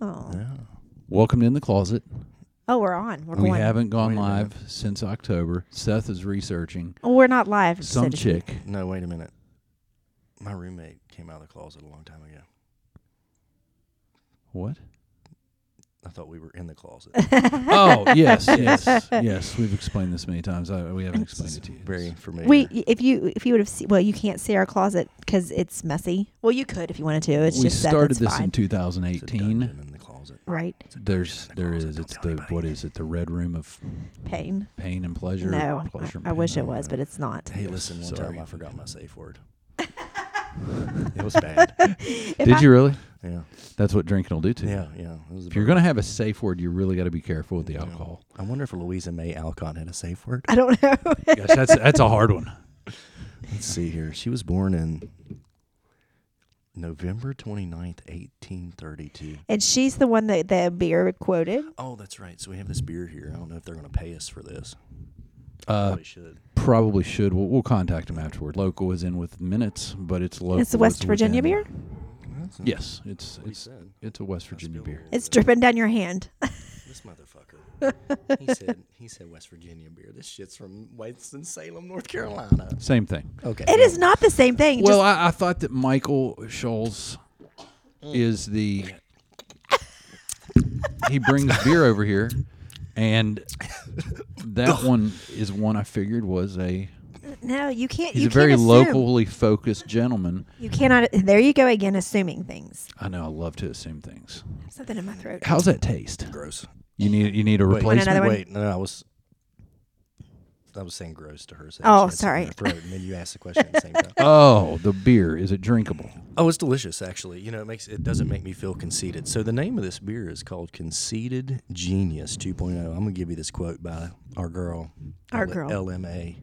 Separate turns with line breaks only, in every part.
Oh,
Welcome to in the closet.
oh, we're on. We're
we
going.
haven't gone
Wait a minute.
live since October. Seth is researching
Oh, we're not live.
some
Citizen.
chick.
No, wait a minute. My roommate came out of the closet a long time ago.
What?
I thought we were in the closet.
oh yes, yes, yes. We've explained this many times. I, we haven't
This
explained
is
it to you.
very familiar.
We, if you, if you would have, seen, well, you can't see our closet because it's messy. Well, you could if you wanted to. It's
we
just Seth,
started
it's
this
fine.
in
It's a
2018.
dungeon in the closet.
right
There's there
closet,
is
don't
it's
tell
the
anybody.
what is it the red room of
pain.
pain and pleasure.
no, I-
pleasure and
I,
pain, uh,
wish it
don't
was,
know.
but it's not.
Hey,
Yes,
listen, one
sorry.
time I forgot my safe word. it was bad.
If
Did
I-
you really?
Yeah.
That's what drinking will do to you.
Yeah, yeah. It was a
If you're
bummer.
gonna have a safe word, you really got to be careful with the
Yeah.
alcohol.
I wonder if Louisa May Alcott had a safe word.
I don't know.
Gosh, that's that's a hard one.
Let's see here. She was born in November 29th, 1832.
and she's the one that the beer quoted.
Oh, that's right. So we have this beer here. I don't know if they're going to pay us for this.
Uh,
Probably should.
probably should. We'll, we'll contact him afterward. Local is in with minutes, but it's local.
it's the West
is
Virginia
within-
beer.
That's not-
Yes, it's
what he
it's
said.
it's a West Virginia beer.
It's dripping down your hand.
This motherfucker. he said he said West Virginia beer. This shit's from Winston Salem, North Carolina.
Same thing.
Okay.
It is not the same thing.
Well, I, I thought that Michael Scholes is the he brings beer over here, and that one is one I figured was a
Just, no, you can't.
he's
you
a very
can't assume.
locally focused gentleman.
You cannot. There you go again, assuming things.
I know I love to assume things.
I have something in my throat.
How's that taste?
gross.
You need you need a
Wait,
replacement.
another one?
wait, no, no, I was I was saying gross to her. So
Oh,
she had something in
sorry.
her throat, and then you asked the question at the same time.
Oh, the beer is it drinkable?
Oh, it's delicious, actually. You know, it makes it doesn't make me feel conceited. So the name of this beer is called Conceited Genius 2.0. I'm gonna give you this quote by our girl,
Our
L-
girl.
LMA,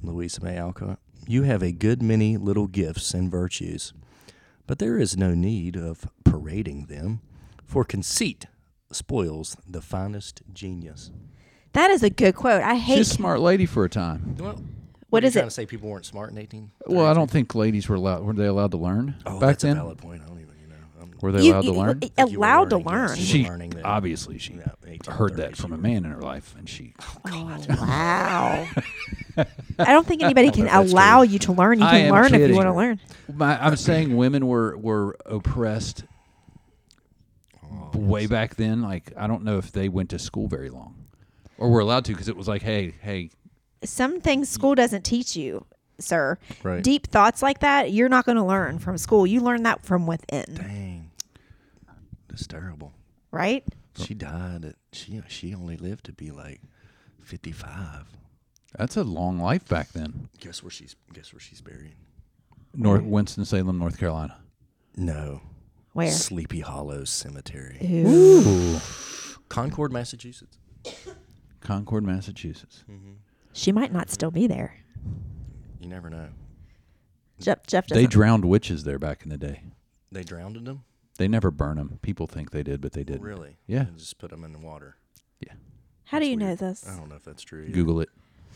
Louisa May Alcott. You have a good many little gifts and virtues, but there is no need of parading them, for conceit spoils the finest genius.
That is a good quote. I hate.
She's a smart lady for a time.
Well,
What
you
is
trying
it?
to say people weren't smart in 18?
Well, I don't think ladies were allowed. Were they allowed to learn
Oh,
back
that's
then?
a valid point. I don't even, you know. I'm-
Were they
You-
allowed to
you-
learn?
you-
I think you were
allowed to
learning,
learn.
yes.
She
learning that-
obviously she
Yeah, 18,
heard that
30,
from
she
a man in her life, and she.
oh, Wow. I don't think anybody can
know if that's
allow you to learn. You
I
can
am
learn if you
kidding.
want to learn.
My, I'm saying women were were oppressed
Oh,
way back then. Like I don't know if they went to school very long, or were allowed to because it was like, hey, hey,
Some things school doesn't teach you, sir.
Right.
Deep thoughts like that, you're not going to learn from school. You learn that from within,
Dang, that's terrible.
right?
She died. At, she she only lived to be like fifty five.
that's a long life back then.
Guess where she's guess where she's buried?
North
Mm-hmm.
Winston Salem, North Carolina.
No,
Where?
Sleepy Hollow Cemetery,
Ooh.
Concord, Massachusetts.
Concord, Massachusetts.
Mm-hmm.
She might not still be there.
You never know.
Jeff, Jeff
They
doesn't.
drowned witches there back in the day.
They drowned them.
They never burn them. People think they did, but they didn't.
Really?
Yeah.
And just put them in the water.
Yeah.
How do you know
Weird. Hmm.
this?
I don't know if that's true. either.
Google it.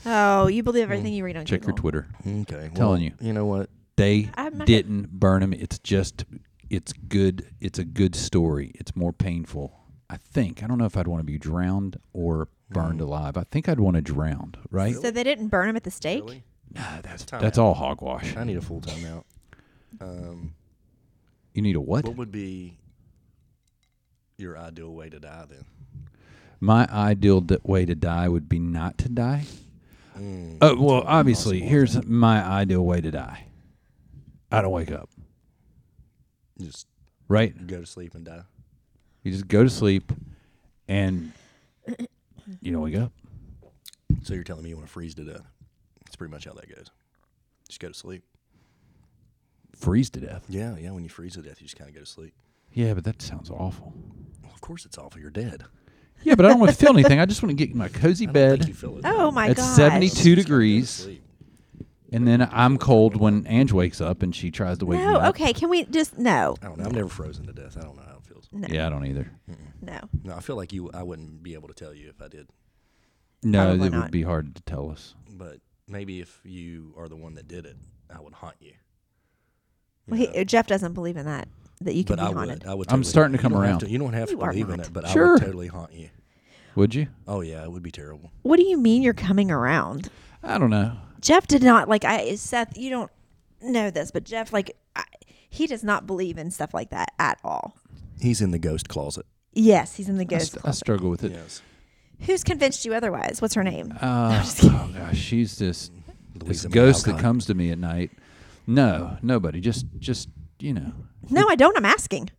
Oh, you believe everything you read on
Check your
Google.
Twitter.
Okay. well,
Telling you.
You know what?
They
I'm not-
didn't burn him. It's just, it's good. It's a good story. It's more painful. I think. I don't know if I'd want to be drowned or burned alive. I think I'd want to drowned. Right?
So they didn't burn him at the stake?
Really?
Nah, that's
Time
that's
out.
all hogwash.
I need a full timeout. Um,
You need a what?
what would be your ideal way to die then?
My ideal d- way to die would be not to die. Uh, well, obviously, here's my ideal way to die. I don't wake up.
Just
Right?
go to sleep and die.
You just go to sleep, and you don't wake up.
So you're telling me you want to freeze to death? That's pretty much how that goes. Just go to sleep.
Freeze to death.
Yeah, yeah. When you freeze to death, you just kind of go to sleep.
Yeah, but that sounds awful.
Well, of course, it's awful. You're dead.
Yeah, but I don't want to feel anything. I just want to get in my cozy
I don't think
bed,
you feel it.
Oh, my
It's
gosh.
72
Just go to
degrees.
sleep.
and then I'm cold when Ange wakes up and she tries to wake me
No,
up.
okay. Can we just. No,
I don't know. I've never frozen to death. I don't know how it feels.
Yeah, I don't either.
no.
No, I feel like you. I wouldn't be able to tell you if I did.
No,
Probably
it would
not.
be hard to tell us.
But maybe if you are the one that did it, I would haunt you.
Well, he, Jeff doesn't believe in that. that you can
but
be
I
haunted.
would. I would.
I'm
totally-
starting to
you
come
don't have
around.
you don't have to
You are
believe in
not.
it, but I
Sure.
would totally haunt you.
Would you?
Oh yeah, it would be terrible.
What do you mean you're coming around?
I don't know.
Jeff did not like I Seth, you don't know this, but Jeff like I, he does not believe in stuff like that at all.
He's in the ghost closet.
Yes, he's in the
I,
ghost.
st- I
club.
struggle with it.
Yes,
Who's convinced you otherwise? What's her name?
Uh, oh gosh, she's this this
Louisa May
ghost that
Alcott.
comes to me at night. No, nobody. Just just you know.
no, I don't. I'm asking.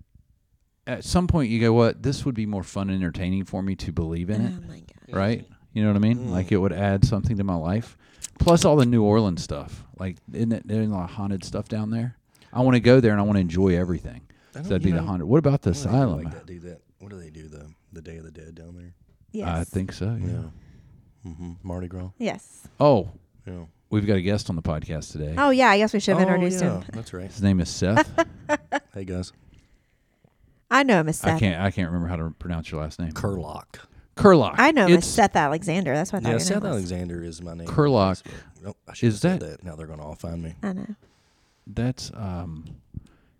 At some point, you go, "What? This would be more fun and entertaining for me to believe in it,
Oh my god.
right? You know what I mean?
Mm.
Like it would add something to my life. Plus all the New Orleans stuff. Like isn't it, there ain't a lot of haunted stuff down there? I want to go there and I want to enjoy everything. So that'd be the haunted. What about the
Why do they
asylum?
Like that, do that. What do they do the the Day of the Dead down there?
Yes.
I think so. Yeah.
Mm-hmm. Mardi Gras.
yes.
Oh,
Yeah.
we've got a guest on the podcast today.
Oh yeah, I guess we should have
oh,
introduced
yeah,
him.
That's right.
His name is Seth.
Hey guys,
I know him as Seth.
I can't. I can't remember how to pronounce your last name.
Curlock.
Kurlock.
I know him as
it's
Seth Alexander. That's what I thought.
Yeah,
your
Seth
name was.
Alexander is my name. on
Curlock.
Facebook. Nope, I should
Is
have said
that-
that. Now they're gonna all find me.
I know.
that's um,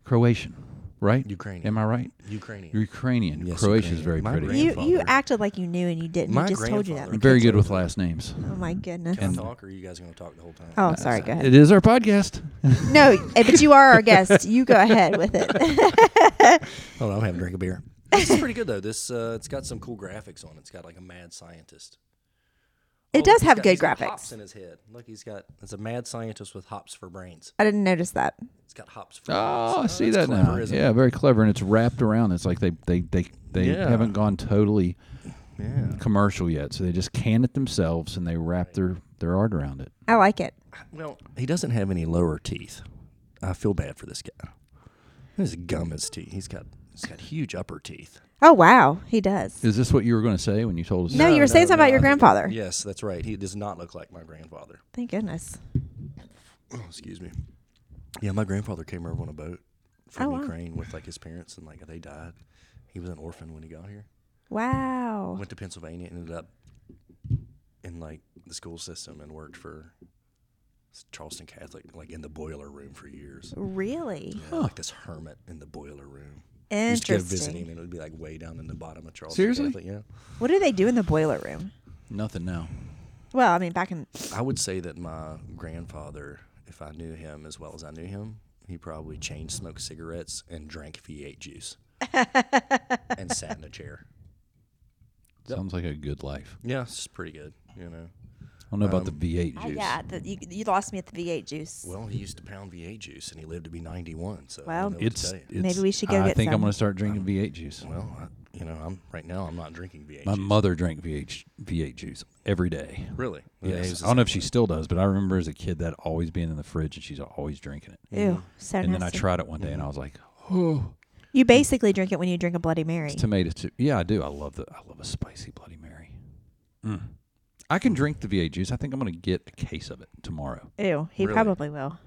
Croatian, right?
Ukrainian.
Am I right?
Ukrainian.
Ukrainian.
Yes,
Croatia's
Ukrainian.
very
My
pretty.
You you
Grandfather.
acted like you knew and you didn't.
My
I just told you that.
I'm
grandfather.
very good
Kids
with
over.
last names.
Oh my goodness.
Can I talk, or are you guys gonna talk the whole time?
Oh, sorry. Go ahead.
It is our podcast.
No, eh, but you are our guest. You go ahead with it.
Hold on, Oh, I'm having a drink of beer. this is pretty good though. This uh, it's got some cool graphics on it. It's got like a mad scientist.
It
Oh,
does
he's
have
got-
good
he's got
graphics.
hops in his head. Look, he's got it's a mad scientist with hops for brains.
I didn't notice that.
It's got hops for brains.
Oh, I see that
that's clever,
now.
isn't
Yeah, very clever, and it's wrapped around. It's like they they they they
Yeah.
haven't gone totally
it? Yeah.
commercial yet, so they just can it themselves and they wrap their their art around it.
I like it.
Well, he doesn't have any lower teeth. I feel bad for this guy. His gum is teeth. He's got he's got huge upper teeth.
Oh wow, he does.
Is this what you were going to say when you told us?
No, you were saying something about your
I-
grandfather.
Yes, that's right. He does not look like my grandfather.
Thank goodness.
Oh, excuse me. Yeah, my grandfather came over on a boat
Oh,
from
wow.
Ukraine with like his parents, and like they died. He was an orphan when he got here.
Wow.
Went to Pennsylvania, ended up in like the school system, and worked for s- Charleston Catholic, like in the boiler room for years.
Really
Yeah, Like this hermit in the boiler room. We Used to go visit him,
interesting.
and it would be like way down in the bottom of Charleston.
Seriously?
Catholic, yeah.
What do they do in the boiler room?
Nothing now.
Well, I mean, back in
I would say that my grandfather, if I knew him as well as I knew him, he probably chain smoked cigarettes and drank V8 juice and sat in a chair.
Sounds like a good life.
Yeah, it's pretty good, you know.
I don't know
Um,
about the V8 juice.
Ah, yeah, the, you, you lost me at the V8 juice.
Well, he used to pound V8 juice and he lived to be 91. So I
Well,
don't know what to
It's,
tell you.
it's-
Maybe we should go
I
get
think I'm
some.
going to start drinking V8 juice.
well, I, you know, I'm right now. I'm not drinking V8
My
juice.
mother drank VH, V8 juice every day.
Really? Yeah, he was
Yes.
the
I don't know if she still does, but I remember as a kid that always being in the fridge and she's always drinking it.
Ew, so
and then I
nasty.
tried it one day and
Mm-hmm.
I was like, oh.
you basically drink it when you drink a Bloody Mary.
tomato too. Yeah, I do. I love the I love a spicy Bloody Mary. Mm. I can drink the V8 juice. I think I'm going to get a case of it tomorrow.
Ew, he
Really?
probably will.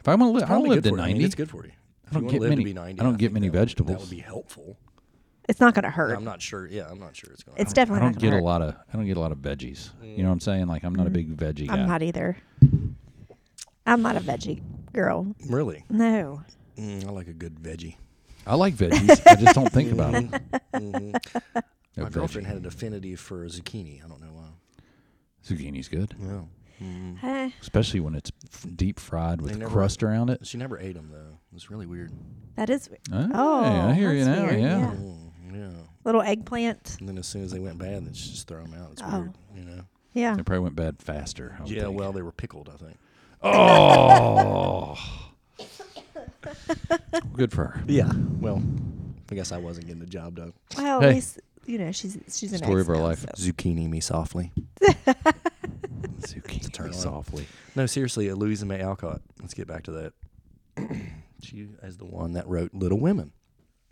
If I'm going to live, I don't
Probably
live
good for
to
you. I mean,
90.
it's good for you. If
don't
you wanna
get
live
many-
to be 90,
I don't get
think
many
that would-
vegetables.
That would be helpful.
It's not going to hurt.
I'm not sure. Yeah, I'm not sure it's going to
Er, it's
I
definitely
don't
not
get
gonna
a
hurt.
lot of I don't get a lot of veggies. You
Mm.
know what I'm saying? Like I'm not a big veggie guy.
Mm-hmm. I'm not either. I'm not a veggie girl.
Really?
No.
Mm, I like a good veggie.
I like veggies. I just don't think about them.
My
veggie.
Mm-hmm. girlfriend had an affinity for zucchini. I don't know why. Mm-hmm.
Zucchini's good,
No.
Eh,
especially when it's f- deep fried with
They never-
crust around it.
She never ate them though. It's really weird.
that is w-
Oh,
Oh,
I hear you
that's
now.
weird,
Yeah.
yeah.
Mm, yeah.
little eggplant.
And then as soon as they went bad, then she just threw them out. It's
Oh.
weird, you know.
Yeah.
They probably went bad faster. I would
yeah.
think.
Well, they were pickled, I think.
Oh. Good for her.
Yeah. Well, I guess I wasn't getting the job done.
Well,
Hey.
at least you know she's she's an
Story of
ex
our
now,
life.
so-
Zucchini me softly. turn
Zucchini
on.
softly.
No, seriously, uh, Louisa May Alcott. Let's get back to that. she is the one that wrote Little Women.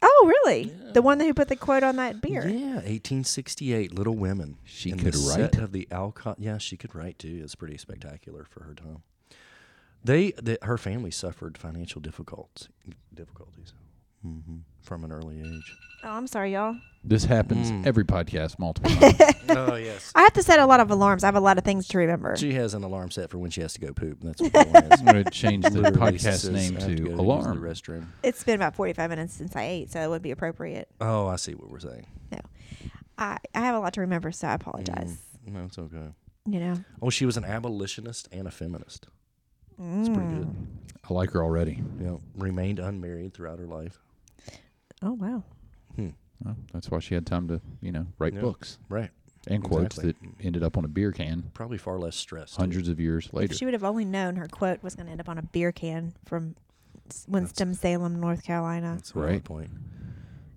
Oh, really? The one who put the quote on that beer.
Yeah, 1868, Little Women.
She
In
could
the
write?
Set of the Alcott. Yeah, she could write too. It's pretty spectacular for her time. They, the, her family suffered financial difficulties. Difficulties. from an early age.
Oh, I'm sorry, y'all.
This happens
Mm.
every podcast multiple times.
oh yes.
I have to set a lot of alarms. I have a lot of things to remember.
She has an alarm set for when she has to go poop. That's what the one is.
I'm going to change the
Literally
podcast
says,
name
"I have go
to
use
Alarm.
the restroom.
It's been about 45 minutes since I ate, so it wouldn't be appropriate.
Oh, I see what we're saying.
No. I, I have a lot to remember, so I apologize.
No, it's okay.
You know?
Oh, she was an abolitionist and a feminist. It's
Mm.
pretty good.
I like her already.
You know, remained unmarried throughout her life. Hmm,
Oh, wow.
Well, that's why she had time to, you know, write
Yeah.
books
Right.
and quotes
Exactly.
that ended up on a beer can
Probably far less stressed. too.
hundreds of years later.
If she would have only known her quote was going to end up on a beer can from Winston-Salem, North Carolina,
That's a valid
Right.
point.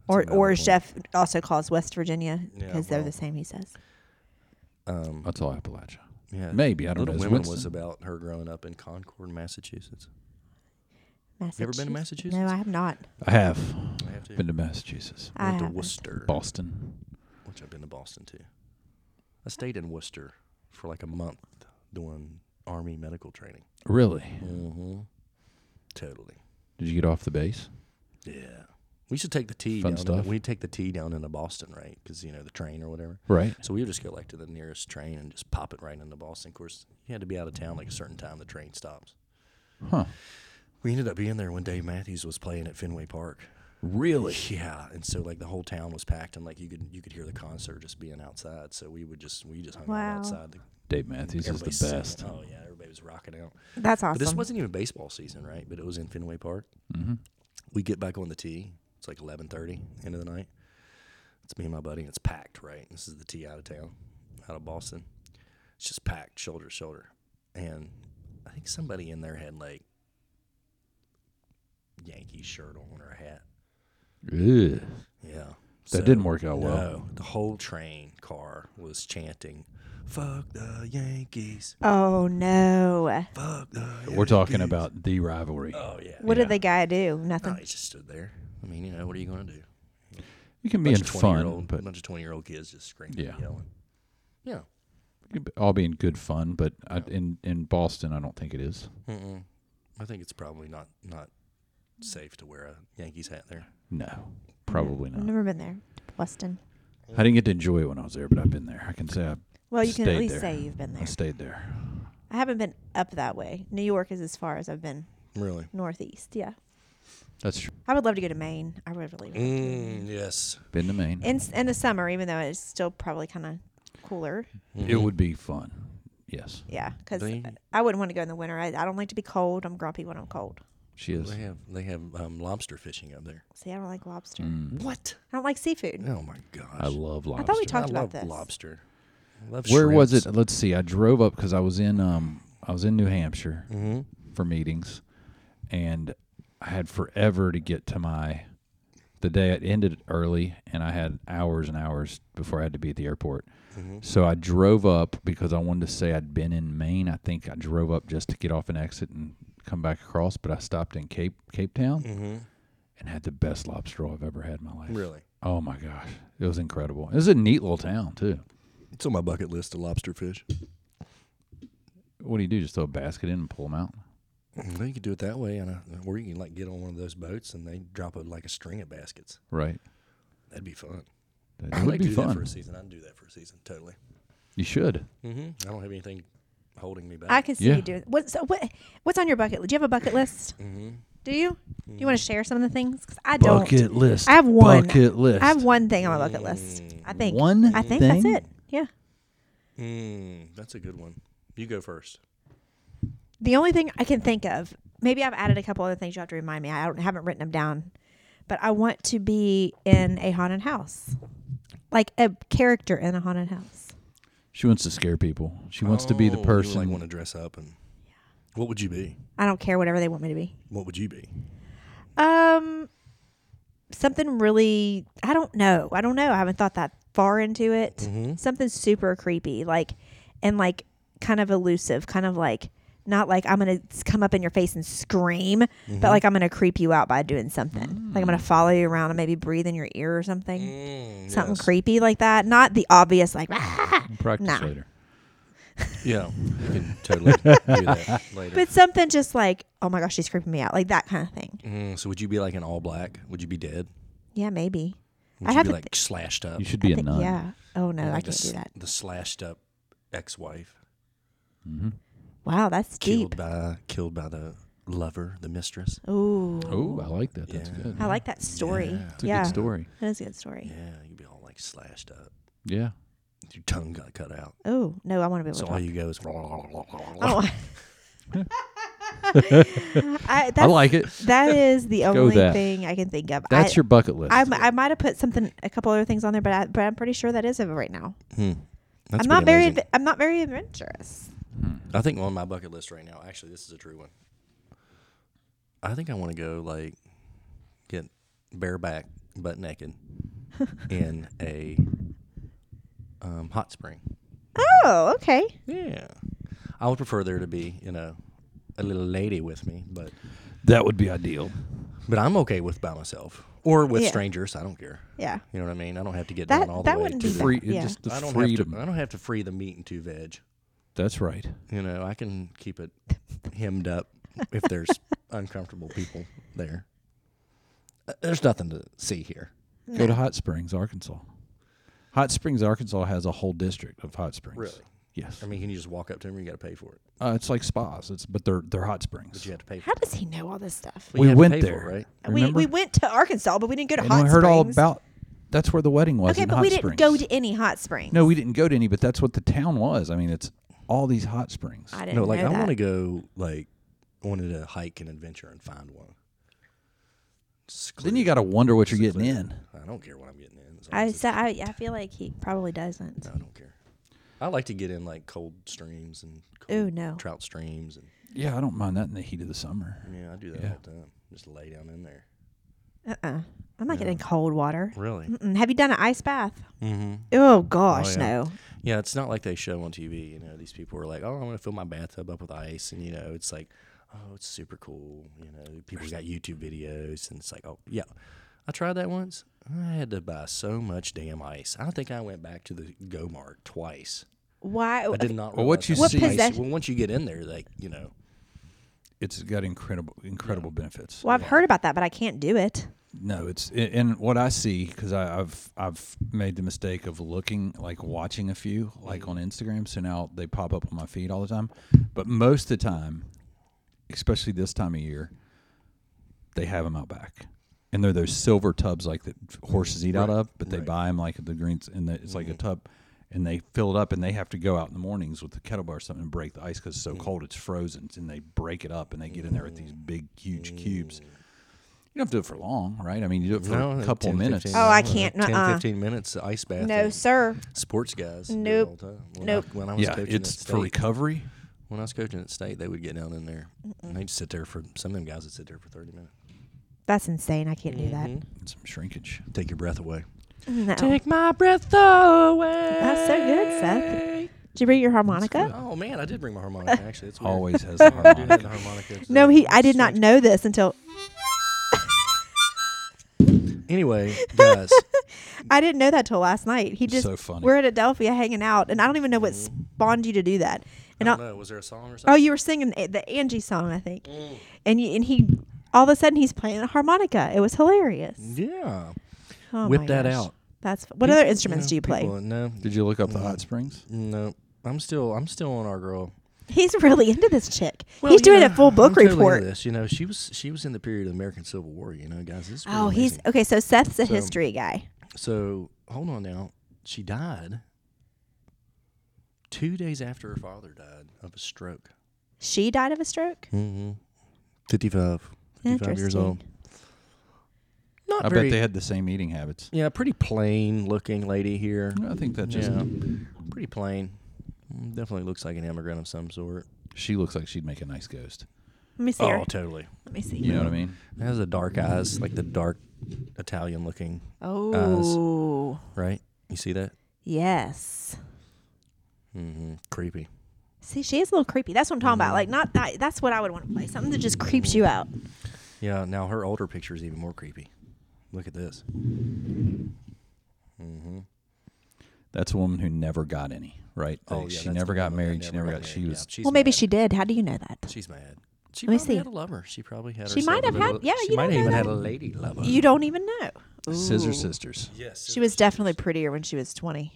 or
another
or
point.
Jeff also calls West Virginia
Yeah,
because they're
well.
the same. He says.
Um,
That's all Appalachia.
yeah.
Maybe Uh, I don't
Little
know. It's
Women was
Winston.
about her growing up in Concord, Massachusetts.
Massachusetts.
You ever been to Massachusetts?
No, I have not.
I have
I have to.
been to Massachusetts,
I
went to
haven't.
Worcester,
Boston.
which I've been to Boston too. I stayed in Worcester for like a month doing Army medical training.
Really?
Mm-hmm. Totally.
Did you get off the base?
Yeah. We should take the T
Fun
down.
stuff.
Into, we take the T down into Boston, right? Because you know the train or whatever.
Right.
So we would just go like to the nearest train and just pop it right into Boston. Of course, you had to be out of town like a certain time the train stops.
Huh.
We ended up being there when Dave Matthews was playing at Fenway Park.
Really?
Yeah, and so like the whole town was packed, and like you could you could hear the concert just being outside. So we would just we just hung
Wow.
out outside. The,
Dave Matthews is
everybody
the
singing.
best.
Oh yeah, everybody was rocking out.
That's awesome.
But this wasn't even baseball season, right? But it was in Fenway Park.
Mhm.
We get back on the tee. It's like eleven thirty, end of the night. It's me and my buddy. and It's packed, right? This is the tee out of town, out of Boston. It's just packed, shoulder to shoulder. And I think somebody in there had like Yankee shirt on or a hat.
Ugh.
Yeah.
That didn't work out well.
No, the whole train car was chanting, "Fuck the Yankees!
oh no!
Fuck the." Yankees.
We're talking about the rivalry.
Oh yeah.
What
Yeah.
did the guy do?
No,
Nothing.
he just stood there. I mean, you know, what are you going to do?
You can be
Bunch
in
of 20 year
fun,
old,
but
bunch of twenty-year-old kids just screaming,
Yeah.
and yelling. Yeah.
could be- all be in good fun. But I, in in Boston, I don't think it is.
Mm-mm. I think it's probably not not safe to wear a Yankees hat there.
No, probably
I've
not.
never been there, Weston.
I didn't get to enjoy it when I was there, but I've been there. I can say I,
Well, you can
Stayed
at least
there.
say you've been
I
there.
stayed there.
I haven't been up that way. New York is as far as I've been
Really?
northeast. Yeah,
That's true.
I would love to go to Maine. I would really. would.
Mm, yes.
Been to Maine.
In s- in the summer, even though it's still probably kind of cooler.
It would be fun. Yes,
Yeah, because
They-
I wouldn't want to go in the winter. I, I don't like to be cold. I'm grumpy when I'm cold.
she is.
They have they have um, lobster fishing up there.
See, I don't like lobster.
Mm.
What?
I don't like seafood.
Oh my gosh!
I love
I
lobster.
thought we talked
I
about
love
this.
lobster. I love
Where was
shrimps.
it? Let's see. I drove up because I was in um I was in New Hampshire
Mhm.
for meetings, and I had forever to get to my. The day it ended early, and I had hours and hours before I had to be at the airport.
Mm-hmm.
So I drove up because I wanted to say I'd been in Maine. I think I drove up just to get off an exit and come back across, but I stopped in Cape Cape Town and had the best lobster roll I've ever had in my life.
Mm. Mm-hmm. Really?
Oh my gosh, it was incredible. It was a neat little town too.
It's on my bucket list of lobster fish.
What do you do? Just throw a basket in and pull them out?
Well, you could do it that way, and uh, or you can like get on one of those boats and they drop a, like a string of baskets.
Right.
That'd be fun.
That
I'd
would
like
be
to do that for
fun.
a season. I'd do that for a season. Totally.
You should.
Mm-hmm. I don't have anything holding me back.
I can see
Yeah.
you doing. What, so what? What's on your bucket? list? Do you have a bucket list?
mm-hmm.
Do you? Do you want to share some of the things? Because I
Mm-hmm. Bucket
don't.
list.
I have one.
Bucket list.
I have one thing on my bucket list. I think.
One
I think
thing?
that's it. Yeah.
Mm, that's a good one. You go first.
The only thing I can think of. Maybe I've added a couple other things. You have to remind me. I don't haven't written them down, but I want to be in a haunted house, like a character in a haunted house.
She wants to scare people. She wants to be the
Oh,
person.
You like want to dress up and. What would you be?
I don't care whatever they want me to be.
What would you be?
Um, something really. I don't know. I don't know. I haven't thought that far into it. Something super creepy, like, and like kind of elusive, kind of like not like I'm gonna s- come up in your face and scream, but like I'm gonna creep you out by doing something. Like I'm gonna follow you around and maybe breathe in your ear or something.
Mm,
Something creepy like "Ah." that. Not the obvious, like.
Practice
Nah.
later.
Yeah, you can totally do that later.
but something just like, oh my gosh, she's creeping me out, like that kind of thing.
Mm, so would you be like an all black? Would you be dead?
Yeah, maybe.
Would
I
you
have
be
a
like slashed up?
You should be
I
a
think-
nun.
Yeah. Oh no, I
Like the
can't do
s-
that.
The slashed up ex-wife
Mm-hmm.
Wow, that's
killed
deep.
by killed by the lover, the mistress.
Ooh.
Oh, I like that. That's
Yeah.
good.
I like that story. Yeah,
Yeah. It's
That's a good story.
that is a good story.
Yeah, you'd be all like slashed up.
Yeah.
Your tongue got cut out.
Oh no, I want to be able
So
to.
all
Talk.
you go is.
I don't wa- I,
I
that's-
like it.
That is the
go
only
that.
thing I can think of.
That's
I,
your bucket list.
I'm- I, might have put something, a couple other things on there, but I, but I'm pretty sure that is it right now.
Hmm. That's
I'm not
pretty
very,
amazing.
adve- I'm not very adventurous.
I think on my bucket list right now. Actually, this is a true one. I think I want to go like get bareback, butt naked, in a um, hot spring.
Oh, okay.
Yeah, I would prefer there to be you know a little lady with me, but
that would be ideal.
but I'm okay with by myself or with
Yeah.
strangers. I don't care.
Yeah.
You know what I mean? I don't have to get
That
down all
that
the way
wouldn't
to
be
the-
Free,
bad. Yeah.
just the
I don't
freedom.
have to. uh, I don't have to free the meat and two veg.
That's right.
You know, I can keep it hemmed up if there's uncomfortable people there. Uh, There's nothing to see here.
Mm.
Go to Hot Springs, Arkansas. Hot Springs, Arkansas has a whole district of hot springs.
Really?
Yes.
I mean, can you just walk up to them? or You got to pay for it,
Uh, it's like spas. It's but they're they're hot
but
springs.
you have to pay. For
How
it.
does he know all this stuff?
Well, you
We
have to
went
pay
there.
for it, right?
We,
Remember?
we went to Arkansas, but we didn't go to
and
hot
we heard all
springs.
about. That's where the wedding was.
Okay,
in
but
hot
we didn't
springs.
go to any hot springs.
No, we didn't go to any, but that's what the town was. I mean, it's all these hot springs.
I didn't
No, like
know
I
that.
want to go. Like wanted to hike and adventure and find one. Just
Then
clear.
you got to wonder what you're getting
Clear.
in.
I don't care what I'm getting in. as long
I,
as it's-
so I I feel like he probably doesn't.
No, I don't care. I like to get in like cold streams and
Ooh,
cold
no.
trout streams, and
Yeah, I don't mind that in the heat of the summer.
yeah, I do that
Yeah.
all the time. Just lay down in there.
Uh uh-uh. uh. i am not getting cold water.
Really?
Mm-mm. Have you done an ice bath?
Mm-hmm.
Oh gosh,
yeah.
no.
Yeah, it's not like they show on TV. You know, these people are like, "Oh, I'm gonna fill my bathtub up with ice," and you know, it's like, "Oh, it's super cool." You know, people got YouTube videos, and it's like, "Oh, yeah." I tried that once. I had to buy so much damn ice. I think I went back to the Go Mart twice.
Why?
I did not.
Well, what
realize
you
how much
see- What
ice-
possess-
well, once you get in there, like you know,
It's got incredible, incredible benefits.
Well, I've heard about that, but I can't do it.
No, it's a- and what I see because I've I've made the mistake of looking like watching a few
Mm-hmm.
like on Instagram, so now they pop up on my feed all the time. But most of the time, especially this time of year, they have them out back, and they're those silver tubs like that horses eat out
Right,
of, but they
right.
buy them like at the greens, and the, it's like a tub, and they fill it up, and they have to go out in the mornings with the kettlebell or something and break the ice because it's so cold, it's frozen, and they break it up and they get in there with these big huge cubes. You don't have to do it for long, right? I mean, you do it for
no,
a couple
10,
minutes.
15,
Oh, I
no,
can't,
10,
nuh-uh.
15 minutes ice bath.
No,
and
sir.
sports guys. do it
Nope.
all the time. When
Nope.
Oh, I, when I was
yeah,
coaching
it's
at
for
State-
recovery.
When I was coaching at state, they would get down in there. And they'd sit there for some of them guys would sit there for thirty minutes.
That's insane. I can't do that. Mm-hmm.
and some shrinkage.
Take your breath away.
No.
Oh. my breath away.
That's so good, Seth. Did you bring your harmonica?
Oh man, I did bring my harmonica. Actually, it's weird.
Always has the
I do have the
harmonica.
harmonica.
No, he. I did not
Strange.
know this until
Anyway, guys,
I didn't know that till last night. He just.
So funny.
We're at Adelphia hanging out, and I don't even know what spawned you to do that.
I
And I
don't know. Was there a song or
oh,
something?
you were singing a- the Angie song, I think.
Mm.
And you, and he, all of a sudden, he's playing a harmonica. It was hilarious.
Mm. yeah.
Oh
Whip
my
that
gosh.
out.
That's what other instruments do you play?
People, no,
Did you look up the hot springs?
no. I'm still, I'm still on our girl.
He's really into this chick.
Well,
he's
you
doing
know,
a full
I'm
book
totally into
report.
This, you know, she was, she was in the period of the American Civil War. You know, guys. This is
Oh,
pretty
he's
amazing.
okay. So Seth's a
So-
history guy.
So hold on now. She died two days after her father died of a stroke.
She died of a stroke.
Mm-hmm. 55. 55 years old.
Interesting.
Not
I
very.
bet they had the same eating habits.
yeah, pretty plain looking lady here.
I think that just
Mm-hmm. Yeah, pretty plain. Mm, Definitely looks like an immigrant of some sort.
she looks like she'd make a nice ghost.
Let me see her.
Oh, totally.
Let me see.
You know what I mean?
Has the dark eyes, like the dark Italian looking,
Oh,
right? You see that?
yes.
Mm-hmm. Creepy.
See, she is a little creepy. That's what I'm talking about. Like, not that. That's what I would want to play. Something that just creeps you out.
Yeah, now her older picture is even more creepy. Look at this.
That's a woman who never got any, right?
Oh,
Like, Oh, she never got married. She never got. she was.
Well, maybe she did. How do you know that?
She's mad. She
Let me
probably
see.
had a lover. She probably had.
She might have
herself a
had-
little-
yeah,
She
you
might
don't know
have even
that.
had a lady lover.
You don't even know.
Scissor
Ooh.
sisters.
yes.
She was definitely prettier when she was 20.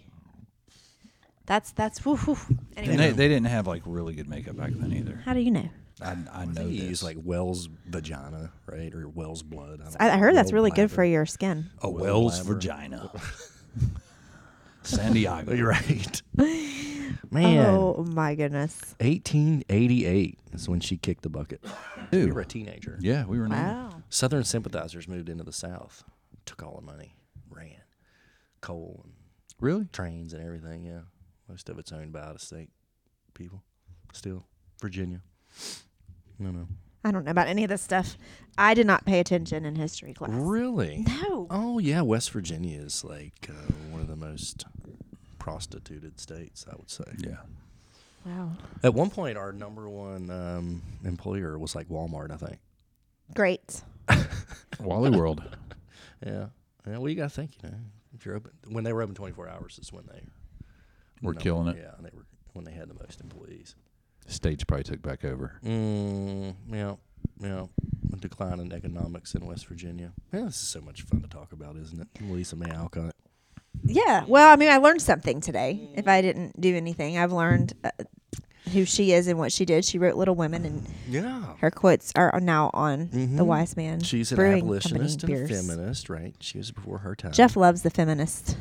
That's that's woo, woo. Anyway,
And they, they didn't have like really good makeup back then either.
how do you know?
I, I know
They
this.
use like Wells vagina, right, or Wells blood. don't
I, I
know.
heard that's
Well
really good for
bladder.
your skin.
a
Well,
Wells
blabber.
vagina. San Diego.
You're right. Man,
Oh my goodness!
1888 is when she kicked the bucket.
Ew.
You were a teenager.
Yeah, we were. in India.
Wow.
Southern sympathizers moved into the South, took all the money, ran, coal and
Really?
trains and everything. Yeah, most of it's owned by out-of-state people. Still, Virginia. No, no.
I don't know about any of this stuff. I did not pay attention in history class.
Really?
No.
Oh yeah, West Virginia is like uh, one of the most prostituted states, I would say.
Yeah.
Wow.
At one point, our number one um, employer was like Walmart, I think.
Great.
Wally World.
Yeah. Yeah. Well, you gotta think, you know, if you're open when they were open 24 hours is when they
We're
number-
killing it.
Yeah, and they were when they had the most employees.
States probably took back over.
Mm, yeah, yeah. A decline in economics in West Virginia. Yeah, this is so much fun to talk about, isn't it? Lisa May Alcott.
Yeah. Well, I mean, I learned something today. If I didn't do anything, I've learned uh, who she is and what she did. She wrote Little Women, and
Yeah.
her quotes are now on the
Mhm.
Wise Man.
She's an
Brewing
abolitionist
Company
and a
beers.
feminist, right? She was before her time.
Jeff loves the feminist.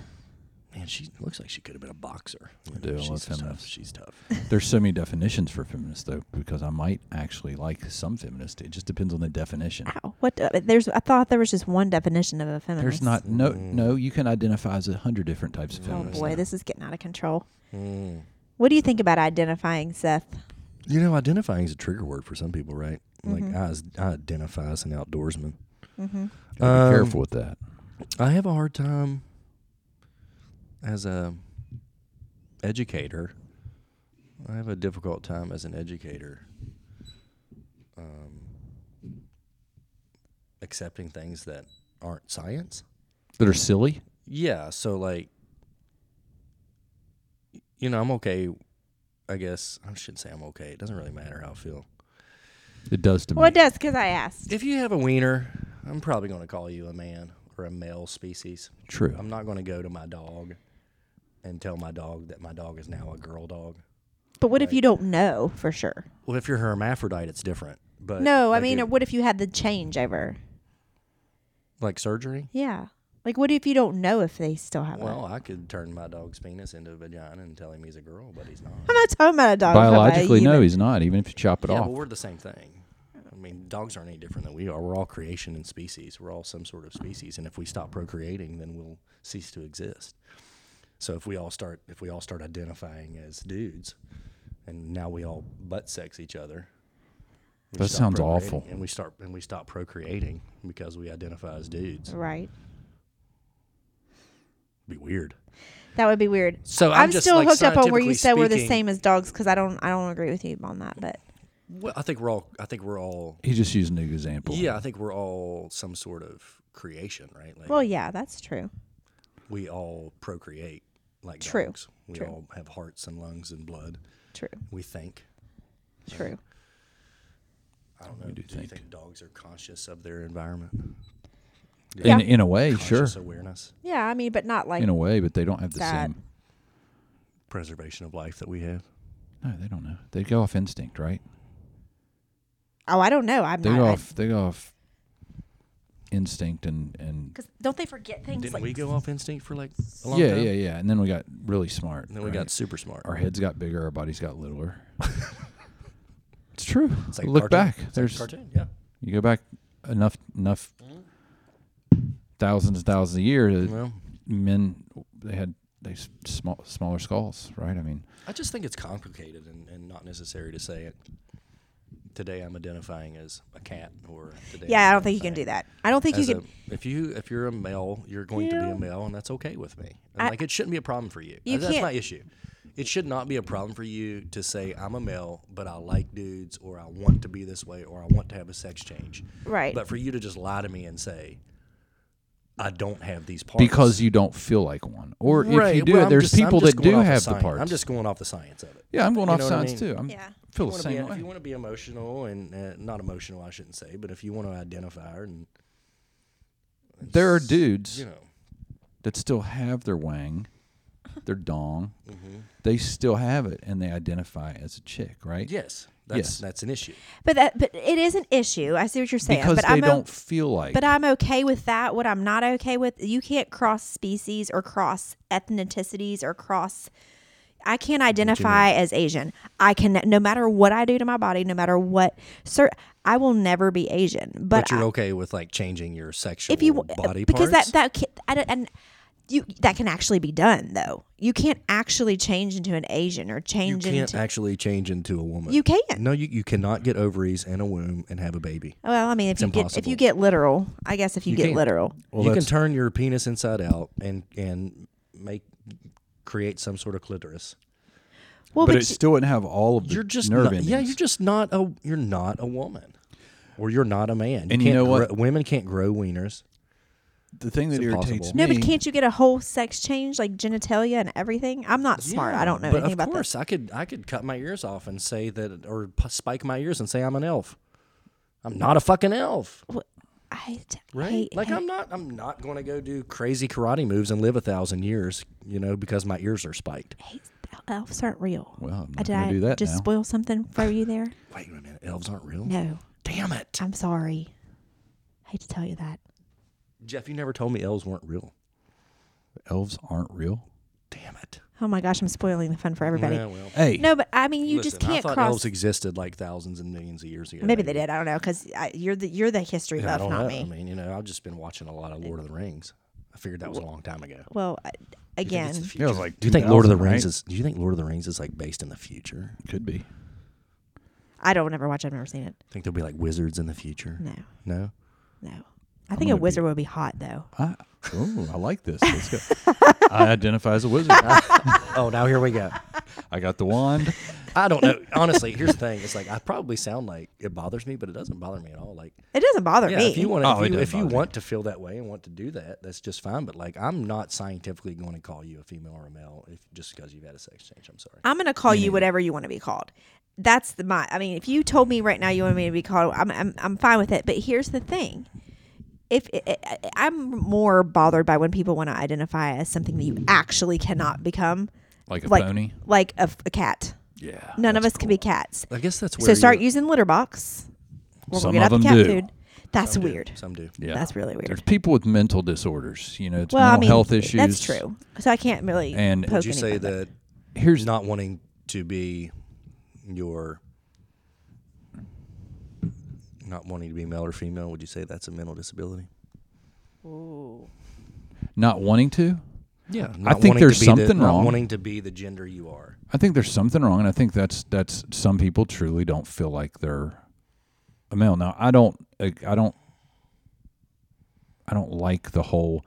Man, she looks like she could have been a boxer. You
I do, I
she's
love
tough.
feminists.
She's tough.
There's so many definitions for feminist though, because I might actually like some feminist. It just depends on the definition.
Ow. What? Uh, there's. I thought there was just one definition of a feminist.
There's not no
Mm.
no. You can identify as a hundred different types of
Oh
feminists.
boy, this is getting out of control.
Hmm.
Mm.
What do you think about identifying Seth?
You know, identifying is a trigger word for some people, right?
Mm-hmm.
Like I, is- I identify as an outdoorsman.
Mm-hmm.
Be
Um,
careful with that.
I have a hard time as a educator. I have a difficult time as an educator um, accepting things that aren't science.
That are silly.
Yeah, so like y- you know, I'm okay. I guess I shouldn't say I'm okay. It doesn't really matter how I feel.
It does to
Well,
me.
it does because I asked.
If you have a wiener, I'm probably going to call you a man or a male species.
True.
I'm not going to go to my dog and tell my dog that my dog is now a girl dog.
But what if you don't know for sure?
Well, if you're hermaphrodite, it's different. But
no, I
like
mean,
if-
what if you had the changeover?
like surgery.
Yeah. Like, what if you don't know if they still have
Well,
well,
I could turn my dog's penis into a vagina and tell him he's a girl, but he's not.
I'm not talking about a dog. I'm talking about a
Biologically, no,
human.
he's not. Even if you chop it
yeah,
off,
but we're the same thing. I mean, dogs aren't any different than we are. We're all creation and species. We're all some sort of species, and if we stop procreating, then we'll cease to exist. So if we all start, if we all start identifying as dudes, and now we all butt sex each other. we
That
stop
sounds
procreating,
awful.
And we start and we stop procreating because we identify as dudes.
Right.
be weird.
That would be weird.
So I'm,
I'm,
just,
still
like,
hooked up on where you
scientifically
said we're the
speaking-
same as dogs because I don't I don't agree with you on that. But
Well, I think we're all. I think we're all.
he's just using an example.
Yeah, I think we're all some sort of creation, right? Like,
well, yeah, that's true.
we all procreate like
True.
dogs. We
True.
all have hearts and lungs and blood.
True.
We think.
True.
I don't know.
We
do
do
you
think.
think dogs are conscious of their environment?
In
Yeah.
in a way, sure.
Conscious awareness,
Yeah, I mean, but not like
In a way, but they don't have the
That-
same.
preservation of life that we have.
No, they don't know. They go off instinct, right?
oh, I don't know. I'm
They
not.
go
I-
off. They go off instinct and and
'cause don't they forget things?
Didn't
like,
we go off instinct for like a long
yeah,
time?
yeah, yeah. And then we got really smart.
And then we
right?
got super smart.
our heads got bigger, our bodies got littler. it's true.
It's like a
Look
cartoon.
back.
It's like a
There's
cartoon. Yeah.
you go back enough enough thousands and thousands of years.
Well,
Men they had they s- small smaller skulls, right? I mean,
I just think it's complicated and, and not necessary to say it. Today I'm identifying as a cat, or today
Yeah,
I'm
I don't think you can do
identifying
that. I don't think you
as
can.
a- if you if you're a male, you're going to be a male, and that's okay with me. And
I-
like it shouldn't be a problem for you.
You
that's
can't-
my issue. It should not be a problem for you to say I'm a male, but I like dudes, or I want to be this way, or I want to have a sex change.
Right.
But for you to just lie to me and say I don't have these parts
because you don't feel like one. Or if you
Right,
do,
well, I'm
there's
just- I'm
people
just
that
going
do
off of
have the
science.
parts.
I'm just going off the science of it.
yeah, I'm going
you
off
know what I
science
mean?
too. I'm
Yeah.
feel
You
the
wanna
same
be,
way.
If you want to be emotional and uh, not emotional, I shouldn't say, but if you want to identify her and
there are dudes
you know,
that still have their wang, their dong.
Mm-hmm.
They still have it, and they identify as a chick, right?
yes, that's
Yes.
that's an issue.
But that, but it is an issue. I see what you're saying.
Because
but
they
I'm o-
don't feel like.
but I'm okay with that. What I'm not okay with, you can't cross species or cross ethnicities or cross. I can't identify as Asian. I can, no matter what I do to my body, no matter what, sir, I will never be Asian. But,
But you're okay with like changing your sexual
if you
body
because
parts?
that that ca- I don't, and you that can actually be done though. You can't actually change into an Asian or
you
change
can't
into
actually change into a woman.
you can.
no, you, you cannot get ovaries and a womb and have a baby.
Well, I mean, if you get if
impossible.
you get literal, I guess if you, get
can't.
literal,
you can turn your penis inside out and and make create some sort of clitoris.
well,
but
but,
it
you-
still wouldn't have all of the
You're just
nerve
not,
endings.
yeah, you're just not a you're not a woman. Or you're not a man.
And
can't
you know what?
grow- women can't grow wieners.
the thing that
It's
irritates
impossible.
me.
no, but can't you get a whole sex change like genitalia and everything? I'm not smart. I don't know
but
anything
of
about
course, I could I could cut my ears off and say that, or p- spike my ears and say I'm an elf. I'm not a fucking elf,
this. Wh- I t-
right?
hate-
like I'm not. I'm not going to go do crazy karate moves and live a thousand years, you know, because my ears are spiked.
hate- elves aren't real.
Well, I'm
Uh,
not
did
going
I
to do that
just
now.
spoil something for you there?
Wait a minute, elves aren't real.
No,
Damn it,
I'm sorry. I hate to tell you that.
Jeff, you never told me elves weren't real.
Elves aren't real.
Damn it.
Oh my gosh, I'm spoiling the fun for everybody.
Yeah, well,
Hey,
No, but I mean, you just
listen, I
can't
thought
cross.
elves existed like thousands and millions of years ago.
Maybe they did. I don't know because you're the you're the history
I
buff,
don't
not
know.
me.
I mean, you know, I've just been watching a lot of Lord of the Rings. I figured that was a long time ago.
well, I- again,
yeah, it was like
Do you think Lord of the
2000, right?
Rings is? Do you think Lord of the Rings is like based in the future?
could be?
I don't ever watch. it, I've never seen it.
Think there'll be like wizards in the future?
No,
No.
no. I think a wizard would be hot though.
I, oh, I like this. Let's go. I identify as a wizard.
oh, now here we go.
I got the wand.
I don't know. Honestly, here's the thing. It's like I probably sound like it bothers me, but it doesn't bother me at all. Like,
It doesn't bother
yeah,
me.
if you want,
Oh, it
if you,
doesn't
if you
bother me.
want to feel that way and want to do that, that's just fine. But like, I'm not scientifically going to call you a female or a male if just because you've had a sex change. I'm sorry.
I'm gonna call you whatever you want to be called. That's the my. I mean, if you told me right now you want me to be called, I'm I'm, I'm fine with it. But here's the thing. If i i I'm more bothered by when people want to identify as something that you actually cannot become,
Like a
like
pony.
like a, f- a cat.
Yeah.
None of us can be cats.
I guess that's where
So start
you're-
using litter box. We're
Some
gonna get
of
out the
them
cat
do.
food. That's
Some do.
weird.
Some do.
Yeah.
That's really weird.
There's people with mental disorders. You know, it's
well,
mental
I mean,
health issues.
that's true. So I can't really.
And-
poke
Would
Would you say
anybody.
that
Here's
not wanting to be your not wanting to be male or female would you say that's a mental disability
Ooh.
not wanting to.
yeah
I think there's
the,
something
not
wrong.
wanting to be the gender you are
I think there's something wrong, and I think that's that's some people truly don't feel like they're a male. Now, I don't, I I don't, I don't like the whole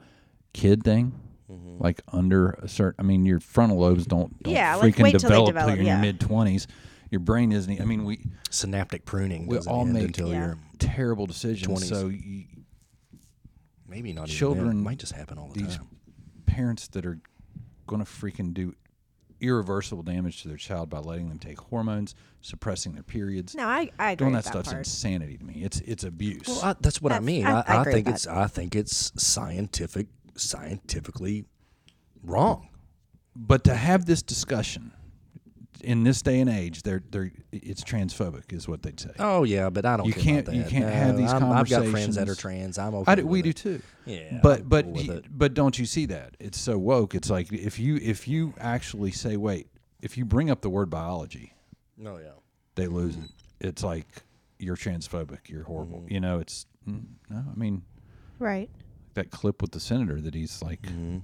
kid thing. Like under a certain, I mean, your frontal lobes don't, don't
Mm-hmm. Yeah, like,
freaking
wait till they
develop
develop,
you're in
yeah.
your mid twenties. Your brain isn't. e, I mean, we
synaptic pruning
we
doesn't
all
end
make
until
Yeah.
you're
terrible decisions.
20s.
So you,
maybe not even then. it
Children-
might just happen all the
these
Uh-huh.
time
parents that are going to freaking do irreversible damage to their child by letting them take hormones, suppressing their periods.
No, I, I agree
Doing
with that
that stuff's
part.
insanity to me. It's it's abuse.
well I, that's what i
That's-
mean
I-
i,
I
I,
agree
think
with
it's i think it's scientific scientifically wrong
but to have this discussion in this day and age, they're they're it's transphobic, is what they'd say.
oh yeah but i don't
You
care
can't-
about
you
that.
can't have these
I'm- i've got friends that are trans
conversations.
i'm okay
I do, we
with
do
it.
too.
Yeah, I'm
but but
cool with
y-
it.
but don't you see that it's so woke? It's like if you if you actually say wait, if you bring up the word biology,
no Oh, yeah
they lose it. It's like you're transphobic. You're horrible. You know, it's mm, no. I mean,
Right.
that clip with the senator that he's like,
Mm-hmm.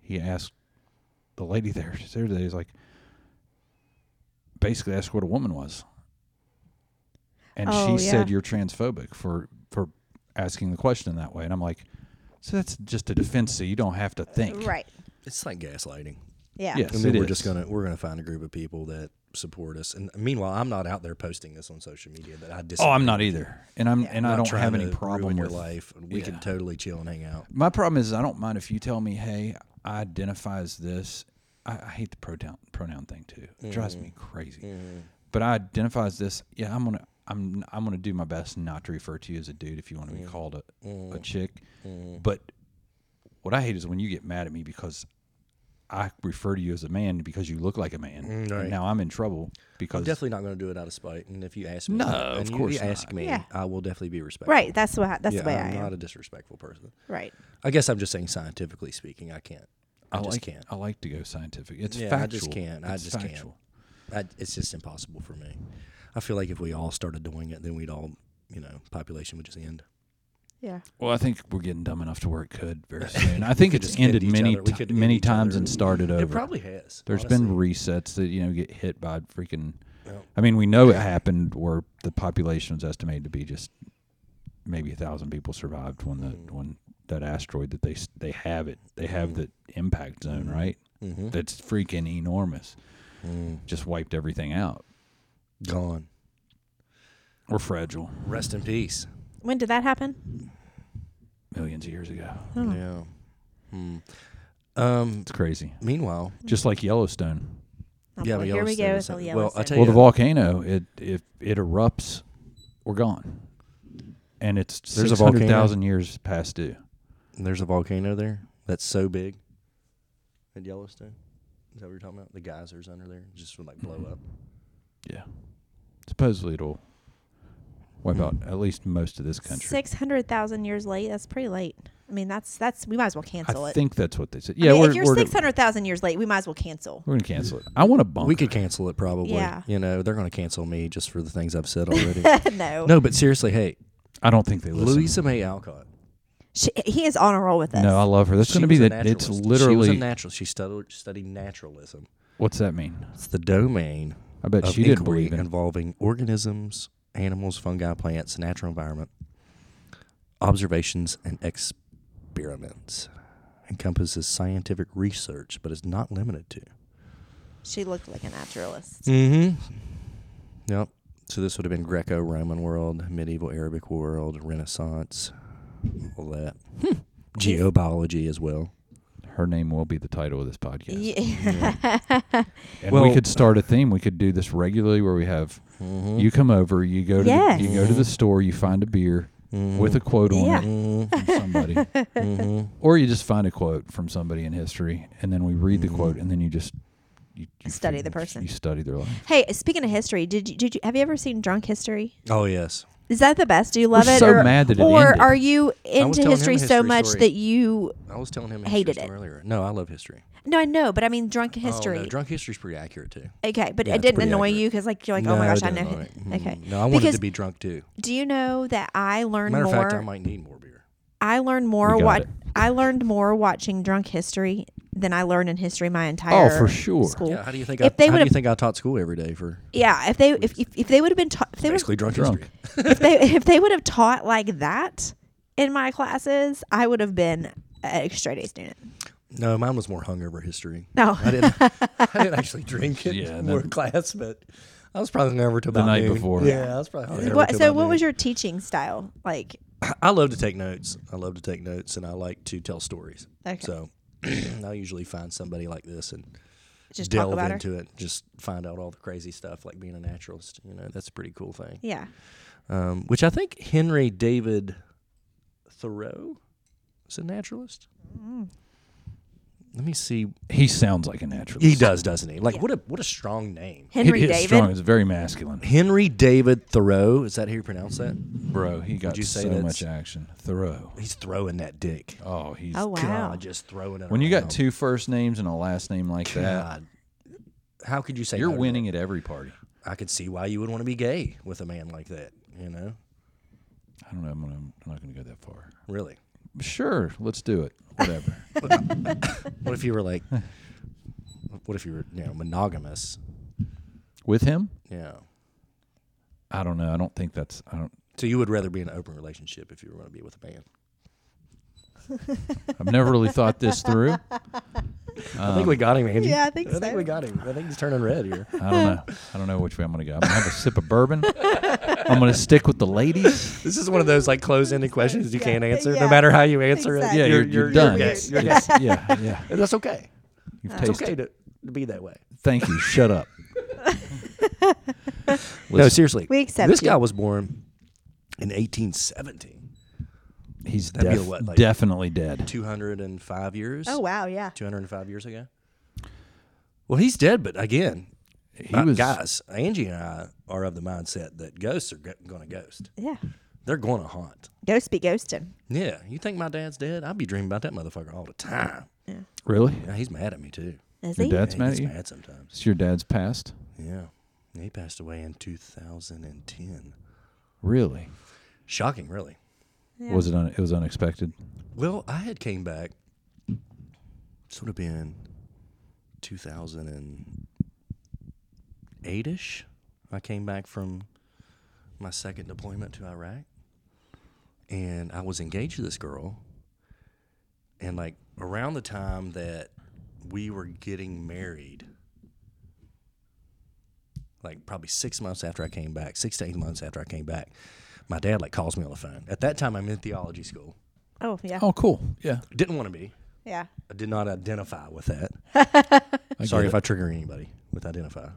he asked the lady there, she's there today, he's like, basically asked what a woman was. And
Oh,
she
yeah.
said, you're transphobic for, for asking the question that way. And I'm like, so that's just a defense, so you don't have to think.
Right.
It's like gaslighting.
Yeah.
Yes,
I mean,
it
we're
is.
just gonna we're gonna find a group of people that support us. And meanwhile, I'm not out there posting this on social media that I disagree.
Oh, I'm not either, and I'm and I
Not
don't
trying
have any
to
problem
ruin your
with
life. and We can totally chill and hang out.
My problem is I don't mind if you tell me, "Hey, I identify as this." I, I hate the pronoun pronoun thing too. It drives
Mm-hmm.
me crazy. But I identify as this. Yeah, I'm gonna I'm I'm gonna do my best not to refer to you as a dude if you want to
Mm-hmm.
be called a a chick. But what I hate is when you get mad at me because. I refer to you as a man because you look like a man. And
Mm, right.
now I'm in trouble because
I'm definitely not going to do it out of spite. And if you ask me,
No,
and
of
you
course not.
ask me,
Yeah.
I will definitely be respectful.
Right. That's what. That's
yeah,
the way
I'm
I am.
not a disrespectful person.
Right.
I guess I'm just saying scientifically speaking, I can't. I, just
like,
can't.
I like to go scientific. It's
Yeah, I
factual.
just can't. I
It's
just
factual.
can't. I, it's just impossible for me. I feel like if we all started doing it, then we'd all, you know, population would just end.
Yeah.
Well, I think we're getting dumb enough to where it could very soon. I think it's
just
ended
end each
many
other. We
ti-
could end
many
each
times
other.
and started over.
It probably has.
There's
honestly.
been resets that you know get hit by freaking.
Yeah.
I mean, we know it happened where the population was estimated to be just maybe a thousand people survived when the
Mm.
when that asteroid that they s- they have it they have the impact zone
Mm.
right
Mm-hmm.
that's freaking enormous just wiped everything out.
gone.
We're fragile
Rest in peace.
When did that happen?
millions of years ago.
Yeah. Hmm. Um.
It's crazy.
Meanwhile,
Just like Yellowstone.
Oh,
Yeah,
boy,
but
here we
Yellowstone
go.
is
with
something-
the
well, I
Yellowstone.
tell
Well, the
Yeah.
volcano, it if it erupts, we're gone, and it's there's a
600
hundred thousand years past due.
there's a volcano there that's so big at Yellowstone. Is that what you're talking about? The geysers under there just would like blow up.
Yeah, supposedly it'll wipe
Hmm.
out at least most of this country.
Six hundred thousand years late. That's pretty late. I mean, that's that's we might as well cancel
I
it.
think that's what they said.
I
Yeah,
mean,
we're
if you're
we're,
six hundred thousand years late, we might as well cancel.
we're gonna cancel it. I want a bunker.
We could cancel it probably.
Yeah.
You know, they're going to cancel me just for the things I've said already.
no,
no, but seriously, hey,
I don't think they listen.
Louisa May Alcott.
She, he is on a roll with this.
no, I love her. That's
she
gonna be
was a
that. It's
naturalist. She was a
literally
natural. She studied, studied naturalism.
what's that mean?
It's the domain
I bet
of
she didn't
inquiry
believe in.
involving organisms, animals, fungi, plants, natural environment, observations, and experiments. Encompasses scientific research, but is not limited to.
she looked like a naturalist.
Mm-hmm.
Mm-hmm.
Yep. So this would have been Greco-Roman world, medieval Arabic world, Renaissance, all that.
Hmm.
Geobiology as well.
Her name will be the title of this podcast.
Yeah.
And we
Well-
could start a theme. We could do this regularly where we have
Mm-hmm.
you come over, you go to
Yes.
the, you go to the store, you find a beer
Mm-hmm.
with a quote on
Yeah.
it from somebody. Or you just find a quote from somebody in history and then we read the
Mm-hmm.
quote and then you just you, you
Study the
figure-
person.
You study their life.
hey, speaking of history, did you did you have you ever seen Drunk History?
Oh yes.
Is that the best? Do you love it?
so
or
mad that it
or
ended.
are you into
telling him
history,
a
so
history
much
story.
that you?
I was telling him a
Hated
history
it.
earlier. No, I love history.
No, I know, but I mean drunk
Oh, no,
history.
drunk history's pretty accurate too.
okay, but
Yeah,
it
it's
didn't
pretty
annoy
accurate.
you because like you're like, oh my
No, it
gosh, I know.
didn't
hi-
like- mm,
Okay.
No, I wanted
because
to be drunk too.
Do you know that I learned
Matter of
more?
fact, I might need more beer.
I learned more
We got
what
it.
I learned more watching Drunk History than I learned in history my entire
Oh, for sure.
school.
Yeah, how do you think?
If
I,
they
how do
would've-
you think I taught school every day for
Yeah, if they if if, if they would have been taught if they would
basically drunk,
Drunk.
history?
if they if they would have taught like that in my classes, I would have been a straight A student.
No, mine was more hungover history.
No,
I didn't. I didn't actually drink it
Yeah,
yeah, more
that-
class, but I was probably hungover till about
night
noon.
before.
Yeah, I was probably hungover.
what,
till
so
about
what
noon.
was your teaching style like?
I love to take notes. I love to take notes, and I like to tell stories.
Okay.
So I usually find somebody like this and
Just talk
delve
about her.
into it. Just find out all the crazy stuff, like being a naturalist. You know, that's a pretty cool thing.
Yeah,
Um, which I think Henry David Thoreau is a naturalist.
Mm.
Let me see.
He sounds like a naturalist.
He does, doesn't he? Like
Yeah.
what a what a strong name.
Henry
It is
David.
strong. It's very masculine.
Henry David Thoreau. Is that how you pronounce that?
Bro, he got
you say
so
that's-
much action. Thoreau.
He's throwing that dick.
Oh, he's
Oh wow.
God, just throwing it.
When you got
around.
two first names and a last name like that,
God, how could you say
you're
no to
winning at every party.
that? I could see why you would want to be gay with a man like that. You know,
I don't know. I'm, gonna, I'm not going to go that far.
really.
Sure, let's do it. Whatever.
What if you were like, what if you were you know monogamous?
With him?
Yeah.
I don't know. I don't think that's. I don't.
So you would rather be in an open relationship if you were going to be with a man.
I've never really thought this through.
I think we got him, Angie.
Yeah, I think
Um, I think
so.
we got him. I think he's turning red here.
I don't know. I don't know which way I'm gonna go. I'm gonna have a sip of bourbon. I'm gonna stick with the ladies.
This is one of those like closed-ended questions you
Yeah,
can't answer,
yeah.
no matter how you answer
Exactly.
Yeah,
it.
you're, you're, done.
okay.
It's-
You're good.
it's- yeah, yeah.
And that's okay.
You've
It's
tasted.
okay to, to be that way.
Thank you. Shut up.
no,
Listen,
seriously.
We accept
This
you.
guy was born in 1817.
he's
That'd be
def-
what, like-
definitely dead.
205 years.
Oh wow, yeah.
205 years ago. Well, he's dead, but again,
He
uh,
was
guys, Angie and I are of the mindset that ghosts are going to ghost.
Yeah.
They're going to haunt.
Ghost be ghosting.
Yeah, you think my dad's dead? I'd be dreaming about that motherfucker all the time.
really.
Yeah, he's mad at me too.
Is
Your
he?
dad's
He
mad at
gets
you.
mad sometimes.
It's your dad's past.
Yeah, he passed away in 2010.
Really?
Shocking, really.
Was it? Un- it was unexpected.
Well, I had came back. So it would have been 2008 ish. I came back from my second deployment to Iraq. And I was engaged to this girl. And like around the time that we were getting married, like probably six months after I came back, six to eight months after I came back, my dad like calls me on the phone. At that time, I'm in theology school.
Oh yeah.
Oh, cool. Yeah.
Didn't want to be.
Yeah.
I did not identify with that.
I
Sorry
get
if
it.
I trigger anybody with identify,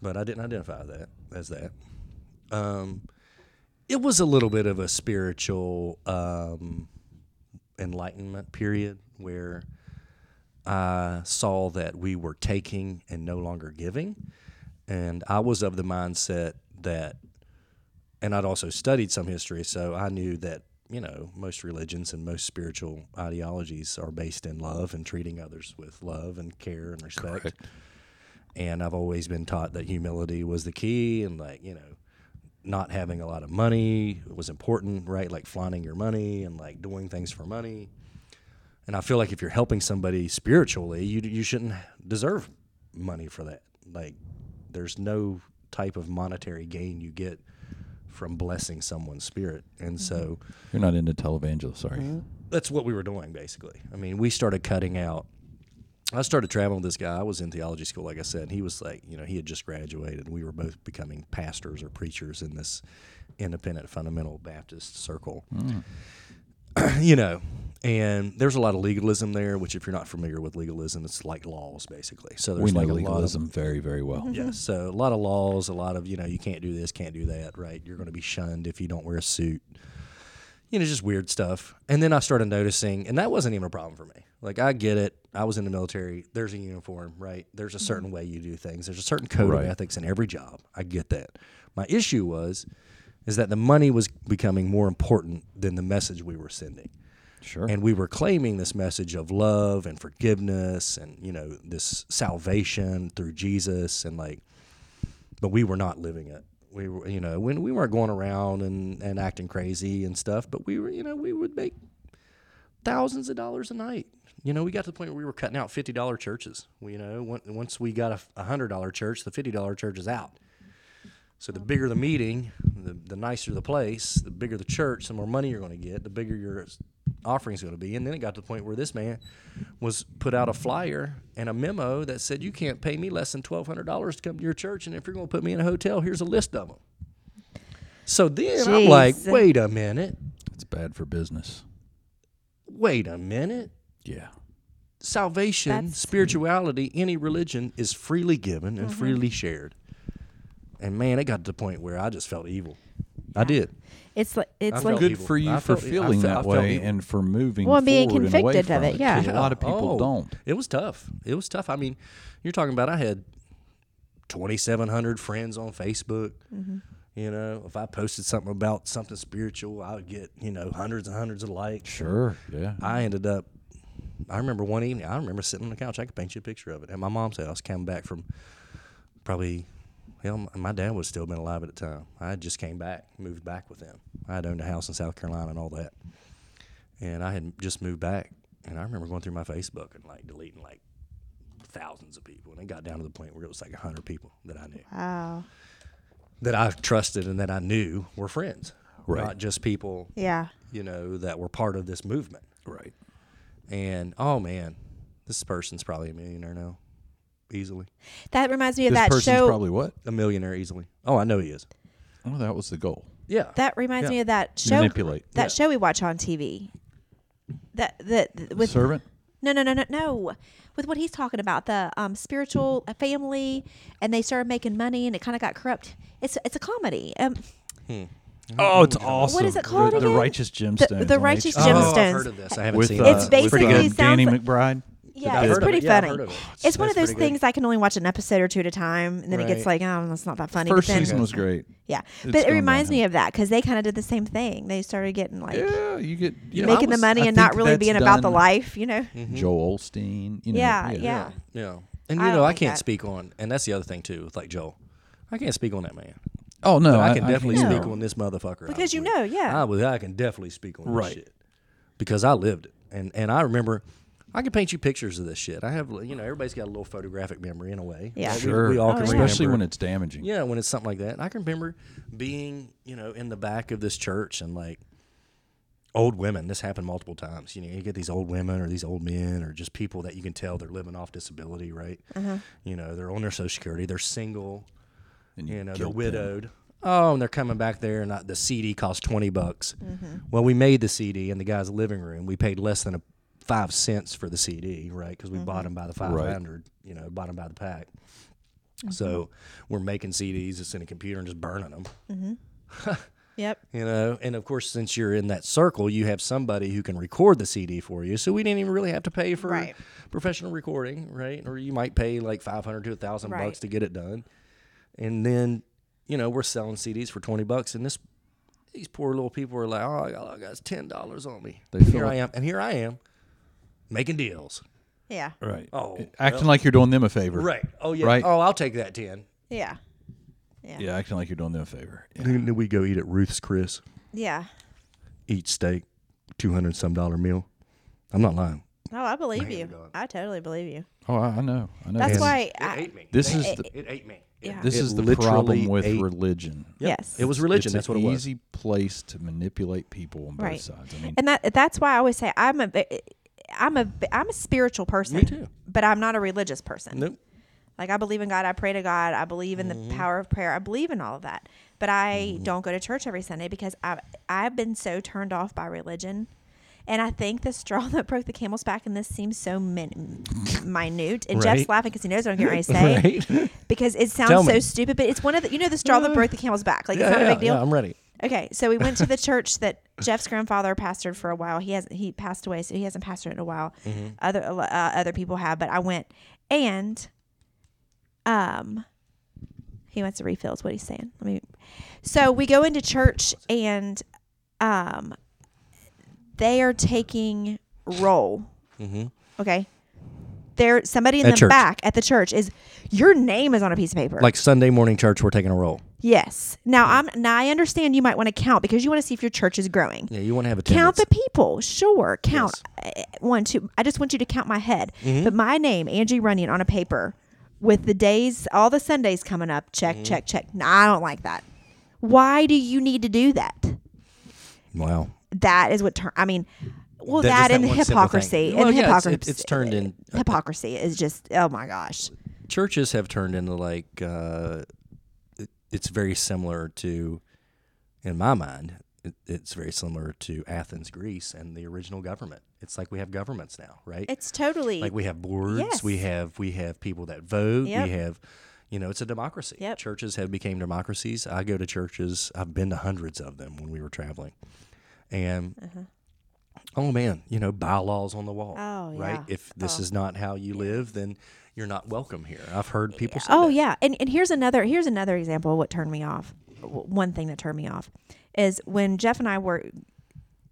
but I didn't identify that as that. Um, it was a little bit of a spiritual um, enlightenment period where I saw that we were taking and no longer giving, and I was of the mindset that, and I'd also studied some history, so I knew that. You know, most religions and most spiritual ideologies are based in love and treating others with love and care and respect and I've always been taught that humility was the key and like you know not having a lot of money was important right like flaunting your money and like doing things for money and I feel like if you're helping somebody spiritually you you shouldn't deserve money for that like there's no type of monetary gain you get from blessing someone's spirit and so
You're not into televangelists, sorry.
Mm. that's what we were doing basically. I mean, we started cutting out. I started traveling with this guy. I was in theology school, like I said. He was like, you know, he had just graduated. We were both becoming pastors or preachers in this independent fundamental Baptist circle,
Mm.
you know. And there's a lot of legalism there, which, if you're not familiar with legalism, it's like laws basically. So there's
We know
like a lot of
legalism very, very well.
yeah. So a lot of laws, a lot of you know, you can't do this, can't do that, right? You're going to be shunned if you don't wear a suit. You know, just weird stuff. And then I started noticing, and that wasn't even a problem for me. Like I get it. I was in the military. There's a uniform, right? There's a certain way you do things. There's a certain code
Right.
of ethics in every job. I get that. My issue was, is that the money was becoming more important than the message we were sending
Sure.
and we were claiming this message of love and forgiveness and you know this salvation through Jesus and like but we were not living it we were you know when we weren't going around and and acting crazy and stuff but we were you know we would make thousands of dollars a night you know we got to the point where we were cutting out $50 churches we, you know on- once we got a f- a $100 church the $50 church is out so the bigger the meeting, the, the nicer the place, the bigger the church, the more money you're going to get, the bigger your offering's going to be. And then it got to the point where this man was put out a flyer and a memo that said, "You can't pay me less than twelve hundred dollars to come to your church, and if you're going to put me in a hotel, here's a list of them." So then I'm
Jeez.
like, "Wait a minute,
it's bad for business.
wait a minute."
Yeah.
salvation,
That's-
spirituality, any religion is freely given and freely shared. And man, it got to the point where I just felt evil. I did.
It's like
I
it's
felt
like
Good
evil.
for you
I
for
felt e- I
feeling
felt- I
that
felt
way
evil.
and for moving
Well, being
forward and away
convicted of
from
it, yeah.
'cause A lot of people
Oh,
don't.
It was tough. It was tough. I mean, you're talking about I had 2,700 friends on Facebook. You know, if I posted something about something spiritual, I would get, you know, hundreds and hundreds of likes.
Sure. Yeah.
I ended up. I remember one evening. I remember sitting on the couch. I could paint you a picture of it at my mom's house. Coming back from probably, hell, m- my dad would still been alive at the time. I had just came back, moved back with him. I had owned a house in South Carolina and all that, and I had just moved back. And I remember going through my Facebook and like deleting like thousands of people, and it got down to the point where it was like hundred people that I knew
wow.
that I trusted and that I knew were friends,
Right.
not just people
Yeah.
you know that were part of this movement
right.
and oh man, This person's probably a millionaire now, easily.
That reminds me of
This
that
person's
show.
probably what?
A millionaire easily. Oh, I know he is.
Oh, that was the goal.
Yeah.
that reminds
Yeah.
me of that show.
Manipulate.
That show we watch on TV. That that with
Servant.
No, no, no, no, no. With what he's talking about, the um, spiritual uh, family, and they started making money, and it kind of got corrupt. It's it's a comedy. Um,
Oh, it's awesome.
What is it called
The, the
again?
righteous
the,
gemstones.
the
on
righteous
HBO.
gemstones.
Oh, I've heard of this. I haven't
With,
seen
uh,
it.
It's basically
with, um,
sounds
Danny
like-
McBride.
yeah,
I've
it's
heard of
pretty
it. Yeah, I've
funny.
heard of it.
It's one of
That's
those
pretty good.
things I can only watch an episode or two at a time, and then it gets
Right.
like, oh, that's not that funny.
First
but then,
season was great.
yeah,
It's
but it
gone
reminds
downhill.
me of that because they kind of did the same thing. They started getting like
Yeah, you get you know, I
making
was-
the money
I
and not
think
really
that's
being about the
done-
life, you know?
Joel Olstein. You know,
yeah, yeah,
Mm-hmm. Yeah. And
I
you know,
don't
I
like
can't
that.
speak on, and that's the other thing too, with like Joel. I can't speak on that man.
Oh no,
But I can definitely
can't.
speak
No.
on this motherfucker. I
Because you
believe.
know, yeah.
I, will- I can definitely speak on
Right.
this shit because I lived it, and and I remember. I can paint you pictures of this shit. I have, you know, everybody's got a little photographic memory in a way.
Yeah.
Like, we-
Sure,
We, all can
especially
remember.
when it's damaging.
Yeah, when it's something like that. And I can remember being, you know, in the back of this church and like old women. This happened multiple times. You know, you get these old women or these old men or just people that you can tell they're living off disability, right? You know, they're on their social security, they're single,
And
you know, they're
guilt them.
widowed. Oh, and they're coming back there, and not, the CD cost twenty bucks. Well, we made the CD in the guy's living room. We paid less than a five cents for the CD, right? Because we bought him by the five hundred, you know, bought him by the pack. So we're making CDs just in a computer and just burning them,
Yep.
you know. And of course, since you're in that circle, you have somebody who can record the CD for you. So we didn't even really have to pay for
Right.
professional recording, right? Or you might pay like five hundred to a thousand
Right.
bucks to get it done, and then you know we're selling CDs for twenty bucks, and this these poor little people are like, oh, all I got is ten dollars on me.
They feel
here
like-
I am, and here I am making deals.
Yeah.
Right.
Oh,
acting like you're doing them a favor.
Right. Oh yeah.
Right.
Oh, I'll take that ten.
Yeah.
Yeah, acting like you're doing them a favor. Yeah.
And then we go eat at Ruth's Chris.
Yeah.
eat steak, two hundred some dollar meal. I'm not lying.
Oh, I believe
Hand
you.
to God.
I totally believe you.
Oh, I, I know. I know.
That's
This-
why I.
me.
This is the,
It ate me.
yeah.
this
It
is the
literally
problem with
ate-
religion.
yes.
It was religion.
It's
That's
an
what it was.
Easy place to manipulate people on both
Right.
sides. I mean,
and that that's why I always say I'm a ve- I'm a ve- I'm a spiritual person.
Me too.
But I'm not a religious person.
Nope.
Like I believe in God, I pray to God, I believe in
Mm-hmm.
the power of prayer. I believe in all of that. But I don't go to church every Sunday because I I've been so turned off by religion. And I think the straw that broke the camel's back, and this seems so min- minute. And Jeff's
Right.
laughing because he knows what I'm getting ready to say because it
Tell
sounds
me.
so stupid. But it's one of the you know the straw that broke the camel's back. Like
Yeah,
it's not
yeah,
a big deal.
yeah, I'm ready.
Okay, so we went to the church that Jeff's grandfather pastored for a while. He has he passed away, so he hasn't pastored in a while. Other uh, other people have, but I went and um he wants to refill is what he's saying. Let me So we go into church and um they are taking roll. Okay. There somebody in
At
the
church.
back at the church is your name is on a piece of paper.
Like Sunday morning church, we're taking a roll.
Yes. Now I'm now I understand you might want to count because you want to see if your church is growing.
Yeah, you want to have a
Count the people, sure. Count Uh, one, two. I just want you to count my head.
Mm-hmm.
But my name, Angie Runyon, on a paper with the days, all the Sundays coming up. Check,
Mm-hmm.
check, check. No, I don't like that. Why do you need to do that?
Wow.
That is what. Tur- I mean, well,
That-
that,
just that
and
one simple
hypocrisy.
thing.
And
Well, yeah, it's-
hypocrisy.
it- it's turned in-
hypocrisy is just. Oh my gosh.
Churches have turned into like uh, it, it's very similar to, in my mind, it, it's very similar to Athens, Greece, and the original government. It's like we have governments now, right?
It's totally.
like we have boards
Yes.
we have we have people that vote
Yep.
we have you know it's a democracy
Yep.
churches have become democracies i go to churches i've been to hundreds of them when we were traveling and oh man you know bylaws on the wall
Uh-huh. Oh,
right
yeah.
if this is not how you live then you're not welcome here i've heard people say
Oh
that.
yeah, and and here's another here's another example of what turned me off. W- One thing that turned me off is when Jeff and I were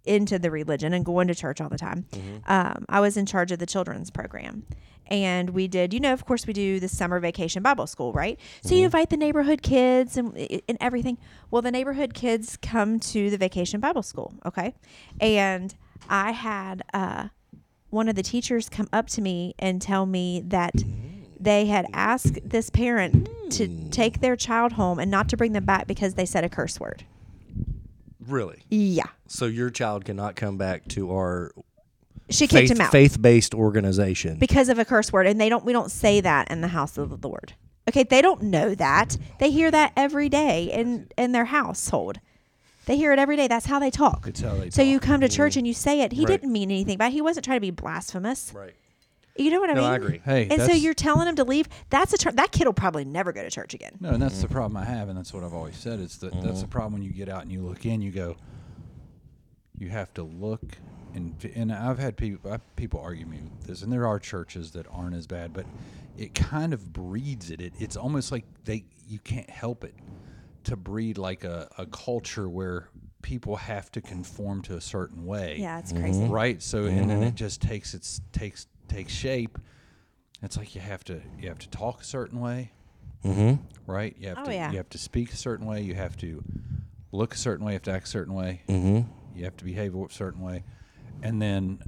into the religion and going to church all the time. Um, I was in charge of the children's program, and we did you know of course we do the summer vacation Bible school right. So you invite the neighborhood kids and and everything. Well, the neighborhood kids come to the vacation Bible school, okay, and I had. Uh, one of the teachers come up to me and tell me that they had asked this parent to take their child home and not to bring them back because they said a curse word.
really
Yeah.
so your child cannot come back to our
She kicked
faith,
him out
faith-based organization.
because of a curse word, and they don't. We don't say that in the house of the Lord. Okay, they don't know that. They hear that every day in in their household. They hear it every day. That's how they talk.
It's how they
so you come to church and you say it. He
Right.
didn't mean anything by. it. He wasn't trying to be blasphemous.
right.
You know what I
No,
mean?
I agree.
Hey,
and so
that's-
you're telling him to leave. That's a tur- that kid will probably never go to church again.
No, and that's the problem I have, and that's what I've always said. It's that that's the problem when you get out and you look in, you go, you have to look, and and I've had people I've, people argue me with this, and there are churches that aren't as bad, but it kind of breeds it. it it's almost like they you can't help it to breed like a, a culture where people have to conform to a certain way
Yeah, it's crazy.
right so and then it just takes its takes takes shape it's like you have to you have to talk a certain way mm-hmm. right you have
Oh,
to
yeah.
you have to speak a certain way you have to look a certain way you have to act a certain way you have to behave a certain way and then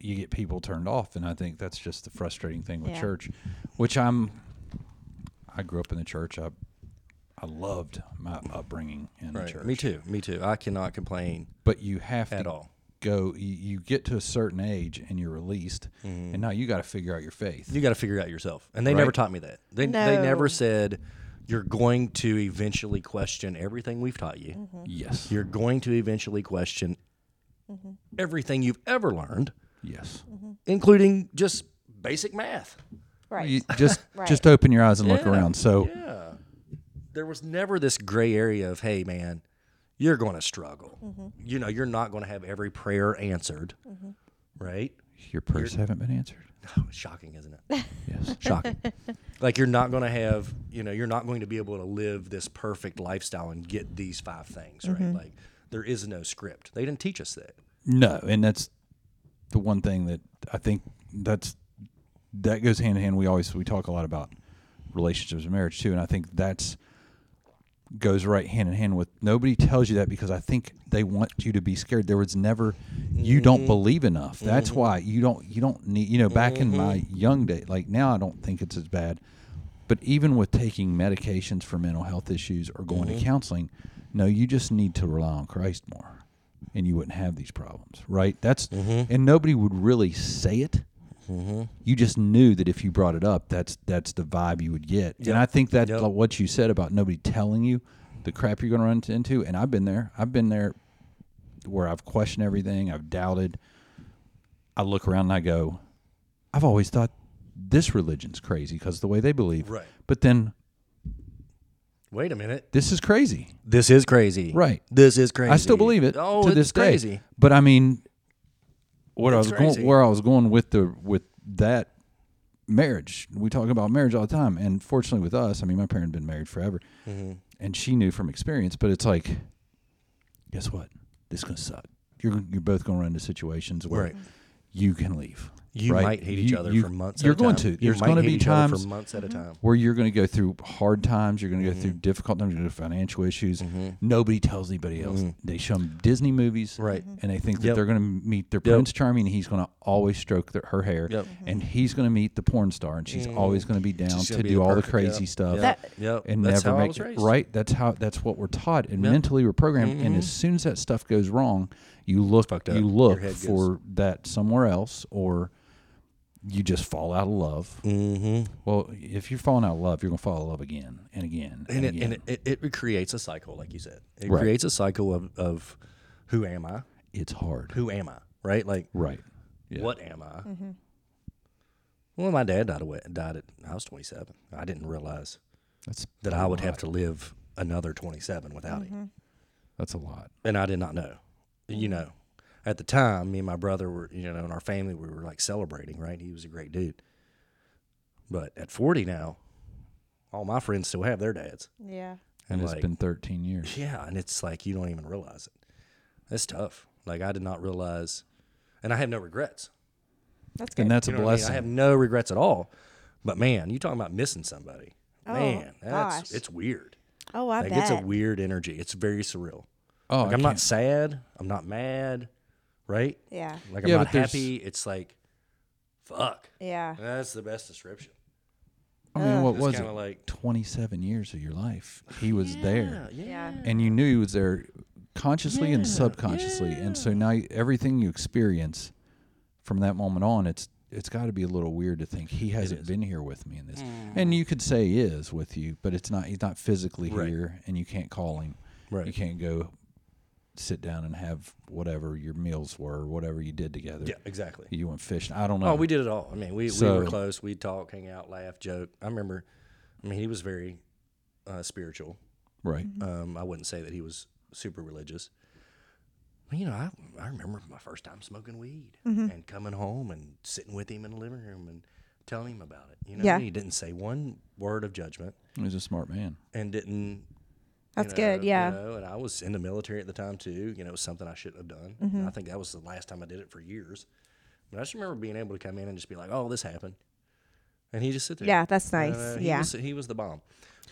you get people turned off and i think that's just the frustrating thing with
Yeah.
church which i'm i grew up in the church i i loved my upbringing in the church
Me too. Me too. I cannot complain.
but you have
At
to
all.
go you, you get to a certain age and you're released
Mm-hmm.
and now you got to figure out your faith
You got to figure it out yourself. And they never
Right.
taught me that. They, they
No.
never said you're going to eventually question everything we've taught you.
Mm-hmm.
Mm-hmm.
yes
You're going to eventually question everything you've ever learned,
yes
Mm-hmm.
including just basic math.
Right.
You just
Right.
just open your eyes and look around so
Yeah. There was never this gray area of, hey, man, you're going to struggle. You know, you're not going to have every prayer answered, right?
your prayers haven't been answered
Oh, it's shocking, isn't it?
yes
Shocking. like you're not going to have, you know, you're not going to be able to live this perfect lifestyle and get these five things, right?
Mm-hmm.
Like there is no script. They didn't teach us that.
no and that's the one thing that i think that's that goes hand in hand we always we talk a lot about relationships and marriage too and i think that's goes right hand in hand with nobody tells you that because I think they want you to be scared. There was never you don't believe enough. That's why you don't you don't need you know, back in my young day like now I don't think it's as bad. But even with taking medications for mental health issues or going
Mm-hmm.
to counseling, no, you just need to rely on Christ more and you wouldn't have these problems, right? That's
Mm-hmm.
and nobody would really say it. You just knew that if you brought it up, that's that's the vibe you would get. And I think that
Yep.
like, what you said about nobody telling you the crap you're going to run into, and I've been there. I've been there where I've questioned everything. I've doubted. I look around and I go, I've always thought this religion's crazy because the way they believe.
Right.
But then
Wait a minute.
this is crazy.
This is crazy.
Right.
This is crazy.
I still believe it
Oh,
to
it's
this
crazy.
day. But I mean, what I
It's
was
crazy.
going, where I was going with the with that marriage. We talk about marriage all the time, and fortunately with us, I mean, my parents been married forever,
Mm-hmm.
and she knew from experience. But it's like, guess what? This is gonna suck. You're you're both gonna run into situations where.
Right.
You can leave.
You
right?
might hate each
You-
other
you-
for months.
You're
at a
going
time.
to. There's
might
going to
hate
be
each other
times
for months at a time.
where you're going to go through hard times, you're going to go
Mm-hmm.
through difficult times, you're going to go through financial issues. Nobody tells anybody else. They show them Disney movies,
Mm-hmm. Right. Mhm.
And they think that
Yep.
they're going to meet their Prince Charming, and he's going to always stroke their, her hair,
Yep. Mm-hmm.
and he's going to meet the porn star, and she's always going to be down
She's
to
gonna be
do all the
perfect-
crazy
yep,
stuff.
Yep.
That-
yep.
And
That's
never
how I
make
was
it
raised. Mm-hmm.
right. That's how. That's what we're taught, and mentally we're programmed. And as soon as that stuff goes wrong, you look.
up.
You
Your
look
head goes-
for that somewhere else, or you just fall out of love.
Mm-hmm.
Well, if you're falling out of love, you're gonna fall in love again and again and,
And, it,
again.
and it, it, it creates a cycle, like you said. It
Right.
creates a cycle of, of who am I?
it's hard,
Who am I? Right? Like,
right? Yeah.
what am I? Well, my dad died, away, died at, I was 27. I didn't realize
That's
that I would have to live another 27 without him.
that's a lot.
And I did not know. You know, at the time, me and my brother were, you know, and our family, we were like celebrating, right? He was a great dude. But at 40 now, all my friends still have their dads.
Yeah.
And, it's
like-
been 13 years.
Yeah, and it's like you don't even realize it. That's tough. Like I did not realize, and I have no regrets.
That's good.
And that's
You
a
know what I, mean? I
blessing.
have no regrets at all. But man, you talking about missing somebody?
Oh,
man, that's
gosh.
it's weird.
oh, I
like
bet.
it's a weird energy. It's very surreal.
oh,
Like
I
I'm not
can't-
sad. I'm not mad. Right?
yeah.
Like
Yeah,
I'm not
but there's-
happy. It's like, fuck.
Yeah.
That's the best description.
I mean, what
It's
was it?
Ah, kinda like- "Ah,
27 years of your life. He was there,
Yeah.
Yeah.
and you knew he was there consciously and subconsciously. And so now you- everything you experience from that moment on, it's it's got to be a little weird to think he hasn't been here with me in this.
Mm.
And you could say he is with you, but it's not. He's not physically
Right.
here, and you can't call him.
Right.
You can't go sit down and have whatever your meals were, whatever you did together.
Yeah, exactly.
You went fishing. I don't know.
Oh, we did it all. I mean, we, we were
So-
close. We'd talk, hang out, laugh, joke. I remember, I mean, he was very uh, spiritual.
right.
Um, I wouldn't say that he was super religious. But, you know, I, I remember my first time smoking weed
Mm-hmm.
and coming home and sitting with him in the living room and telling him about it. You know,
Yeah.
he didn't say one word of judgment
He was a smart man.
and didn't. you
That's good,
know-
yeah.
You know, and I was in the military at the time too. You know, it was something I shouldn't have done.
Mm-hmm.
And I think that was the last time I did it for years. But I just remember being able to come in and just be like, "Oh, this happened," and he just sit there.
Yeah, that's
You
nice.
know, he
yeah.
was, he was the bomb.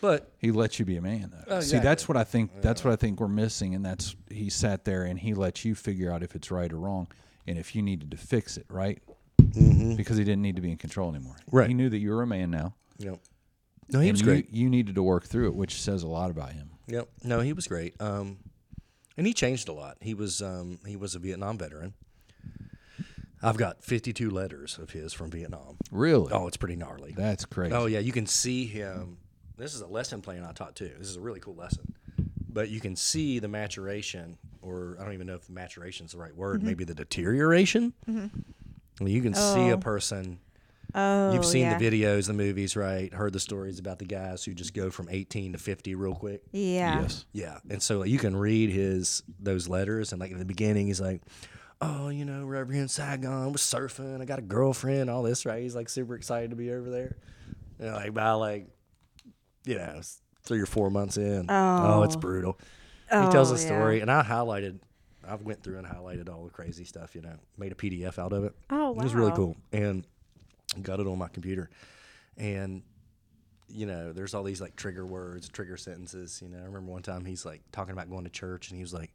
But
He let you be a man though.
Oh,
See, that's what I think. That's what I think we're missing, and that's he sat there and he let you figure out if it's right or wrong, and if you needed to fix it, right? Because he didn't need to be in control anymore.
Mm-hmm. Right.
He knew that you were a man now.
you know, no, he
and
was
you,
great.
You needed to work through it, which says a lot about him.
Yep. No, he was great. Um, and he changed a lot. He was um, he was a Vietnam veteran. I've got 52 letters of his from Vietnam.
Really.
Oh, it's pretty gnarly.
That's crazy.
Oh yeah, you can see him. This is a lesson plan I taught too. This is a really cool lesson. But you can see the maturation, or I don't even know if maturation is the right
Mm-hmm.
word. Maybe the deterioration. Well, You can see a
Oh.
person.
oh,
You've seen
yeah.
the videos, the movies, right? Heard the stories about the guys who just go from 18 to 50 real quick.
Yeah.
Yes.
Yeah, and so like, you can read his those letters, and like in the beginning, he's like, "Oh, you know, we're over here in Saigon, we're surfing. I got a girlfriend, all this, right?" He's like super excited to be over there. And, like by like, you know, s- three or four months in, oh, it's
Oh.
brutal. he tells
Oh,
a
yeah.
story, and I highlighted. I went through and highlighted all the crazy stuff, you know, made a PDF out of it.
Oh,
It was really
wow.
cool. And got it on my computer. And you know, there's all these like trigger words, trigger sentences. You know, I remember one time he's like talking about going to church, and he was like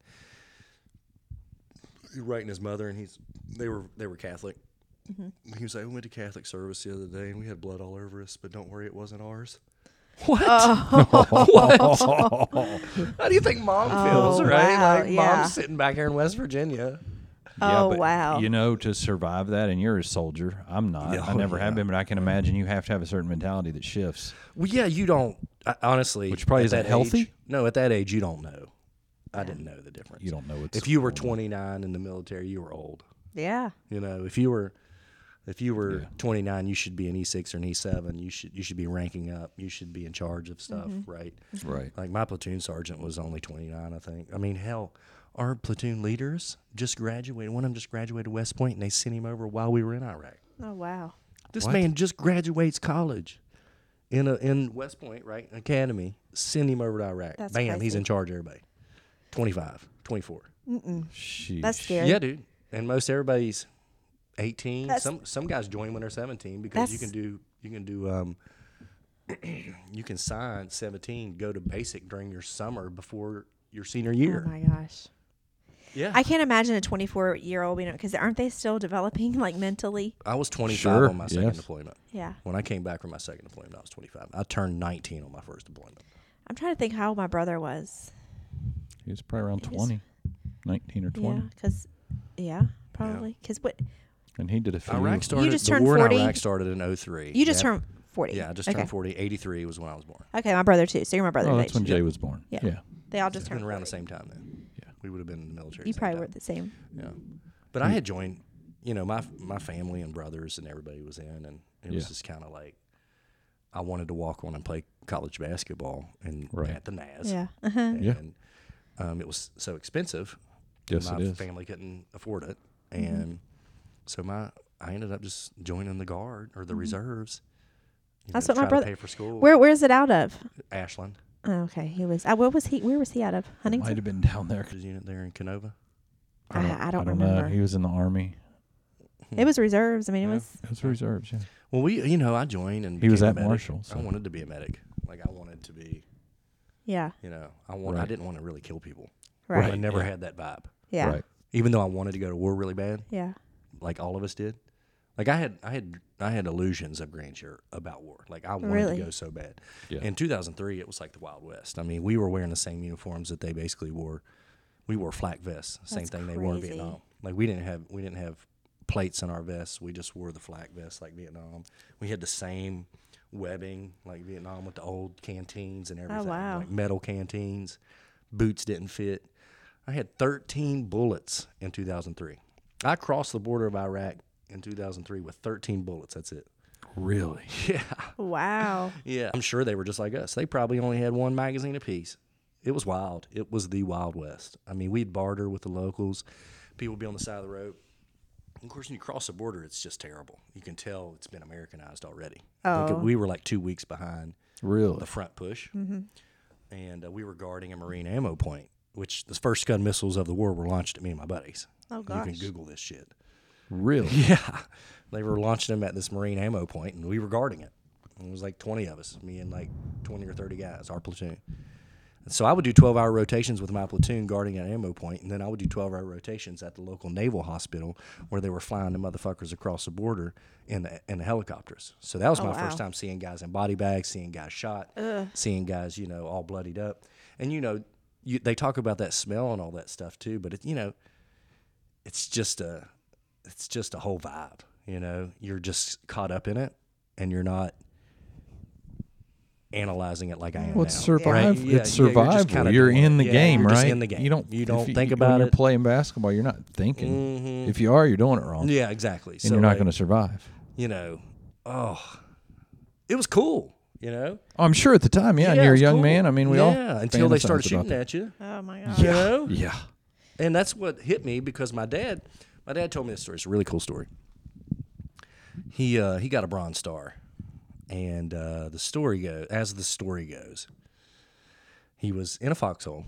he writing his mother, and he's they were they were Catholic.
Mm-hmm.
He was like, we went to Catholic service the other day, and we had blood all over us, but don't worry, it wasn't ours. What? Oh, what? How do you think mom feels,
Oh,
right?
wow,
like
yeah.
mom's sitting back here in West Virginia.
Oh,
but,
wow.
You know, to survive that, and you're a soldier. I'm not.
Yeah,
I
oh,
never
yeah.
have been, but I can imagine you have to have a certain mentality that shifts.
Well, yeah, you don't I, honestly.
Which probably
at
isn't
that
healthy.
age- no, at that age, you don't know. I didn't know the difference.
You don't know it's
if you were 29 in the military, you were old.
yeah.
You know, if you were if you were 29, you should be an E6 or an E7. You should you should be ranking up. You should be in charge of stuff, right?
right.
Like my platoon sergeant was only 29, I think. I mean, hell, our platoon leaders just graduated. One of them just graduated West Point, and they sent him over while we were in Iraq.
Oh, wow.
This man just graduates college in a, in West Point, right? Academy. Send him over to Iraq.
That's
Bam, he's
crazy.
in charge of everybody. 25, 24.
Sheesh.
That's scary.
Yeah, dude. And most everybody's eighteen.
That's-
some some guys join when they're seventeen because you can
That's-
do you can do um you can sign seventeen, go to basic during your summer before your senior year.
Oh, my gosh.
yeah.
I can't imagine a 24 year old being because aren't they still developing like mentally?
I was twenty five
Sure,
on my second
yes.
deployment.
Yeah.
When I came back from my second deployment, I was twenty five. I turned nineteen on my first deployment.
I'm trying to think how old my brother was.
He was probably around
It is-
20, 19 or 20,
Yeah. Because, yeah, probably. Because what
and he did a few.
Iraq started
just
the
turned
war
40?
in Iraq started in 03.
you just
Yeah.
turned 40.
Yeah, I just
okay.
turned forty. Eighty three was when I was born.
Okay, my brother too. So you're my brother's
Oh,
age.
that's when Jay was born.
Yeah.
yeah.
They all just
It's been
turned
around the
40.
same time then.
Yeah.
We would have been in the military.
You
at the same
probably
time.
were at the same.
Yeah. But I had joined, you know, my my family and brothers and everybody was in, and it was
Yeah.
just kind of like I wanted to walk on and play college basketball and
Right.
at the NAS.
Yeah. Uh-huh.
And,
Yeah.
um, it was so expensive.
Yes,
my
it is.
family couldn't afford it, and so my I ended up just joining the guard or the reserves. you
Mm-hmm. That's
know,
what my
try to
brother-
pay for school.
Where Where is it out of?
Ashland
Oh, okay, he was. Uh, what was he? Where was he out of?
Might
Huntington.
have been down there.
his unit there in Canova.
I, I, don't remember.
Know. He was in the army.
It was reserves. I mean, it
Hmm. Yeah.
was.
It was reserves. Yeah.
Well, we you know I joined and
He was
became a
at
medic.
Marshall, so-
I wanted to be a medic. Like I wanted to be
Yeah.
You know, I want I
Right.
didn't want to really kill people.
Right.
I never had that vibe.
Yeah.
Right.
Even though I wanted to go to war really bad,
Yeah.
like all of us did. Like I had I had I had illusions of grandeur about war. Like I wanted
Really?
to go so bad.
Yeah.
In 2003, it was like the Wild West. I mean, we were wearing the same uniforms that they basically wore. we wore flak vests. Same
That's
thing they wore in
crazy.
Vietnam. Like we didn't have we didn't have plates in our vests. We just wore the flak vests like Vietnam. We had the same webbing like Vietnam with the old canteens and everything.
wow.
Like metal canteens. Boots didn't fit. I had 13 bullets in 2003. I crossed the border of Iraq in 2003 with 13 bullets. That's it.
Really?
Wow.
Yeah. I'm sure they were just like us. They probably only had one magazine apiece. It was wild. It was the Wild West. I mean, we'd barter with the locals. People would be on the side of the road. Of course, when you cross the border, it's just terrible. You can tell it's been Americanized already. Like,
Oh. Mm-hmm.
we were like two weeks behind
Really?
the front push. And uh, we were guarding a Marine ammo point, which the first Scud missiles of the war were launched at me and my buddies.
Oh,
You
gosh.
can Google this shit.
Really?
Yeah. They were launching them at this Marine ammo point, and we were guarding it. And it was like 20 of us, me and like 20 or 30 guys, our platoon. And so I would do 12 hour rotations with my platoon guarding an ammo point, and then I would do 12 hour rotations at the local naval hospital where they were flying the motherfuckers across the border in the, in the helicopters. So that was my
wow.
first time seeing guys in body bags, seeing guys shot, seeing guys, you know, all bloodied up. And, you know, you, they talk about that smell and all that stuff too, but, it, you know, it's just a it's just a whole vibe you know you're just caught up in it and you're not analyzing it like i am
Well,
now.
it's survival.
Yeah,
it's
yeah, you're just
survival.
kinda
you're,
doing
in
it.
the
Yeah,
game,
you're
right?
just in the game.
You don't.
You don't
if
think
when
about
You're
it.
playing basketball. You're not thinking.
Mhm.
If you are, you're doing it wrong,
yeah exactly
and you're not going to survive.
you know oh it was cool you know
Oh, I'm sure at the time, yeah. and
Yeah,
you're a
it's
young
cool.
man. I mean, we all
yeah until they started
fantasize
shooting
about
at you
Oh my god.
you know
that. Yeah.
And that's what hit me because my dad, my dad told me this story. It's a really cool story. He uh, he got a Bronze Star, and uh, the story goes as the story goes. He was in a foxhole,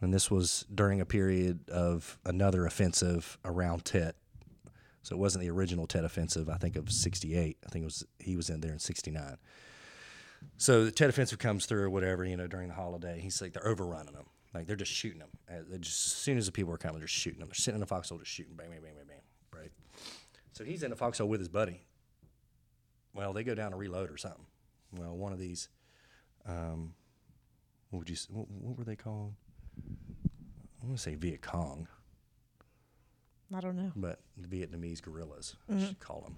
and this was during a period of another offensive around Tet. So it wasn't the original Tet offensive. I think of '68. I think it was he was in there in '69. So the Tet offensive comes through or whatever, you know, during the holiday. He's like, they're overrunning them. Like, they're just shooting them. Uh, They're just, as soon as the people are coming, they're shooting them. They're sitting in a foxhole just shooting. Bang, bang, bang, bang, bang. Right. So he's in a foxhole with his buddy. Well, they go down to reload or something. Well, one of these, um, what would you, s- what, what were they called? I want to say Viet Cong,
I don't know.
but Vietnamese guerrillas,
Mm-hmm.
I should call them.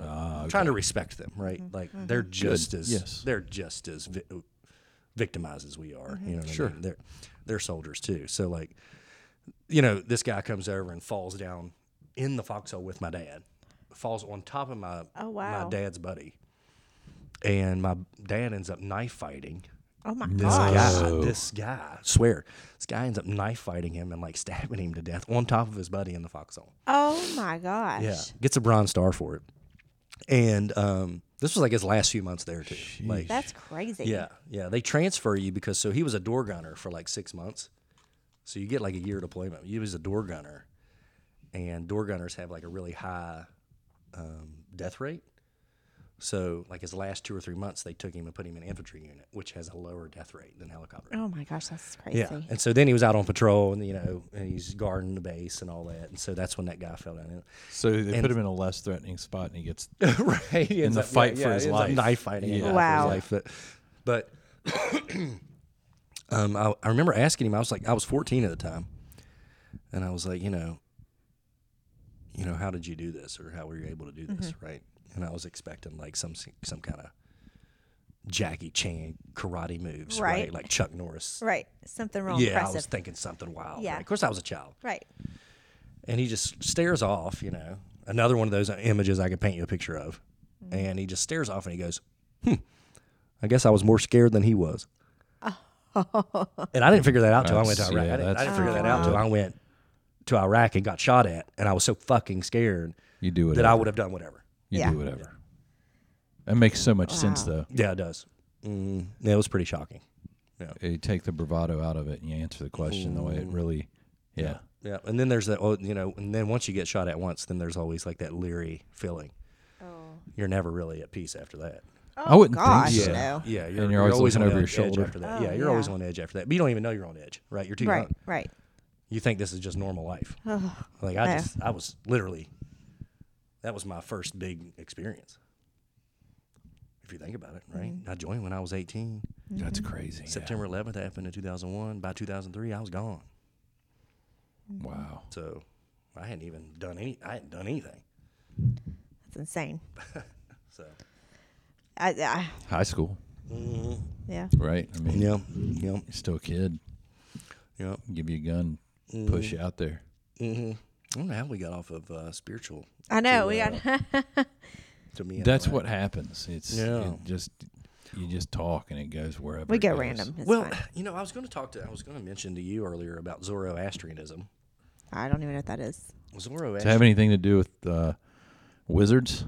Ah,
Trying to respect them, right? Like
Mm-hmm.
they're just as
Yes.
they're just as vi- victimized as we are.
Mm-hmm.
You know, what
Sure.
I mean? they're they're soldiers too. So like, you know, this guy comes over and falls down in the foxhole with my dad, falls on top of my
Oh, wow.
my dad's buddy, and my dad ends up knife fighting
Oh my
this
gosh.
guy. This guy, swear, this guy ends up knife fighting him and like stabbing him to death on top of his buddy in the foxhole.
Oh my gosh.
Yeah, gets a bronze star for it. And um, this was like his last few months there too. Like,
That's crazy.
yeah, yeah, they transfer you because so he was a door gunner for like six months, so you get like a year deployment. He was a door gunner, and door gunners have like a really high um, death rate. So like his last two or three months, they took him and put him in an infantry unit, which has a lower death rate than helicopter.
Oh my gosh, that's crazy.
Yeah. And so then he was out on patrol and, you know, and he's guarding the base and all that. And so that's when that guy fell down.
So they put him in a less threatening spot, and he gets.
right. He ends
the fight for
he
his
ends up
life.
Knife fighting. in the
Yeah.
Wow.
Fight for his life. But, but, um, I, I remember asking him, I was like, I was 14 at the time. And I was like, you know, you know, how did you do this or how were you able to do this?
Mm-hmm.
Right. And I was expecting like some, some kind of Jackie Chan karate moves. Right.
Right.
Like Chuck Norris.
Right. Something wrong.
Yeah. I was
Impressive.
thinking something wild.
Yeah.
right? Of course I was a child
right.
and he just stares off, you know, another one of those images I could paint you a picture of. And he just stares off and he goes, hmm, I guess I was more scared than he was. and I didn't figure that out till I went to
That's-
Iraq.
yeah,
I didn't, I
that's
didn't figure that
freaking
out till
out.
I went to Iraq and got shot at. And I was so fucking scared
You do
that I
whatever.
would have done whatever.
You
Yeah.
do whatever. That makes so much sense, though.
Yeah, it does. Mm, yeah, it was pretty shocking.
You take the bravado out of it, and you answer the question the way it really. Yeah.
Yeah. And then there's that, oh, you know, and then once you get shot at once, then there's always like that leery feeling.
Oh.
You're never really at peace after that.
I wouldn't think
gosh,
so.
no.
Yeah,
you're always looking
on
over your
edge
shoulder.
after that.
Oh,
yeah, you're always
yeah.
on edge after that. But you don't even know you're on edge, right? You're too
Right. Oh,
young.
Right.
You think this is just normal life.
Ugh.
Like I
Yeah.
just, I was literally, that was my first big experience. If you think about it, right?
Mm-hmm.
I joined when I was 18.
That's crazy. yeah.
September 11th happened in 2001. By 2003, I was gone.
Wow.
So I hadn't even done any. I hadn't done anything.
That's insane.
So
I, I
High school, Mm-hmm.
yeah.
right? I mean,
yeah, yeah,
you're still a kid.
yeah.
Give you a gun, push you out there.
Mm-hmm. I don't know how we got off of uh, spiritual
I know. We
uh,
got
to me.
That's what happens. It's
Yeah.
it just you just talk and it goes wherever.
we
it
go
goes.
random. It's
Well,
fine.
you know, I was going to talk to. I was going to mention to you earlier about Zoroastrianism.
I don't even know what that is.
Does it
Zoroastrianism.
have anything to do with uh, wizards?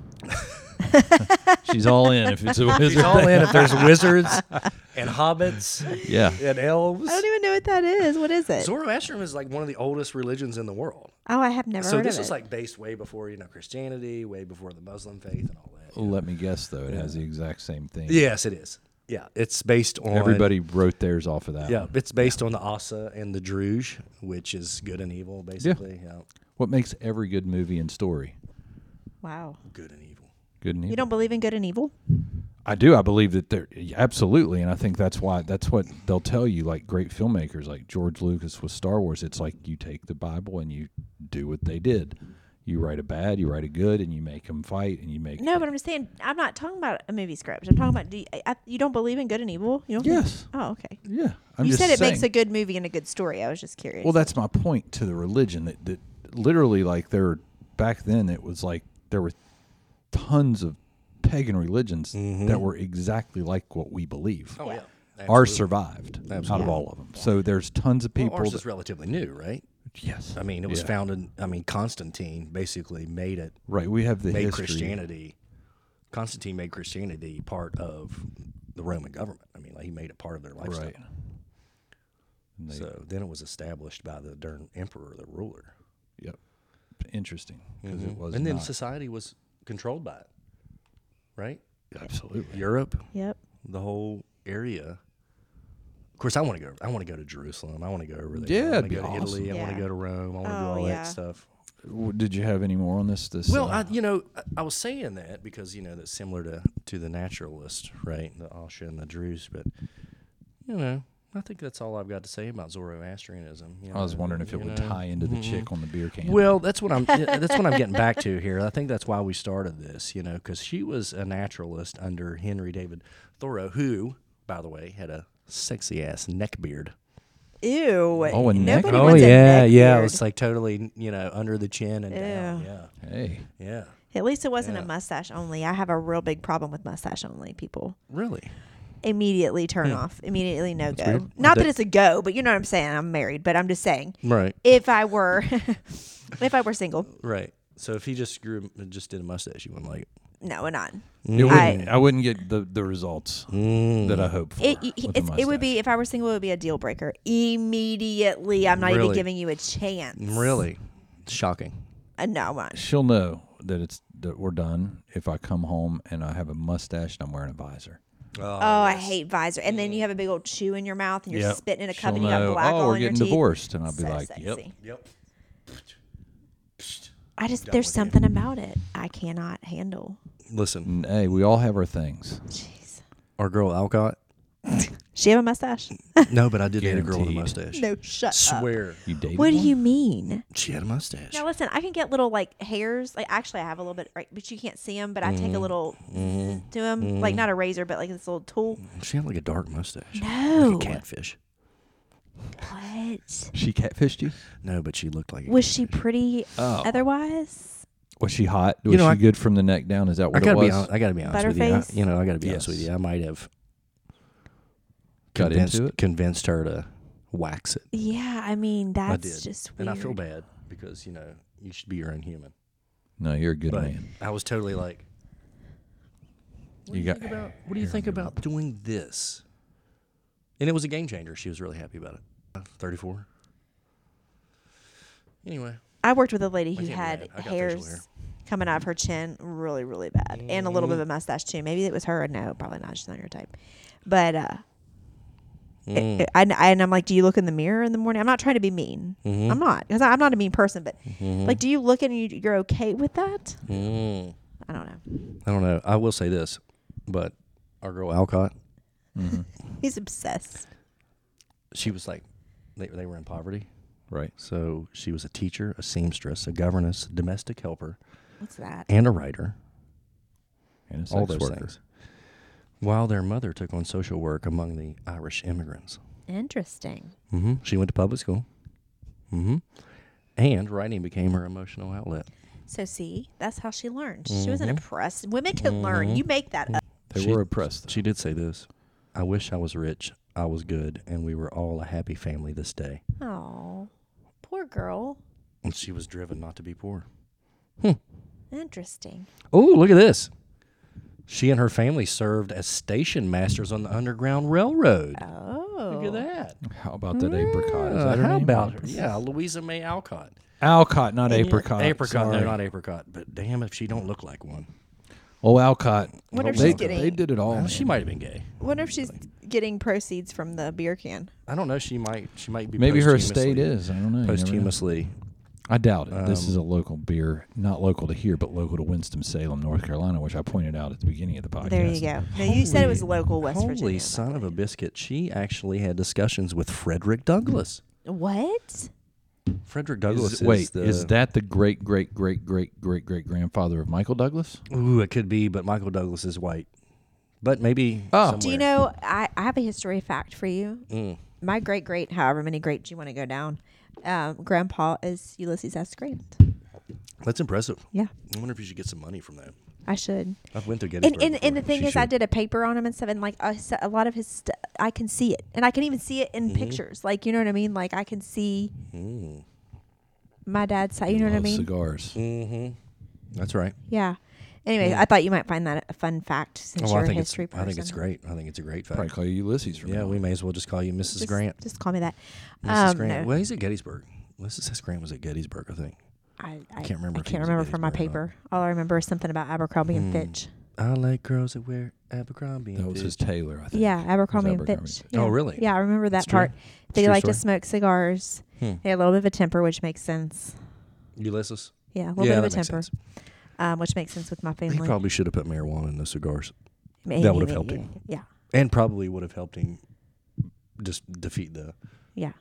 She's all in if it's a wizard.
She's all in if there's wizards and hobbits
Yeah.
and elves.
I don't even know what that is. What is it?
Zoroastrianism is like one of the oldest religions in the world.
Oh, I have never
so
heard
this
of
was
it.
like based way before you know Christianity, way before the Muslim faith and all that.
Let me guess though, it has the exact same thing.
Yes, it is. Yeah, it's based on
Everybody wrote theirs off of that.
Yeah,
one.
it's based on the Asa and the Druze, which is good and evil, basically. Yeah,
What makes every good movie and story
wow.
good and evil.
good and
You
evil?
don't believe in good and evil?
I do. I believe that they're absolutely, and I think that's why that's what they'll tell you. Like great filmmakers, like George Lucas with Star Wars, it's like you take the Bible and you do what they did. You write a bad, you write a good, and you make them fight, and you make
No, but I'm just saying. I'm not talking about a movie script. I'm talking about do you, I, you don't believe in good and evil? You don't. think-
Yes.
Oh, okay.
yeah. I'm
you
just
said it
saying.
makes a good movie and a good story. I was just curious.
Well, that's my point to the religion that, that literally, like, there back then, it was like there were tons of pagan religions that were exactly like what we believe.
Mm-hmm. Oh yeah,
Ours survived out of
Absolutely.
all of them. So there's tons of people.
Well, ours
that-
is relatively new, right?
yes,
I mean, it was
Yeah.
founded. I mean, Constantine basically made it,
Right, we have the
made
history.
Christianity. Constantine made Christianity part of the Roman government. I mean, like he made it part of their lifestyle.
Right. And they-
So then it was established by the darn emperor, the ruler,
Yep. Interesting, because it was
Mm-hmm. and then
not-
society was controlled by it, right?
absolutely.
Europe,
Yep.
the whole area. Of course, I want to go. I want to go to Jerusalem. I want to go over there. I
Yeah, it'd
want to
be
go to Italy. I want
Yeah.
to go to Rome. I want to do
Oh,
all
yeah.
that stuff.
W- Did you have any more on this? This
Well,
uh,
I, you know, I, I was saying that because you know that's similar to to the naturalist, right? The Asha and the Druze, but you know, I think that's all I've got to say about Zoroastrianism. you
I was
know,
wondering if it
you
would
know.
tie into the chick on the beer can.
Mm-hmm. Well, that's what I'm. yeah, That's what I'm getting back to here. I think that's why we started this, you know, because she was a naturalist under Henry David Thoreau, who, by the way, had a sexy ass neck beard.
Ew.
Oh, a neck-
Nobody
Oh,
wants a neck
It
beard.
was like totally, you know, under the chin and down. Yeah,
hey,
yeah.
At least it wasn't a mustache only. I have a real big problem with mustache only people.
Really?
Immediately turn
Hmm.
off. Immediately no go.
weird.
Not that
That-
it's a go, but you know what I'm saying. I'm married, but I'm just saying
Right.
if I were, if I were single,
Right. So if he just grew, just did a mustache, you wouldn't like it.
no, not.
It
I-
wouldn't, I, wouldn't get the, the results
Mm.
that I hope for.
It,
with a
it's, it would
mustache.
be if I were single, it would be a deal breaker immediately. I'm not even
Really?
giving you a chance.
Mm. Really? Shocking.
Uh, no, I'm not.
She'll know that it's that we're done if I come home and I have a mustache and I'm wearing a visor.
Oh, I hate visor. And then you have a big old chew in your mouth, and you're
Yep.
spitting in a cup,
She'll
and you got
know,
black
oh,
all
we're
in your
getting
teeth.
divorced, and I'll be
So
like,
sexy.
yep.
Yep.
I just there's something about it I cannot handle.
Listen,
And, hey, we all have our things.
Jeez.
our girl Alcott.
She have a mustache?
No, but I did date a girl with a
Guaranteed.
mustache.
no, uh, shut up.
Swear.
You dated
What do
one?
you mean?
She had a mustache.
Now listen, I can get little like hairs. Like actually, I have a little bit, right, but you can't see them. But I
Mm-hmm.
take a little to them, like not a razor, but like this little tool.
She had like a dark mustache.
No,
Like a catfish.
what?
She catfished you.
No, but she looked like a
Was she pretty
Oh.
otherwise?
Was she hot? Was
You know,
she
I-
good from the neck down? Is that
I
what it
gotta
was?
be honest. I gotta be honest with you. I,
Butterface?
you know, I gotta be honest
Yes.
with you. I might have
Got
convinced,
into it.
convinced her to wax it.
Yeah, I mean
I
that's
did,
just weird.
and I feel bad because you know you should be your own human.
No, you're a good
But
man.
I was totally like, what do
You
you,
got-
think about what do you think about doing this? And it was a game changer. She was really happy about it. Thirty four. Anyway,
I worked with a lady who
can't be
had
mad. I got facial
hairs
hair.
coming out of her chin really, really bad. And a little
Mm-hmm.
bit of a mustache too. Maybe it was her. No, probably not. She's not your type. But uh it-
Mm.
Mm,
it- I, I- and I'm like, do you look in the mirror in the morning? I'm not trying to be mean.
Mm.
mm-hmm,
I'm not because I'm not a mean person. But
Mm-hmm.
like, do you look and you, you're okay with that?
mm-hmm.
I don't know.
I don't know. I will say this, but our girl Alcott,
He's obsessed.
she was like, they, they were in poverty,
Right.
So she was a teacher, a seamstress, a governess, domestic helper,
What's that?
and a writer.
And a
all
sex
those
worker.
things. While their mother took on social work among the Irish immigrants.
Interesting.
hmm She went to public school. hmm And writing became her emotional outlet.
So see, that's how she learned. She wasn't
Mm-hmm.
oppressed. Women can learn. You make that up.
They
She-
were oppressed.
She did say this I wish I was rich, I was good, and we were all a happy family this day.
Oh, poor girl.
And she was driven not to be poor.
Interesting.
Oh, look at this. She and her family served as station masters on the Underground Railroad.
Oh,
Look at that.
How about that apricot? Is
Uh,
that her
how
name?
about yeah, Louisa May Alcott?
Alcott, not apricot.
Apricot,
Sorry.
no, not apricot. But damn, if she don't look like one,
Oh, Alcott.
Wonder if
they,
she's getting-
they did it all.
Well,
man.
she might have been gay.
Wonder if she's getting proceeds from the beer can.
I don't know. She might. She might be.
Maybe her
posthumously-
estate is. I don't know. You never know.
posthumously.
I doubt it. this
Um,
is a local beer, not local to here, but local to Winston Salem, North Carolina, which I pointed out at the beginning of the podcast.
There you go. Now you said it was
Holy-
local West
Holy
Virginia.
son of a biscuit! She actually had discussions with Frederick Douglass.
What?
Frederick
Is-
Douglass. Is,
wait,
the,
is that the great, great, great, great, great, great grandfather of Michael Douglas?
Ooh, it could be, but Michael Douglas is white. But maybe.
Oh.
Do you
somewhere.
know? I, I have a history fact for you.
Mm.
My great great, however many greats you want to go down, um, grandpa is Ulysses S. Grant.
That's impressive.
Yeah,
I wonder if you should get some money from that.
I should.
I went through Gettysburg.
And, and, and the
before.
thing
She
is, I
should.
did a paper on him and stuff, and like I s- a lot of his, st- I can see it, and I can even see it
Mm-hmm.
in pictures. Like you know what I mean? Like I can see
Mm-hmm.
my dad's side. Oh, You know what I
Love
mean?
Cigars.
Mm-hmm. That's right.
Yeah. Anyway, I thought you might find that a fun fact since
Oh,
you're
I think
a
it's.
history person.
I think it's great. I think it's a great fact.
Probably call you Ulysses. From
Yeah,
now
we may as well just call you Mrs.
Just,
Grant.
just call me that.
Mrs.
Um,
Grant.
no,
Well, he's at Gettysburg. Mrs. S. Grant was at Gettysburg, I think.
I, I
can't remember
I
if he
can't
was a
remember from my
Gettysburg or
paper. All I remember is something about Abercrombie and Fitch.
Hmm. I like girls that wear Abercrombie.
That was his Taylor, I think.
Yeah, Abercrombie and
Abercrombie
Fitch.
and
Yeah.
Oh, really?
Yeah, I remember that
That's true.
part. They
True
like to
story.
smoke cigars. They had a little bit of a temper, which makes sense.
Ulysses.
Yeah, a little
Hmm. yeah,
bit of
that
a
makes
temper,
sense.
um, which makes sense with my
He
family.
probably should have put marijuana in the cigars,
Maybe,
that would have helped
maybe,
him.
Yeah,
and probably would have helped him just defeat the
yeah,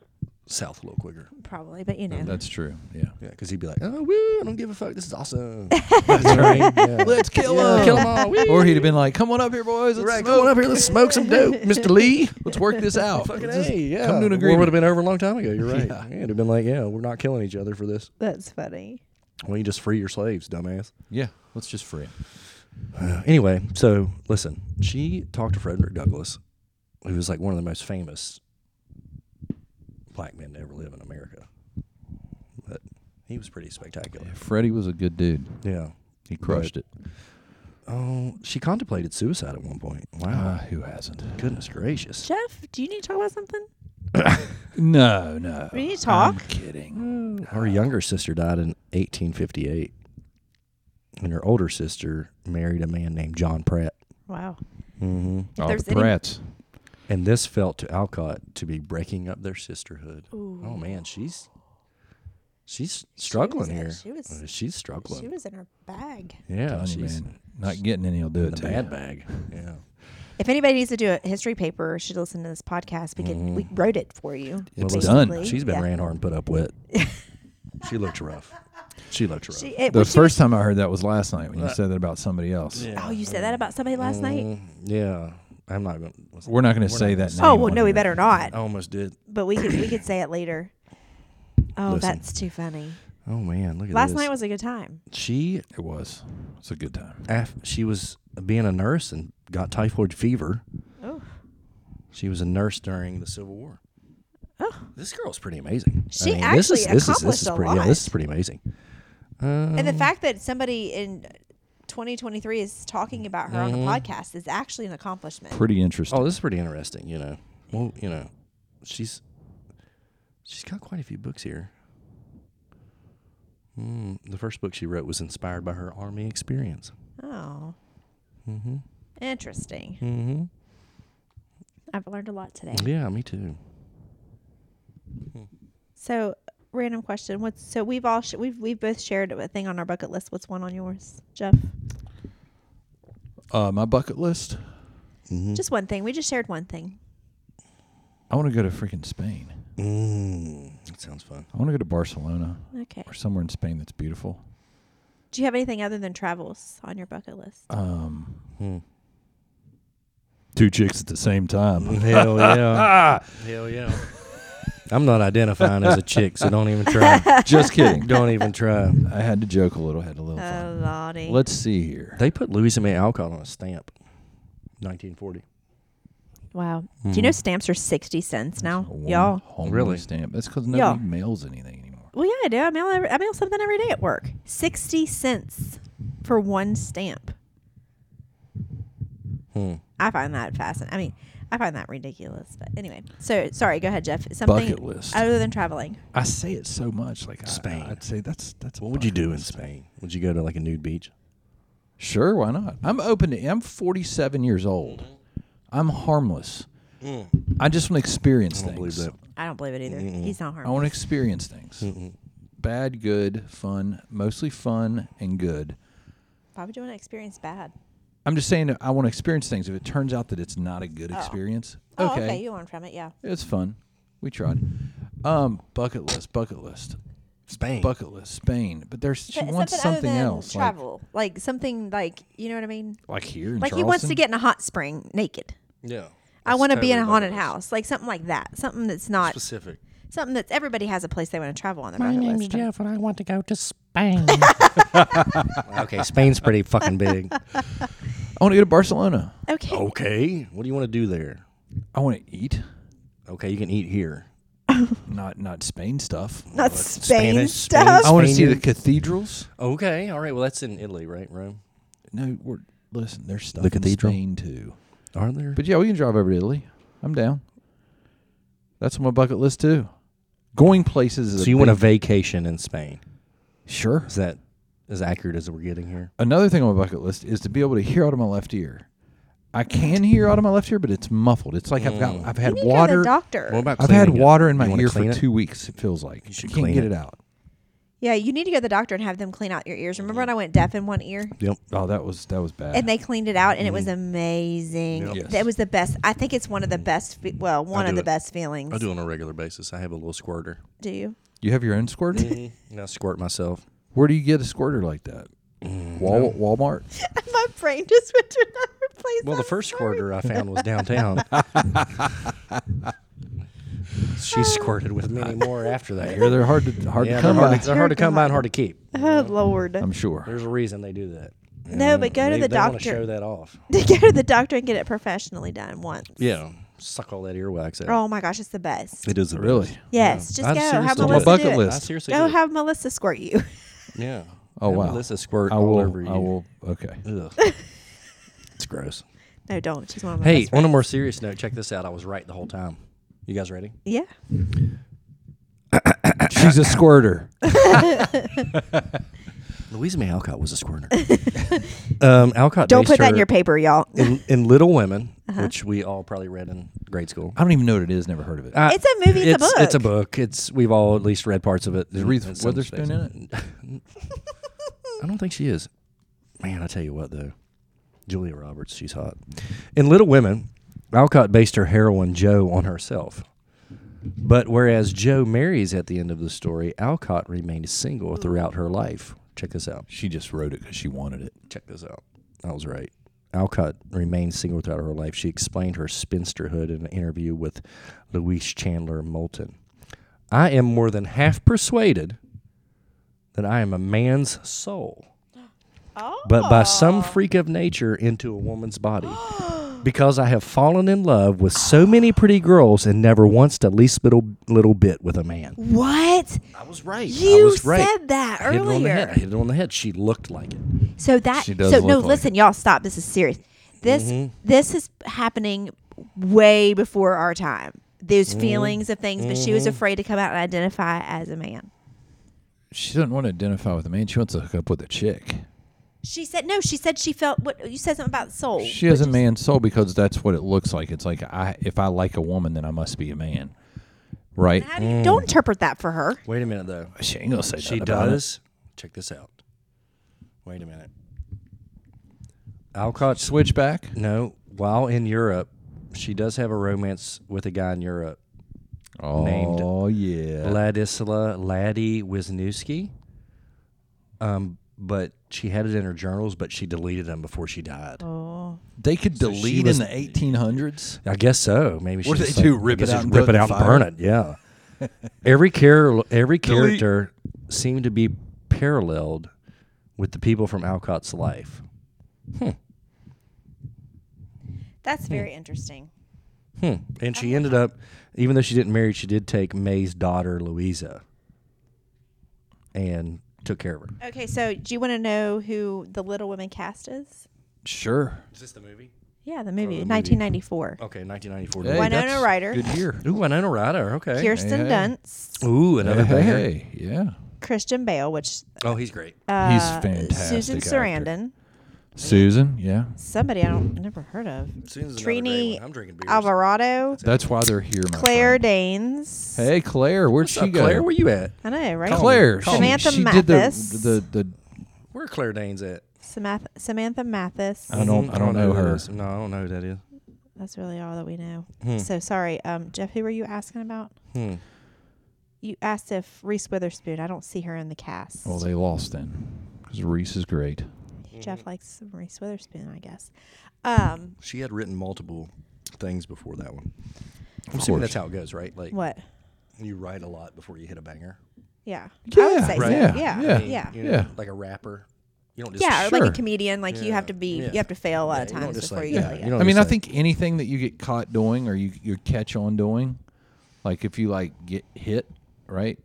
South a little quicker.
probably. But you know,
That's true. Yeah.
Oh, Yeah, because he'd be like, "Oh, woo! I don't give a fuck. This is awesome. That's right.
Let's kill
Yeah,
him.
kill 'em all. Woo.
Or he'd have been like, "Come on up here, boys. Let's
Right, come
smoke.
on up here. Let's smoke some dope, Mr. Lee.
Let's work this out.
Fucking
Let's just
A, yeah.
Come to an
War
agreement.
would have been over a long time ago. You're right.
Yeah.
Yeah. it'd have been like, yeah, we're not killing each other for this.
that's funny.
Well, you just free your slaves, dumbass.
Yeah. Let's just free him.
Anyway, so listen, she talked to Frederick Douglass, who was like one of the most famous black men to ever live in America. But he was pretty spectacular.
Freddie was a good dude.
Yeah.
He crushed it.
Oh, she contemplated suicide at one point.
Ah,
Wow.
who hasn't?
Goodness gracious.
Jeff, do you need to talk about something?
No, no.
We need to
I'm
talk. Mm,
kidding.
Her younger sister died in 1858, and her older sister married a man named John Pratt.
Wow.
Mm-hmm.
If
All
there's
the
any-
brats.
And this felt to Alcott to be breaking up their sisterhood. Oh man, she's she's struggling
was-
here.
she was-
Uh, she's
She
struggling.
was in her bag.
yeah,
Telling you,
she's
man. Not getting any will do
in
it
the
to you.
bad bag. Yeah.
If anybody needs to do a history paper, should listen to this podcast. We could, we wrote it for you.
It's
Well,
done.
basically.
She's been
Yeah.
ran hard and put up with. she looked rough. She looked rough.
She, it,
The
when she
first time I heard that was last night when you said that about somebody else.
was- oh, you said that about somebody last night.
Mm, yeah. I'm not going to.
We're not going to say that name.
Oh well,
on
no, we
here.
better not.
I almost did.
But we could we could say it later. Oh,
Listen.
that's too funny.
Oh man, look at
Last
this.
night was a good time.
she
It was. It's a good time.
af- she was being a nurse and got typhoid fever.
Oh,
She was a nurse during the Civil War.
oh,
This girl's pretty amazing.
She
this is,
actually
this is, this
accomplished
is
a
pretty, Yeah, this
lot.
is pretty amazing. Um,
and
Mm.
the fact that somebody in 2023 is talking about her on a podcast is actually an accomplishment.
Pretty interesting.
Oh, this is pretty interesting. You know, well, you know, she's she's got quite a few books here. Mm, the first book she wrote was inspired by her army experience.
Oh, interesting.
Mm-hmm.
I've learned a lot today.
Yeah, me too.
So, random question: What's so we've all sh- we've we've both shared a thing on our bucket list. What's one on yours, Jeff?
Hmm. Uh, my bucket list.
Mm-hmm.
Just one thing. We just shared one thing.
I want to go to freaking Spain.
Mm. That sounds fun.
I want to go to Barcelona
Okay.
or somewhere in Spain that's beautiful.
Do you have anything other than travels on your bucket list?
Um,
Hmm.
two chicks at the same time.
Mm, Hell Oh, yeah.
ah,
Hell yeah. I'm not identifying as a chick, so don't even try.
just kidding.
Don't even try.
I had to joke a little, had a little
Oh,
fun.
Lottie.
Let's see here.
They put Louisa May Alcott on a stamp. 1940.
wow. Do
Hmm.
you know stamps are 60 cents now?
One
Y'all.
homely
Really?
Stamp. That's because nobody
Y'all.
mails anything anymore.
Well, yeah, I do. I mail, every, I mail something every day at work. 60 cents for one stamp.
Hmm.
I find that fascinating. I mean, I find that ridiculous. But anyway, so sorry. Go ahead, Jeff. Something
Bucket list.
other than traveling.
I say it so much, like I-
Spain.
I'd say that's that's. a
What would you
bucket
do in
list.
Spain? Would you go to like a nude beach?
Sure, why not? I'm open to. I'm 47 years old. I'm harmless. Mm. I just want to experience
I don't believe
things.
that.
I don't believe it either. He's not
I
harmful.
want to experience things. Bad, good, fun, mostly fun and good.
Why would you want to experience bad?
I'm just saying that I want to experience things. If it turns out that it's not a good experience,
Oh, okay. You learn from it. Yeah.
it's fun. We tried. Um, bucket list, bucket list,
Spain.
bucket list. Spain, but there's she
But
wants something
other than
else. like-
Travel. Like, something like, you know what I mean?
like, here in
Like he wants to
Charleston?
get in a hot spring naked.
Yeah.
I want to be in a haunted house. Like something like that. Something that's not
Specific.
something that's everybody has a place they want to travel on their bucket list.
and I want to go to Spain. okay, Spain's pretty fucking big.
I want to go to Barcelona.
Okay.
Okay, what do you want to do there?
I want to eat,
Okay, you can eat here.
not not Spain stuff.
Not Spain
Spanish,
stuff.
Spanish.
I want to see the
Spaniard.
cathedrals.
Okay, all right. Well, that's in Italy, right, Rome?
No, we're, listen, there's stuff
The
in
cathedral?
Spain too.
Are there?
But yeah, we can drive over to Italy. I'm down. That's on my bucket list too. Going places is
so
a
you
big,
want a vacation in Spain?
sure.
Is that as accurate as we're getting here?
Another thing on my bucket list is to be able to hear out of my left ear. I can hear out of my left ear, but it's muffled. It's like I've
Mm.
got I've
You need to go
had
to the
water.
doctor.
about
I've had
cleaning it?
water in my
You wanna
ear for
clean it?
two weeks. It feels like
You should
I can't
clean
get
it.
it out.
yeah, you need to go to the doctor and have them clean out your ears. Remember when I went deaf in one ear?
Yep.
Oh, that was that was bad.
And they cleaned it out, and it was amazing.
Yep.
Mm-hmm. Yes. Mm-hmm.
That was the best. I think it's one of the best. Fe- well, one
I
of
do
the
it.
best feelings.
I do on a regular basis. I have a little squirter.
Do you?
you have your own squirt.
And I Mm-hmm. squirt myself.
Where do you get a squirter like that? Wal- Walmart.
My brain just went to another place.
Well, the
I'm
first
sorry.
squirter I found was downtown. she squirted with many more after that.
Here they're hard to hard
Yeah, they're
to come
hard,
by.
to, they're hard to come by and hard to keep.
Oh Lord.
I'm sure.
There's a reason they do that.
no, but go
they,
to the
they wanna show
doctor.
that off.
To go to the doctor and get it professionally done once.
Yeah, suck all that earwax out.
Oh my gosh, it's the best.
It is
Really?
Yes,
I'm
just go.
serious
Have
to do it.
Melissa
Bucket
do it.
list.
I seriously.
Go
do.
have Melissa squirt you.
yeah.
Oh
Have
wow.
Melissa squirt
I
all
will.
over you.
I will. Okay.
Ugh. it's gross.
no, don't. She's one of my
Hey,
best
on a
friends.
more serious note, check this out. I was right the whole time. You guys ready?
Yeah.
She's a squirter.
Louisa May Alcott was a squirter. um, Alcott.
Don't
based
put that
her
in your paper, y'all.
in, in Little Women,
Uh-huh.
which we all probably read in grade school.
I don't even know what it is. Never heard of it.
Uh,
It's a movie, it's a book.
It's, it's a book. It's we've all at least read parts of it.
Is Reese Witherspoon in
it? I don't think she is. Man, I tell you what though, Julia Roberts, she's hot. In Little Women, Alcott based her heroine Jo on herself. But whereas Jo marries at the end of the story, Alcott remained single throughout her life. Check this out.
She just wrote it because she wanted it.
Check this out. I was right. Alcott remained single throughout her life. She explained her spinsterhood in an interview with Louise Chandler Moulton. I am more than half persuaded that I am a man's soul,
Oh.
but by some freak of nature into a woman's body. Because I have fallen in love with so many pretty girls and never once the least little little bit with a man.
What?
I was right.
You
I was right.
said that
I hit it on the head. I
earlier.
hit it on the head. She looked like it.
So that
She does
so no,
look like Mm-hmm.
listen, y'all stop. This is serious. This this is happening way before our time. Those
Mm-hmm.
feelings of things, but she was afraid to come out and identify as a man.
She doesn't want to identify with a man. She wants to hook up with a chick.
She said no. She said she felt what you said something about soul.
She has a man's soul because that's what it looks like. It's like I, if I like a woman, then I must be a man, right?
How do you, Don't interpret that for her.
Wait a minute though.
She ain't gonna say
She
nothing about it.
does. Check this out. Wait a minute. Alcott's
Switchback.
no. While in Europe, she does have a romance with a guy in Europe.
Oh
Named
yeah.
Ladislaw Laddie Wisniewski. Um, but she had it in her journals, but she deleted them before she died.
Oh,
they could
she
delete
was-
in the eighteen hundreds.
I guess so. Maybe
What
she
do
just
they do,
like-
rip
I
it
guess
out
just
and
rip
put
it
it in
out
the
and burn it. Yeah. every char- every
Delete.
character seemed to be paralleled with the people from Alcott's life.
Mm.
that's very interesting.
Hmm. And
Oh,
she ended up, even though she didn't marry, she did take May's daughter Louisa, and took care of her.
Okay, so do you want to know who the Little Women cast is?
Sure.
Is this the movie?
Yeah,
Oh,
the movie, 1994.
Okay, 1994.
Hey,
Winona
that's
Ryder.
Good year.
Ooh, Winona Ryder. Okay.
Kirsten
Hey, hey.
Dunst,
Ooh, another
hey,
banger.
hey, yeah.
Christian Bale, which
Oh, he's great.
uh,
He's fantastic.
Susan
actor.
Sarandon,
Susan, yeah.
somebody I don't never heard of,
Susan's another great
Trini
one. I'm drinking beers.
Alvarado,
That's why they're here, my
Claire
friend.
Danes.
Hey, Claire, where'd
What's
she
up,
go?
Claire, where you at?
I know, right?
Claire,
Call
she,
me.
Samantha
she did the,
Mathis.
the the
Where Claire Danes at?
Samantha, Samantha Mathis.
I don't- I don't know
who that
her.
is. No, I don't know who that is.
That's really all that we know.
Hmm.
So sorry, um, Jeff. Who were you asking about?
Hmm.
You asked if Reese Witherspoon. I don't see her in the cast.
well, they lost then because Reese is great.
Jeff likes some Reese Witherspoon, I guess. Um,
She had written multiple things before that one. I'm
Of
assuming
course,
that's how it goes, right? Like
what?
you write a lot before you hit a banger.
Yeah. I would
Yeah,
say
right.
so.
Yeah,
Yeah.
yeah.
Yeah.
I mean,
Yeah.
you know,
Yeah.
Like a rapper. You don't just
or like
Sure.
a comedian, like you have to be,
Yeah.
you have to fail a lot of
Yeah, you don't
times
just,
before
like,
you
yeah,
really
you
get-
don't
I mean, I
just, like-
think anything that you get caught doing or you you catch on doing, like if you like get hit, right?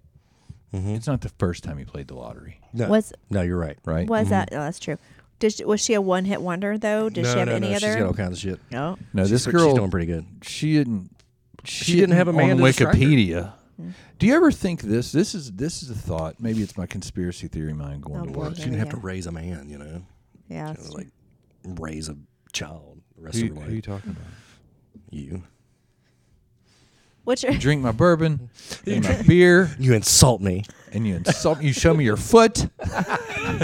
Mm-hmm.
It's not the first time you played the lottery,
No,
Was
no, you're right. mm-hmm.
right?
was that? Oh, that's true. Did she, was she a one hit wonder though? Did
no,
she have
no,
any
no,
other?
She's got all kinds of shit.
no. Oh,
No,
She's
this
pre-
girl
she's doing pretty good.
she didn't she,
didn't have a man
on
to distract her. Mm-hmm.
Wikipedia. Do you ever think this? This is this is a thought. Maybe it's my conspiracy theory mind going
Oh,
to
boy.
work.
She didn't have to
Yeah.
raise a man, you know,
Yeah.
She had
that's
to,
true.
like raise a child the rest of
Who,
her
who are you
life.
talking about?
You,
What's your?
Drink my bourbon, drink my beer,
you insult me.
and you insult me. You show me your foot.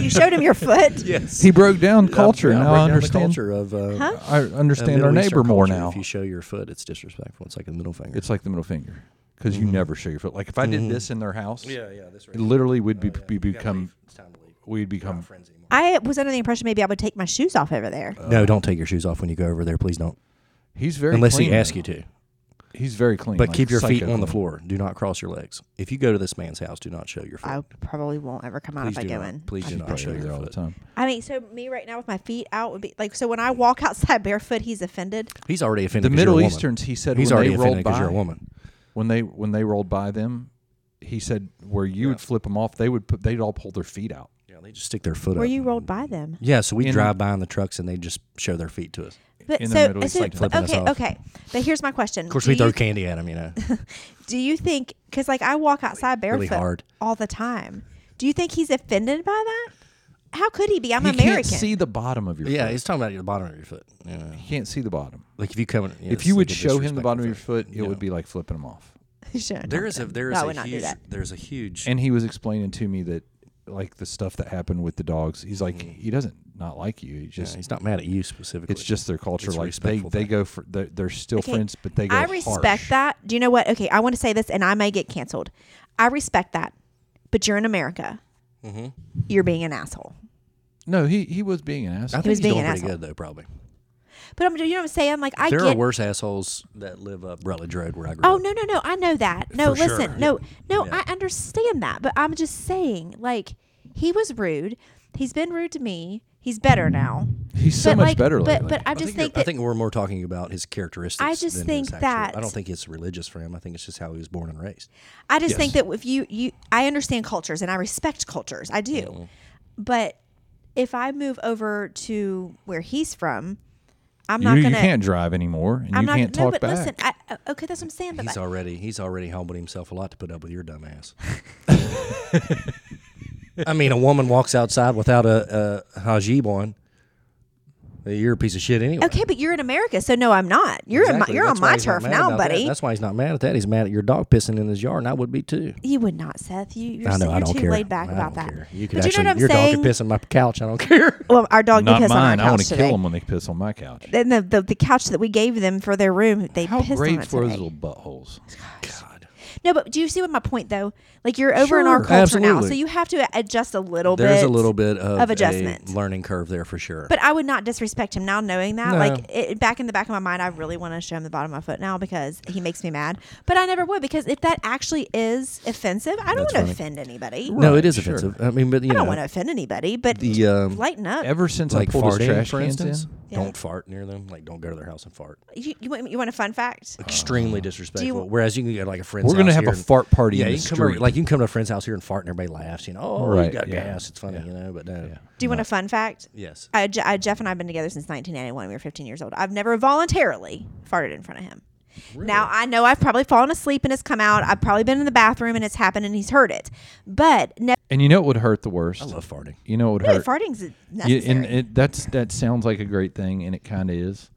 you showed him your foot.
Yes,
He broke down culture. now I
The
understand.
culture of uh,
Huh?
I
of
understand
Middle
our neighbor
Eastern
more
culture.
now.
If you show your foot, it's disrespectful. It's like a middle finger.
It's like the middle finger because you never show your foot. Like if I did this in their house,
Mm-hmm. yeah, this
it literally would be, be
You gotta
become
leave. It's time to leave.
we'd become
friends anymore.
I was under the impression maybe I would take my shoes off over there.
No, don't take your shoes off when you go over there. Please don't.
he's very
Unless
clean,
he asks
though.
you to.
He's very clean.
But
like
keep your feet
psycho
on the
clean.
floor. Do not cross your legs. If you go to this man's house, do not show your foot.
I probably won't ever come out
Please
if I
do
go
not.
in.
Please
I
do
should
not.
probably-
Show
Sure,
your
there all the
foot.
time.
I mean, so me right now with my feet out would be like so when I walk outside barefoot, he's offended.
He's already offended. 'cause you're a
The Middle
woman.
Easterns, he said,
He's
when
already
they rolled
offended because
by,
you're a woman.
when they when they rolled by them, he said where you would flip them off, they would put, they'd all pull their feet out.
Yeah, they just stick their foot
Where
up.
you rolled by them.
yeah, so we
In-
drive by on the trucks and they just show their feet to us.
But
In the
so,
Middle East,
so-
like
flipping us
okay,
off.
okay. But here's my question.
Of course,
do
we throw
you,
candy at them, you know.
do you think because like I walk outside
really
barefoot
hard.
all the time? Do you think he's offended by that? How could he be? I'm
he
American.
can't see the bottom of your
yeah,
foot.
he's talking about the bottom of your foot. You know.
He can't see the bottom.
Like if you come, in- yeah,
if
it's
you
like
would
a
show him the bottom of your
disrespectful
foot,
thing.
it would be like flipping him off.
Sure, no.
There is a there is
No, I
a
would not do
huge
that.
there's a huge
And he was explaining to me that like the stuff that happened with the dogs. He's like, he doesn't not like you. He
Mm-hmm. Yeah,
just
he's not mad at you specifically.
it's just their culture.
It's a
like they
respectful
they
thing.
go for they're, they're still
Okay,
friends, but they go.
I respect
harsh.
that. Do you know what? Okay, I want to say this, and I may get canceled. I respect that, but you're in America.
Mm-hmm.
You're being an asshole.
No, he he was being an asshole.
I think
was
he's
being
doing
an
pretty
asshole.
good though, probably.
But I'm, you know what I'm saying? Like I
there
get.
are worse assholes that live up Rutledge Road where I grew
oh
up.
no, no, no! I know that. No,
For sure.
listen, no, no,
Yeah.
I understand that, but I'm just saying, like, he was rude. He's been rude to me. He's better now.
He's so
but
much
like,
better
But
lately.
but I
I
just
you're-
think, that
I think we're more talking about his characteristics.
I just
than his
think
actual-
that-
I don't think it's religious for him. I think it's just how he was born and raised.
I just think
Yes.
that if you you I understand cultures and I respect cultures. I do.
Mm-hmm.
But if I move over to where he's from, I'm
you,
not
you
gonna
can't drive anymore, and
I'm
you
not
can't
no,
talk
but
back.
listen, I, uh, okay, that's what I'm saying. But
He's
I-
already he's already humbled himself a lot to put up with your dumb ass. I mean, a woman walks outside without a, a hijab on. You're a piece of shit anyway.
okay, but you're in America, so no, I'm not. Oh, You're in my,
Exactly.
you're
That's
on
why
my
he's not
turf
mad
now,
about that.
buddy.
That's why he's not mad at that. He's mad at your dog pissing in his yard, and I would be too.
He would not, Seth. You, you're,
I know.
you're
I don't
too
care.
laid back
I
about
don't
that.
care. You could
but
actually,
you know what I'm
your
saying?
dog could piss on my couch. I don't care.
Well, our dog did
not
piss
mine.
on our
I
couch
want to
today.
kill them when they piss on my couch.
Then the, the the couch that we gave them for their room, they
How
pissed on
great
it
for those
today.
little buttholes.
God.
No, but do you see what my point though? Like you're over in our
Sure.
culture now,
Absolutely.
so you have to adjust a little bit.
There's a little bit of,
of adjustment.
a learning curve there for sure.
But I would not disrespect him now, knowing that.
No.
Like it, back in the back of my mind, I really want to show him the bottom of my foot now because he makes me mad. But I never would because if that actually is offensive, I don't want
That's
to
right.
offend anybody.
no,
Right,
it is
sure.
offensive. I mean, but you
I don't
know,
want to offend anybody, but
the um,
lighten up.
Ever since
like
I pulled his
farting,
trash
for
cans
instance,
in,
Yeah. Oh.
don't fart near them. Like, don't go to their house and fart.
you, you, want, you want a fun fact?
Extremely disrespectful. Whereas you can go to like a friend's.
we're gonna
house
have
here
a
and-
fart party
Yeah,
in
you
the
can come over,
street.
like you can come to a friend's house here and fart, and everybody laughs. You know, oh, you
Right,
got
yeah.
gas. It's funny, you know. But no,
Do you want a fun fact?
yes,
I, Je- I, Jeff and I have been together since 1991. We were 15 years old. I've never voluntarily farted in front of him. Now I know I've probably fallen asleep and it's come out. I've probably been in the bathroom and it's happened and he's heard it. But no,
and you know what would hurt the worst?
I love farting.
You know what would
really,
hurt?
farting's
Yeah,
necessary.
and it, that's that sounds like a great thing, and it kind of is.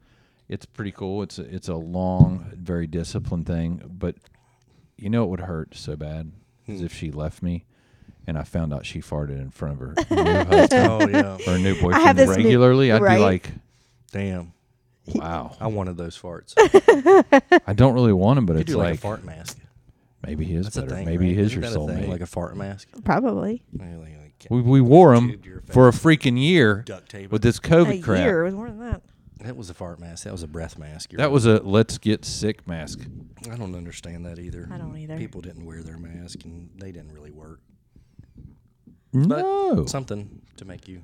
It's pretty cool. It's a, it's a long, very disciplined thing, but you know it would hurt so bad is if she left me, and I found out she farted in front of her new husband,
Oh yeah,
her new boyfriend
have this new-
regularly. I'd
right?
be like,
damn.
wow,
I wanted those farts.
I don't really want him, but
You
it's
do like,
like,
a fart mask.
maybe he is
That's a
better.
thing.
maybe
right?
he is
Isn't
your
that a thing,
soulmate.
Like a fart mask.
probably
Yeah, like- like-
we, we wore him
Tube to your
for a freaking year
Duct tape it.
with this COVID
a
crap.
year was more than that.
That was a fart mask. That was a breath mask. You're
That
right.
was a let's get sick mask.
I don't understand that either.
I don't either.
People didn't wear their mask, and they didn't really work.
No,
Something to make you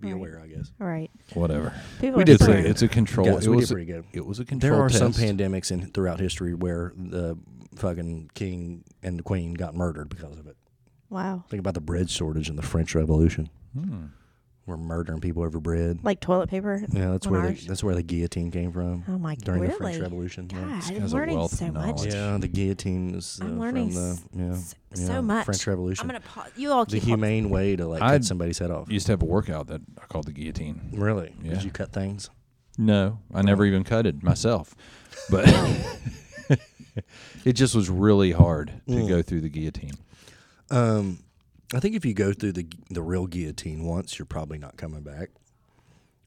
be
Right.
aware, I guess.
All right.
whatever.
People
We
are
did
It's
smart.
a, it's a control.
Guys,
it
we did
was a-
pretty good.
It was a
There
control.
are some
test.
pandemics in throughout history where the fucking king and the queen got murdered because of it.
Wow.
Think about the bread shortage in the French Revolution.
Hmm.
We're murdering people over bread.
Like toilet paper.
Yeah, that's
on
where the,
ours.
that's where the guillotine came from
Oh my god.
during
Really?
the French Revolution. yeah.
God, I'm
guy's a
learning
wealth of
so much.
knowledge.
Yeah, the guillotine is uh,
I'm learning
from the
s-
yeah,
s- so
yeah,
much.
French Revolution.
I'm gonna pause. You all
the
keep. talking.
humane way to like
I'd-
cut somebody's head off.
Used to have a workout that I called the guillotine.
really?
Yeah.
Did you cut things?
No, I never even cutted myself, but it just was really hard to
Hmm.
go through the guillotine.
Um, I think if you go through the gu- the real guillotine once, you're probably not coming back.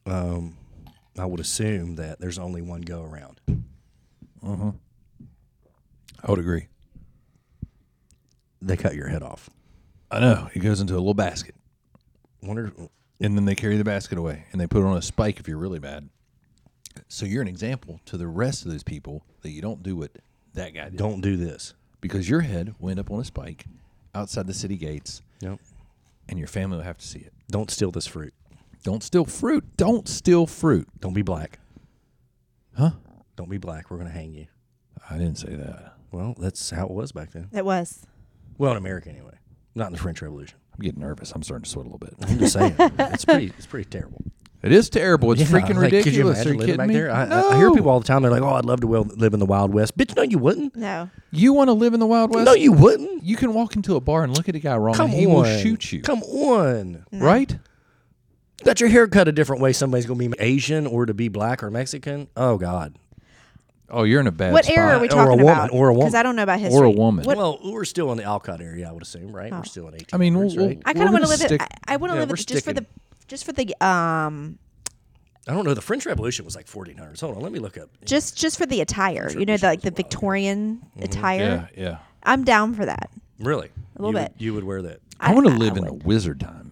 Um, I would assume that there's only one go around.
I would agree.
They cut your head off.
I know it goes into a little basket,
Wonder.
and then they carry the basket away, and they put it on a spike if you're really bad. So you're an example to the rest of those people that you don't do what that guy did
Don't do this.
because your head went up on a spike outside the city gates,
Nope.
and your family will have to see it.
Don't steal this fruit.
Don't steal fruit. Don't steal fruit.
Don't be black.
Huh?
Don't be black. We're gonna hang you.
I didn't say that.
Well, that's how it was back then.
It was.
Well, in America anyway. Not in the French Revolution.
I'm getting nervous. I'm starting to sweat a little bit.
I'm just saying. it's pretty. It's pretty terrible.
It is terrible. It's
Yeah,
freaking
like,
ridiculous.
Could you imagine
Are you
living
kidding
back
me?
there? I,
no.
I, I hear people all the time. They're like, "Oh, I'd love to well, live in the Wild West." Bitch, no, you wouldn't.
No.
You want to live in the Wild West?
No, you wouldn't.
You can walk into a bar and look at a guy wrong,
Come
and he
on,
will shoot you.
Come on.
Right?
Got your hair cut a different way. Somebody's gonna be Asian or to be black or Mexican. Oh God.
Oh, you're in a bad
What
spot.
era are we
or a
talking
woman,
about?
or a
Because I
woman.
don't know about history.
woman.
What-
Well, we're still in the Alcott area, I would assume, right? We're still in 1800s,
I mean, we'll, we'll,
right?
I kind of want to live
stick,
it. I, I want to
yeah,
live
we're
it just for the,
sticking-
just for the um,
I don't know. The French Revolution was like 1400s. Hold on, let me look up.
just just for the attire. You know, the, like the Victorian attire.
Yeah, yeah.
I'm down for that.
Really, a
little
you
bit.
Would, you would wear that.
I, want to live in
would.
a wizard time.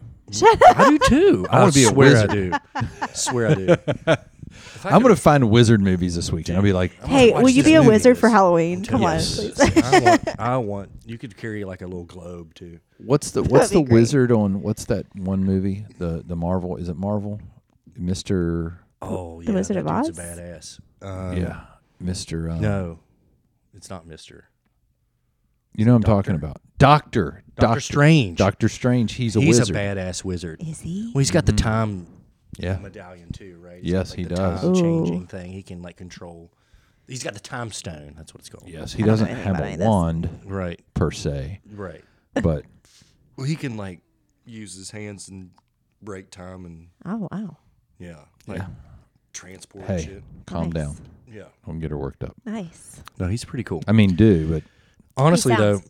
I do too. I,
wanna be a
swear
wizard.
I do. swear I do.
I'm going to find wizard movies this week, and I'll be like,
Hey,
watch
will you
this
be a
movie
wizard for
list.
Halloween? Come
Yes.
on, please.
I want. I want. You could carry like a little globe too.
what's the what's
be
the
great.
wizard on what's that one movie? The the Marvel is it Marvel? Mister
Oh, yeah.
Wizard
that
of Oz?
dude's a badass. Um,
Uh, yeah, Mister. Um,
No, it's not Mister.
You know what I'm talking about. Doctor.
Doctor Strange.
Doctor Strange. He's a
He's
wizard.
a badass wizard.
Is he?
Well, he's got the time
yeah.
medallion too, right?
Yes, he does.
Time
Ooh.
changing thing. He can like control. He's got the time stone. That's what it's called.
Yes. He
I don't know
doesn't
anything
have
about any
a
of this.
wand
Right.
per se,
Right.
but
Well, he can like use his hands and break time and
Oh wow,
yeah, like transport
hey,
shit.
calm
Nice.
down.
Yeah.
Don't get her worked up.
nice.
No, he's pretty cool.
I mean, do but
Honestly
sounds-
though,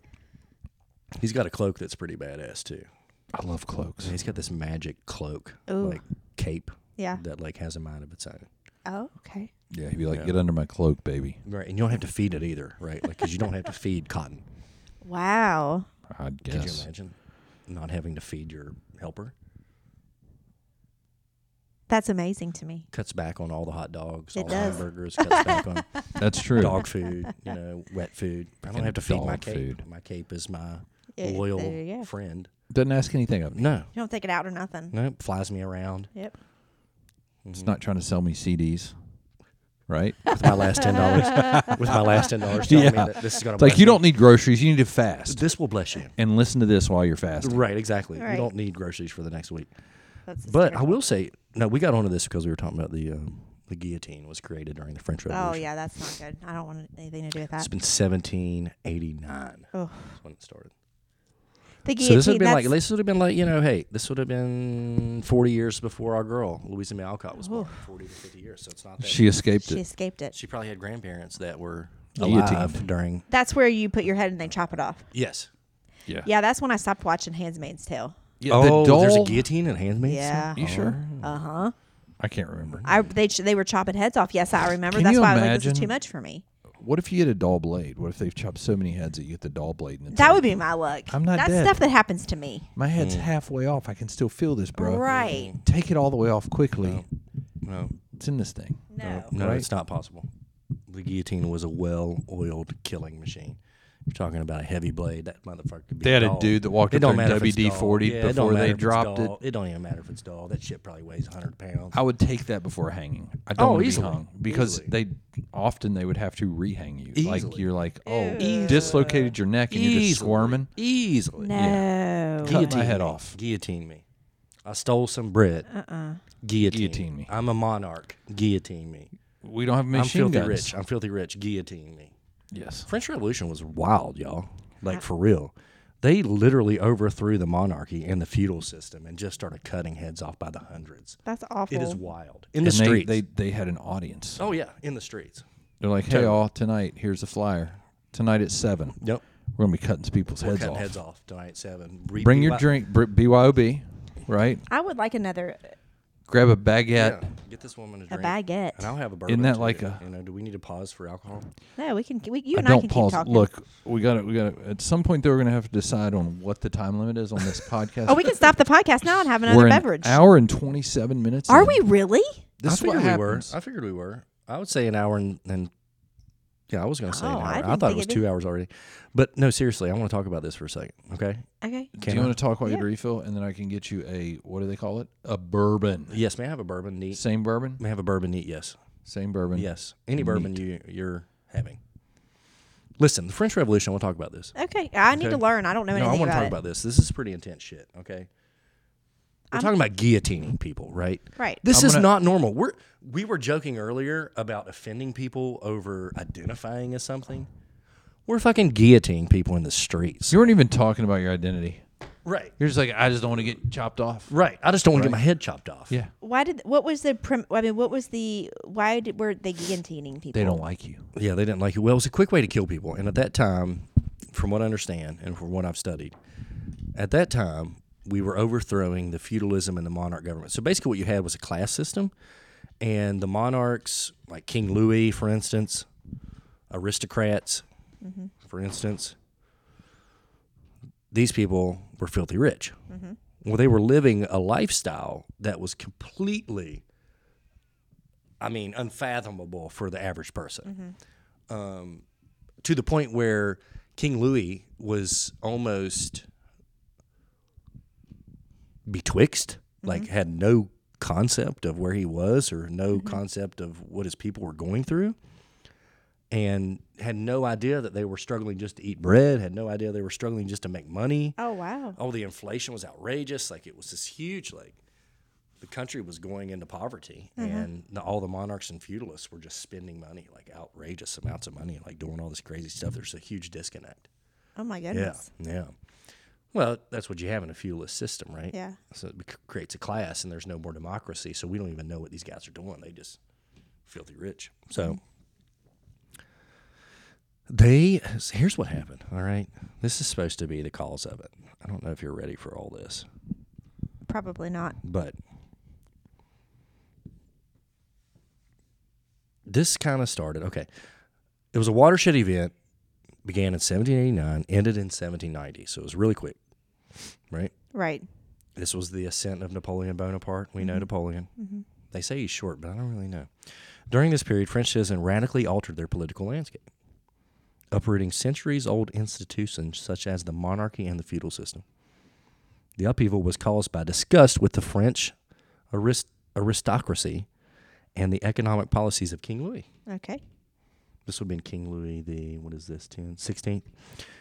he's got a cloak that's pretty badass too.
I love cloaks.
And he's got this magic cloak,
Ooh.
like cape
Yeah.
that like has a mind of its own.
Oh okay.
Yeah. He'd be like, get under my cloak, baby.
Right, and you don't have to feed it either, right? Like, because you don't have to feed cotton.
Wow.
I'd
Could you
guess.
imagine not having to feed your helper?
That's amazing to me.
Cuts back on all the hot dogs,
It
all
does.
the hamburgers. Cuts back on
That's true.
dog food, you know, wet food. I don't
And
have to feed my
dog
cape.
food.
My cape is my
Yeah,
loyal
there you go.
friend.
Doesn't ask anything of me.
No,
You don't take it out or nothing.
no, flies me around
Yep.
It's not trying to sell me CDs, right?
with my last ten dollars. with my last ten dollars, telling
Yeah.
me that this is gonna.
It's like
bless
you don't need groceries. You need to fast
This will bless you.
and listen to this while you're fasting.
Right, exactly.
Right.
You don't need groceries for the next week.
That's
But I
hysterical.
will say, no, we got onto this because we were talking about the um, the guillotine was created during the French Revolution.
Oh yeah, that's not good. I don't want anything to do with
It's
that.
been 1789.
Oh,
That's when it started.
the
So
guillotine.
this would have been like
that's-
this would have been like you know hey this would have been 40 years before our girl Louisa May Alcott was born 40 to 50 years so it's not that
She escaped
she
it.
escaped it.
she probably had grandparents that were
Guillotined.
alive during
That's where you put your head and they chop it off.
yes
Yeah.
Yeah, that's when I stopped watching Handmaid's Tale.
yeah,
Oh,
there's a
doll-
guillotine in Handmaid's Tale?
Yeah.
You sure?
Uh huh.
I can't remember.
I they ch- they were chopping heads off. Yes, I remember.
Can
that's
you
why I was like, this is
imagine?
too much for me.
What if you get a dull blade? What if they've chopped so many heads that you get the dull blade? And it's
That
like,
would be my luck.
I'm not
That's
dead.
stuff that happens to me.
my head's halfway off. I can still feel this, bro.
Right.
Take it all the way off quickly.
Oh, no
It's in this thing.
No.
no
Right.
it's not possible the guillotine was a well oiled killing machine you're talking about a heavy blade that motherfucker could be
They had a
dull.
dude that walked
it
up
don't
there in
matter if it's dull.
WD-40
Yeah, it don't
before they
matter if it's
dropped it.
dull. it don't even matter if it's dull that shit probably weighs 100 pounds
I would take that before a hanging. I don't
Oh,
want to be
easily.
hung because
Easily.
they often they would have to rehang you. Like
Easily.
you're like, oh,
Ew.
dislocated your neck and you're just squirming.
easily
No.
Cut my head
me.
off.
Guillotine me. I stole some bread. Guillotine.
Guillotine me.
I'm a monarch. Guillotine me.
We don't have
I'm
machine
filthy
guns.
rich. I'm filthy rich. Guillotine me.
Yes.
French Revolution was wild, y'all. Like for real. They literally overthrew the monarchy and the feudal system and just started cutting heads off by the hundreds.
That's awful.
It is wild. In the
and they,
streets.
they they had an audience.
oh yeah, in the streets.
They're like, hey, all tonight. Here's a flyer. Tonight at seven,
Yep.
we're gonna be cutting people's
We're
heads
cutting
off.
heads off tonight at seven. Re-
Bring your
BY
drink, br- BYOB, right?
I would like another.
Grab a
Yeah.
baguette.
Get this woman a
A
drink.
baguette.
And I'll have a bourbon.
that
too.
like a-
You know, do we need to pause for alcohol?
No, we can. We, you
I
and I
don't
can
pause.
keep talking.
Look, we got to We got to At some point, though, we're gonna have to decide on what the time limit is on this podcast.
Oh, we can stop the podcast now and have another
We're an
beverage.
hour and twenty-seven minutes.
Are
in.
we really?
This is
I
what
figured we were.
happens.
I figured we were. I would say an hour and, and yeah, I was going to say
Oh,
an
I
hour. I,
didn't
thought
think
it was
it did-
two hours already. But no, seriously, I want to talk about this for a second. Okay.
Okay.
Do
Can
you
I?
want to talk while
Yeah.
you refill, and then I can get you a what do they call it? A bourbon.
Yes. May I have a bourbon neat?
Same bourbon.
May I have a bourbon neat? Yes.
Same
Mm-hmm.
bourbon.
Yes. Any bourbon you, you're having. Listen, the French Revolution, we'll talk about this.
Okay. I need
Okay.
to learn. I don't know
No, I
anything
want to
about
talk
it.
about this. This is pretty intense shit, okay? We're talking about guillotining people, right?
Right.
This
I'm
is
gonna-
not normal. We're we were joking earlier about offending people over identifying as something. We're fucking guillotining people in the streets.
You weren't even talking about your identity.
right.
You're just like, I just don't want to get chopped off.
Right. I just don't want to get my head chopped off.
Yeah.
Why did? What was the? Prim, I mean, what was the? Why did, were they guillotining people?
They don't like you.
Yeah, they didn't like it. Well, it was a quick way to kill people. And at that time, from what I understand and from what I've studied, at that time, we were overthrowing the feudalism and the monarch government. So basically, what you had was a class system, and the monarchs, like King Louis, for instance, aristocrats, for instance, these people were filthy rich. Well, they were living a lifestyle that was completely, I mean, unfathomable for the average person Um, to the point where King Louis was almost betwixt, like had no concept of where he was or no concept of what his people were going through, and had no idea that they were struggling just to eat bread, had no idea they were struggling just to make money.
Oh wow.
Oh, the inflation was outrageous. Like it was this huge, like the country was going into poverty, and the, all the monarchs and feudalists were just spending money, like outrageous amounts of money, like doing all this crazy stuff. There's a huge disconnect.
Oh my goodness.
Yeah, yeah. Well, that's what you have in a feudalist system, right?
Yeah.
So it bec- creates a class, and there's no more democracy. So we don't even know what these guys are doing. They just filthy rich. So
Mm-hmm.
they so here's what happened. All right, this is supposed to be the cause of it. I don't know if you're ready for all this,
Probably not.
but this kind of started. Okay, it was a watershed event began in 1789, ended in 1790. So it was really quick, right?
Right.
This was the ascent of Napoleon Bonaparte. We know Napoleon. They say he's short, but I don't really know. During this period, French citizens radically altered their political landscape, uprooting centuries old institutions such as the monarchy and the feudal system. The upheaval was caused by disgust with the French arist- aristocracy and the economic policies of King Louis
Okay.
this would have been King Louis the what is this 10th 16th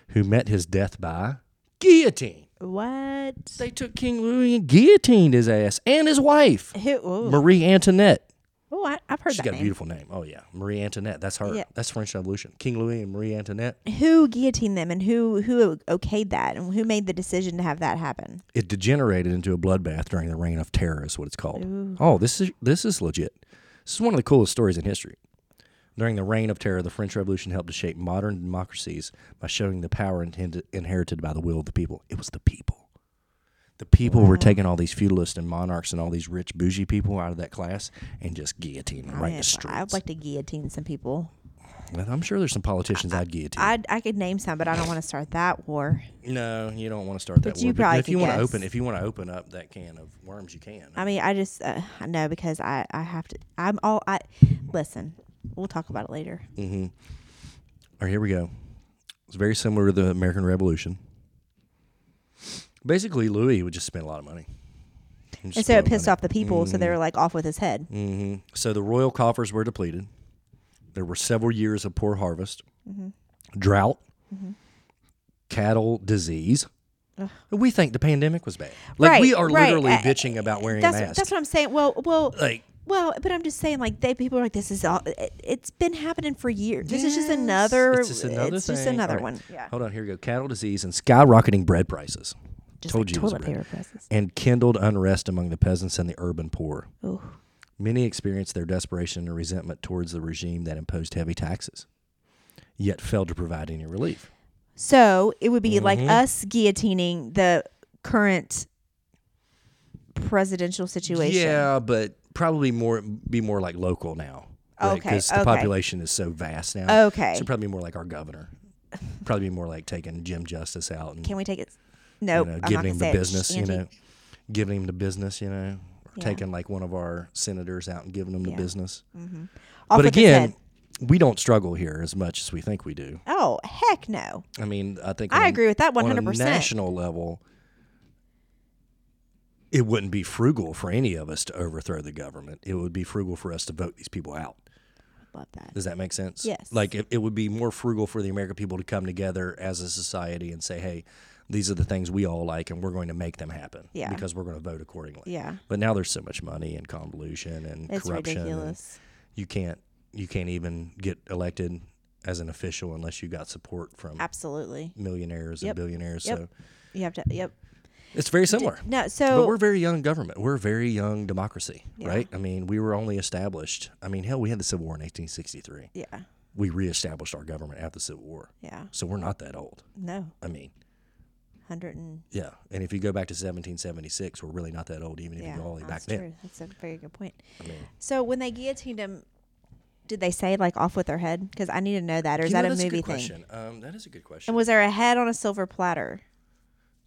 who met his death by guillotine.
What?
They took King Louis and guillotined his ass and his wife
Who? Oh,
Marie Antoinette.
oh I, I've heard
She's
that
got a
name.
beautiful name. Oh yeah, Marie Antoinette. That's her.
Yeah.
That's French Revolution. King Louis and Marie Antoinette.
Who guillotined them, and who who okayed that, and who made the decision to have that happen?
It degenerated into a bloodbath during the Reign of Terror. Is what it's called. Oh, this is this is legit. This is one of the coolest stories in history. During the Reign of Terror, the French Revolution helped to shape modern democracies by showing the power intended, inherited by the will of the people. It was the people. The people were taking all these feudalists and monarchs and all these rich bougie people out of that class and just guillotining them
I
right
mean,
to streets.
I'd like to guillotine some people.
And I'm sure there's some politicians I'd guillotine.
I I could name some, but I don't want to start that war.
no, you don't want to start that.
you
war,
probably
if you
could
want to
guess.
open, if you want to open up that can of worms, you can.
I mean, I just uh, I know because I I have to. I'm all I. Listen, we'll talk about it later.
All Mm-hmm. right, here we go. It's very similar to the American Revolution. Basically, Louis would just spend a lot of money.
And so it pissed off the people, so
Mm.
they were like off with his head.
hmm So the royal coffers were depleted. There were several years of poor harvest,
Mm-hmm.
drought, cattle disease. We think the pandemic was bad. Like we
Right,
are
right.
literally
Uh,
bitching about wearing
That's
masks.
that's what I'm saying. Well, well,
like
well, but I'm just saying like they people are like this is all. It, it's been happening for years. This is just
Yes.
another.
It's just another
it's just
thing.
another
All right.
one. Yeah.
Hold on, here we go. Cattle disease and skyrocketing bread prices.
Just
Told
like
you it was
toilet
bread.
paper presses.
and kindled unrest among the peasants and the urban poor.
Ooh.
Many experienced their desperation and resentment towards the regime that imposed heavy taxes, yet failed to provide any relief.
So it would be like
Mm-hmm.
us guillotining the current presidential situation.
Yeah, but probably more be more like local now.
Okay,
Because the
okay.
population is so vast now.
Okay.
So probably more like our governor. Probably more like taking Jim Justice out and
Can we take it?
you
Nope.
know,
I'm not
uh, giving
gonna say
him the
it. Shh,
business, you
Angie.
know, giving him the business, you know, or
Yeah.
taking like one of our senators out and giving him the
Yeah.
business.
Off
but
with his
again,
head.
we don't struggle here as much as we think we do.
oh heck no.
I mean, I think
I
on a-
agree with that
On a
100%.
national level, it wouldn't be frugal for any of us to overthrow the government. It would be frugal for us to vote these people out.
Love that.
Does that make sense?
Yes.
Like it, it would be more frugal for the American people to come together as a society and say, "Hey, these are the things we all like, and we're going to make them happen."
Yeah.
Because we're going to vote accordingly.
Yeah.
But now there's so much money and convolution and
It's
corruption. and
ridiculous.
You can't you can't even get elected as an official unless you got support from
Absolutely.
millionaires
Yep.
and billionaires.
Yep.
So
You have to. Yep.
it's very similar.
No.
but
So
we're very young government. We're a very young democracy, right? I mean, we were only established. I mean, hell, we had the Civil War in 1863.
yeah.
We reestablished our government after the Civil War.
Yeah.
So we're not that old.
No.
I mean,
Hundred and.
yeah. And if you go back to 1776, we're really not that old, even if
Yeah.
you go all the way back
that's
then.
true. That's a very good point. so when they guillotined him, did they say like off with their head? Because I need to know that, or is
You
that
know,
a
that's
movie
good
thing?
question. Um, that is a good question.
And was there a head on a silver platter?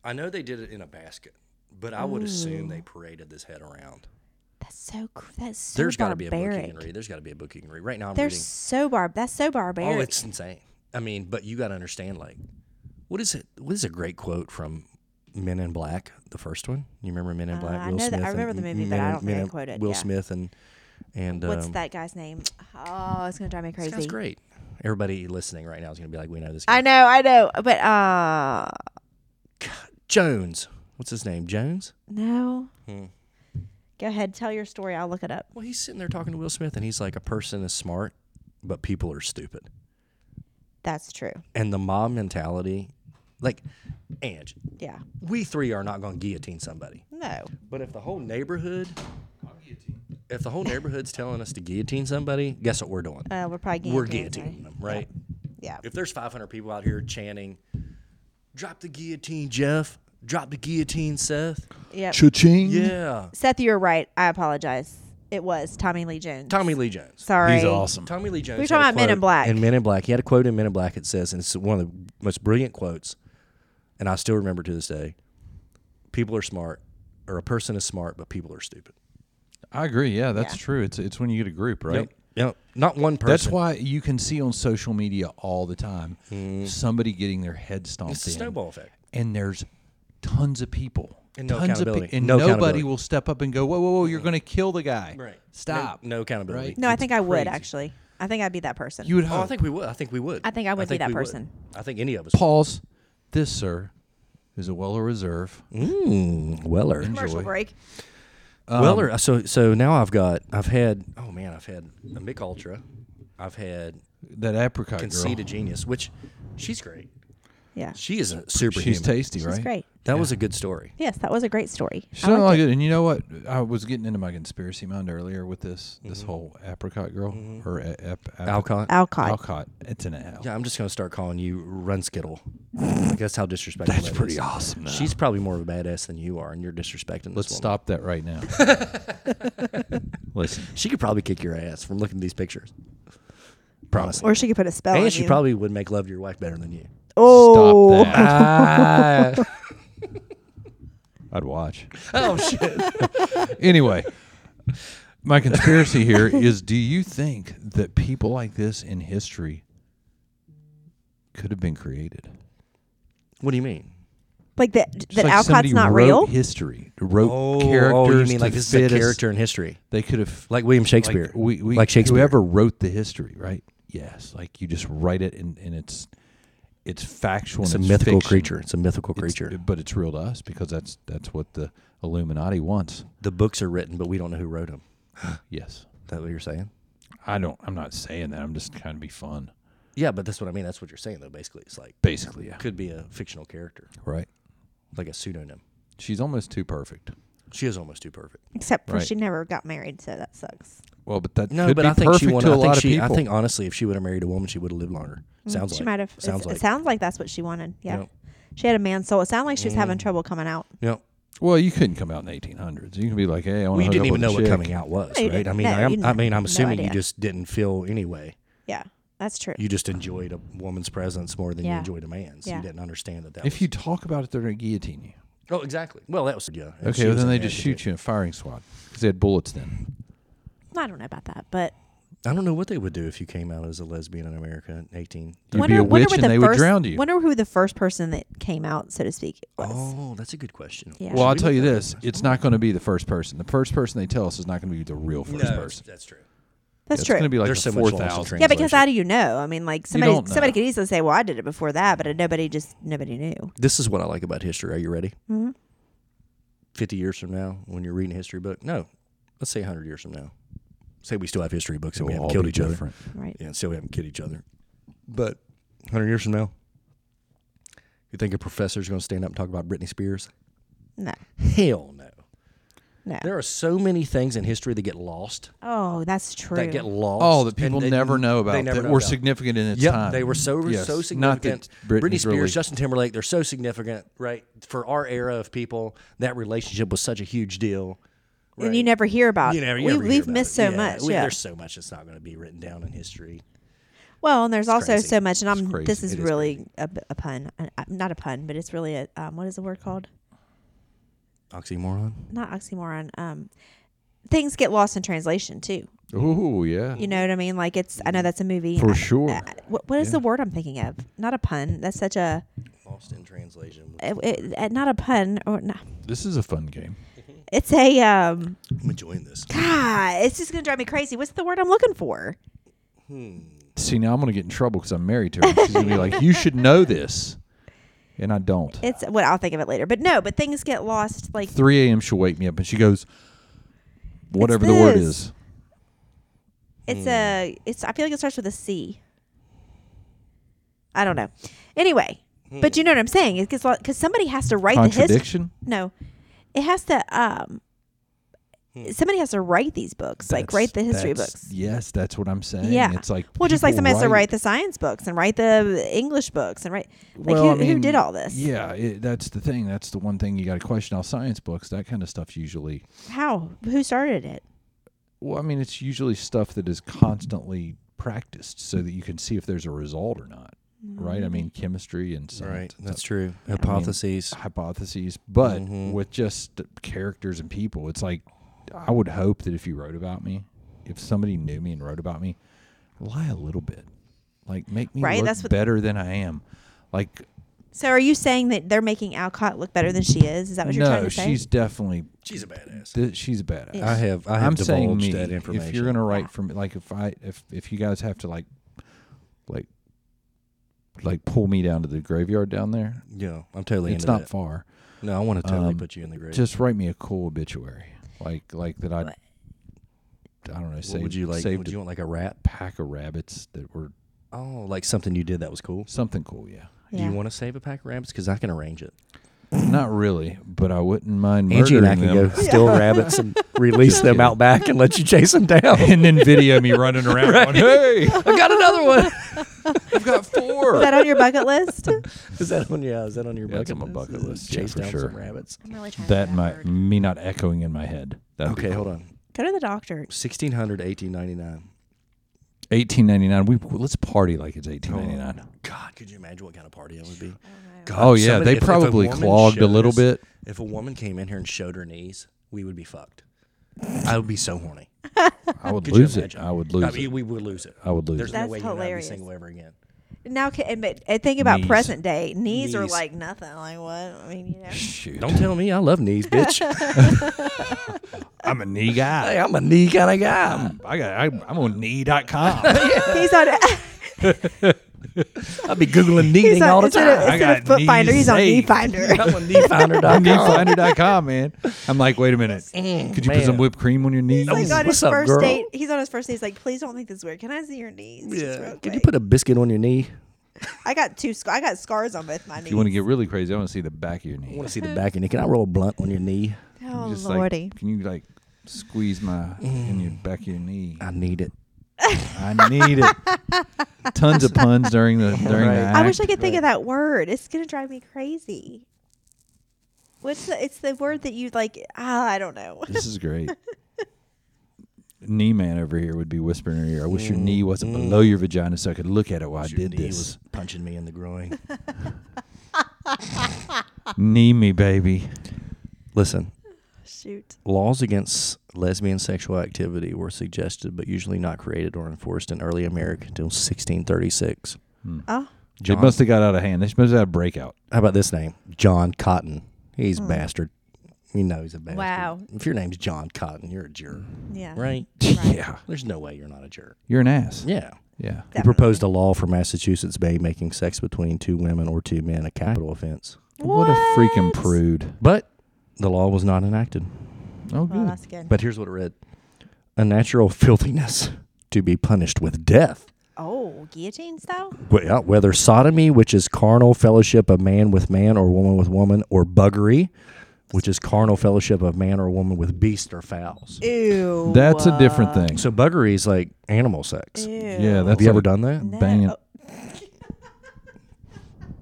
I know they did it in a basket, but I would assume they paraded this head around.
That's so. cr- That's so
There's got to be a book you
barbaric.
can read. There's got to be a book you can read. Right now, I'm
They're
reading.
so barb. That's so barbaric.
Oh, it's insane. I mean, but you got to understand, like, what is it? What is a great quote from Men in Black, the first one? You remember Men in
Uh,
Black?
I
Will
know that- I
Smith
remember
and-
the movie,
Men
but I
in-
don't
Men
think I
in-
quote it,
Will
yeah.
Smith and and
What's
um,
that guy's name? Oh, it's gonna drive me
This
crazy.
guy's great. Everybody listening right now is going to be like, we know this guy.
I know, I know, but uh,
Jones. What's his name? Jones.
no.
Hmm.
Go ahead, tell your story. I'll look it up.
Well, he's sitting there talking to Will Smith, and he's like, a person is smart, but people are stupid.
That's true.
And the mob mentality, like, Ange,
Yeah.
we three are not going to guillotine somebody.
No.
But if the whole neighborhood, if the whole neighborhood's telling us to guillotine somebody, guess what we're doing?
Uh, we're probably guillotining.
we're
somebody.
guillotining them, right?
Yeah.
If there's 500 people out here chanting, "Drop the guillotine, Jeff! Drop the guillotine, Seth!"
Yep.
Cha-ching.
Yeah,
Seth, you're right. I apologize. It was Tommy Lee Jones.
Tommy Lee Jones.
Sorry.
He's awesome.
Tommy Lee Jones.
We were
had
talking
a
about Men
quote
in Black.
In Men in Black, he had a quote in Men in Black. It says, and it's one of the most brilliant quotes, and I still remember to this day. People are smart, or a person is smart, but people are stupid.
I agree. Yeah, that's
Yeah.
true. It's it's when you get a group, right?
Yep. Yep. Not one person.
That's why you can see on social media all the time somebody getting their head stomped
Mm. it's a
in.
snowball effect.
and there's tons of people.
And no
tons Of
accountability.
pe- and
No
nobody
accountability.
will step up and go, whoa, whoa, whoa, you're going to kill the guy.
Right.
Stop.
No- no accountability.
Right?
no, I
It's
think I would
crazy.
actually. I think I'd be that person.
You would
Oh, I
hope.
think we would. I think we would.
I think I would be that
we
person.
I think any of us.
Pause. This, sir, is a Weller Reserve.
Mm, Weller. Um,
Commercial break.
Weller. uh, So so now I've got. I've had. Oh man, I've had a Mick Ultra. I've had
That apricot
Conceited
girl.
Genius, which she's great.
Yeah.
She is a superhuman.
She's tasty, right?
It's great.
That was a good story.
Yes, that was a great story.
She
I
sounded
liked
like
it.
it. And you know what? I was getting into my conspiracy mind earlier with this this whole apricot girl or a- ap- ap-
Mm-hmm. Alcott.
Alcott.
Alcott. It's an L.
Yeah, I'm just gonna start calling you Runskittle. like that's how disrespectful.
That's
that
pretty
is.
awesome. Though.
She's probably more of a badass than you are, and you're disrespecting.
Let's
this woman.
stop that right now. Listen,
She could probably kick your ass from looking at these pictures. Promise.
Or she could put a spell. on
and she
you.
probably would make love to your wife better than you.
Oh.
stop that. I'd watch.
oh shit!
Anyway, my conspiracy here is do you think that people like this in history could have been created?
What do you mean?
Like that. That
Just like
Alcott's
somebody
not
wrote
real.
History wrote
Oh,
characters.
oh, you mean
to
like this
fit
is a
us.
character in history,
They could have
like William
like,
Shakespeare,
we, we,
like Shakespeare.
Whoever wrote the history, right? Yes, like you just write it and, and it's it's factual.
It's a
and
mythical
fiction.
creature. It's a mythical
It's-
creature.
but it's real to us because that's that's what the Illuminati wants.
the books are written, but we don't know who wrote them.
Yes,
That what you're saying?
I don't. I'm not saying that. I'm just trying to be fun.
Yeah, but that's what I mean. That's what you're saying, though. Basically, it's like
Basically, yeah.
could be a fictional character,
Right.
like a pseudonym.
She's almost too perfect.
She is almost too perfect.
Except for
Right.
she never got married, so that sucks.
Well, but that
No,
could
but
be
I think
perfect
she wanted.
to a
I think
lot
she,
of people.
I think honestly, if she would have married a woman, she would have lived longer. Sounds
she
like
might have. it's-
Sounds like.
It sounds like that's what she wanted. Yeah.
Yep.
She had a man soul. It sounded like she was having trouble coming out.
Yep.
well, you couldn't come out in the 1800s. You can be like, hey, I want
Well,
to.
you didn't even know
chick.
what coming out was,
No, you
right? I
didn't.
mean,
No, you
I'm,
didn't
I
have-
mean, I'm
no
assuming you
idea.
just didn't feel anyway.
Yeah, that's true.
You just enjoyed a woman's presence more than you
Yeah.
enjoyed a man's.
Yeah.
You didn't understand that. that
If
was,
you talk about it, they're going to guillotine you.
oh, exactly. Well, that was yeah.
Okay, well, then they just shoot you in a firing squad because they had bullets then.
I don't know about that, but
I don't know what they would do if you came out as a lesbian in America in 18.
You'd be a
wonder
witch
what
and
the
they would
first-
drown you.
Wonder who the first person that came out, so to speak, was.
Oh, that's a good question.
Yeah.
Well, I'll
Should
tell
we
you
look that
this:
up?
it's not going to be the first person. The first person they tell us is not going to be the real
No,
first person.
that's true.
that's
it's
true.
going to be like
There's
the
so much
four
loss of
thousand.
train.
yeah, because
translation.
how do you know? I mean, like somebody
don't
somebody
know.
could easily say, "Well, I did it before that," but nobody just nobody knew.
This is what I like about history. Are you ready? Mm-hmm. 50 years from now, when you're reading a history book, no, let's say 100 years from now. Say we still have history books and we haven't killed each other.
Right?
Yeah, and still we haven't killed each other. But 100 years from now, you think a professor's going to stand up and talk about Britney Spears?
No,
Hell no.
no.
There are so many things in history that get lost.
oh, that's true.
That get lost.
Oh, that
and
people
they-
never know about.
They never
that
know
were
about.
significant in its
Yep,
time.
they were so
Yes.
so
Not that
significant. Britney
Britney's
Spears,
really-
Justin Timberlake, they're so significant, right? For our era of people, that relationship was such a huge deal. Right?
And you never hear about.
You never- you
we,
never hear
we've
about
missed so
it.
much.
we-
yeah.
there's so much that's not going to be written down in history.
Well, and there's also
crazy.
so much, and I'm.
crazy.
This is
It is
really a, a pun, Uh, uh, not a pun, but it's really a um, what is the word called?
Oxymoron.
Not oxymoron. Um, things get lost in translation too.
Oh yeah,
You know what I mean? Like it's. I know uh, that's a movie.
for
I-
sure.
I- what, what is the word I'm thinking of? Not a pun. That's such a
Lost in translation.
it, it, uh, not a pun or no,
This is a fun game.
it's a um
I'm enjoying this.
God, it's just gonna drive me crazy. What's the word I'm looking for?
See, now I'm going to get in trouble because I'm married to her. She's going to be like, "You should know this," and I don't.
It's what I'll think of it later. But no, but things get lost like
3 a.m. she'll wake me up and she goes, "Whatever the word
this.
is."
it's a
Hmm.
it's I feel like it starts with a C. I don't know. Anyway, but you know what I'm saying? It gets because somebody has to write the history.
Hmm. Contradiction.
No, it has to um. Somebody has to write these books, like
Hmm. That's-
write the history
that's-
books.
Yes, that's what I'm saying.
Yeah.
It's like
Well, just like
people
somebody has to write the science books and write the English books and write like
Well,
who,
I
who
mean,
did all this?
Yeah, it, that's the thing. That's the one thing you got to question. All science books, that kind of stuff's usually
How? Who started it?
Well, I mean, it's usually stuff that is constantly practiced so that you can see if there's a result or not, right? I mean, chemistry and
Mm-hmm. Right.
science,
That's true. Hypotheses.
hypotheses, but
Mm-hmm.
with just characters and people, it's like I would hope that if you wrote about me, if somebody knew me and wrote about me, lie a little bit, like make me
Right,
look
that's what-
better than I am. Like
So are you saying that they're making Alcott look better than she is? Is that what you're trying
no,
to say?
she's definitely
She's a badass.
th- she's a badass.
I have I have
I'm saying
divulged
me.
that information.
If you're gonna write for me, like if I if if you guys have to like like like pull me down to the graveyard down there,
yeah, I'm totally
it's
into
not
that.
far.
No, I want to totally
Um,
put you in the grave.
Just write me a cool obituary, like like that. I
What?
I don't know.
what
Saved,
would you like?
Saved
Would you
a
want like a rap?
pack of rabbits that were
Oh, like something you did that was cool.
something cool. Yeah,
yeah.
Do you want to save a pack of rabbits? Because I can arrange it.
not really, but I wouldn't mind
Angie
murdering
and I can
them
go steal rabbits and release them
kidding.
out back and let you chase them down.
and then video me running around. going, hey,
I got another one.
I've got
Is
four.
that on your bucket list? I'm
Is that on? Yeah, is that on your
Yeah, it's
bucket?
on my
list?
bucket list, yeah,
Chase
for
down
sure.
some rabbits.
really trying
That might me not echoing in my head. That'd be
Okay,
cool.
hold on.
Go to the doctor.
1600 1899.
1899. We let's party like it's 1899.
God, could you imagine what kind of party that would be? God,
Oh, yeah,
somebody-
they
if- if a
probably
woman
clogged a
showed
little
us-
bit.
If a woman came in here and showed her knees, we would be fucked. I would be so horny.
I would
Could you
lose it.
imagine?
I would
I
lose
mean,
it.
we would lose it.
I would lose
There's
it.
That's
no way you and I would be
hilarious.
single ever again.
Now, can, but uh, think about
Knees.
present day. Knees, are
Knees.
like nothing. Like what? I mean, you know.
Shoot.
Don't tell me I love knees, bitch.
I'm a knee guy.
hey, I'm a knee kind of guy.
I got. I, I'm on knee.com.
He's on.
I'll be googling knee
He's
thing all
on.
the
Instead
time.
of,
I
instead of
got
foot finder, he's on knee
knees
finder.
I'm a knee finder. dot com.
Kneefinder.com, man. I'm like, wait a minute. Could you put
man.
some whipped cream on your knees?
Like on his
What's up,
first
girl?
date, he's on his first date. He's like, "Please don't think this is weird. Can I see your knees?" Just
Yeah.
real
Could you
quick."
put a biscuit on your knee?
I got two. Sc- I got scars on both my knees.
If you want to get really crazy, I want to see the back of your
I
knee.
want to see the back of your knee. Can I roll a blunt on your knee?
oh
You just
lordy! Mm.
like, can you like squeeze my in your back of your knee?
I need it.
I need it. Tons of puns during the during the
Right.
act.
I wish I could think of that word. It's gonna drive me crazy. What's the? It's the word that you like. Ah, I don't know.
This is great. knee man over here would be whispering in your ear. I wish your knee wasn't below your vagina so I could look at it while I
Your
did
knee
this.
was punching me in the groin.
knee me, baby.
Listen,
Shoot.
laws against lesbian sexual activity were suggested, but usually not created or enforced in early America until 1636.
Oh,
They must have got out of hand. They must have had a breakout.
How about this name? John Cotton. He's a bastard. You know he's a bastard.
Wow. Mm-hmm.
If your name's John Cotton, you're a jerk,
yeah.
right?
Yeah.
There's no way you're not a jerk.
You're an ass.
Yeah.
Yeah.
He proposed a law for Massachusetts Bay making sex between two women or two men a capital offense.
What? a freaking prude.
But the law was not enacted.
Oh,
Well,
good.
that's good.
But here's what it read A natural filthiness to be punished with death.
oh, guillotine style.
Wh- yeah, Whether sodomy, which is carnal fellowship of man with man or woman with woman, or buggery, which is carnal fellowship of man or woman with beast or fowls.
Ew.
That's a different thing.
So buggery is like animal sex.
Ew. oh.
yeah, that's
Have you ever
like
done that?
No.
Banging.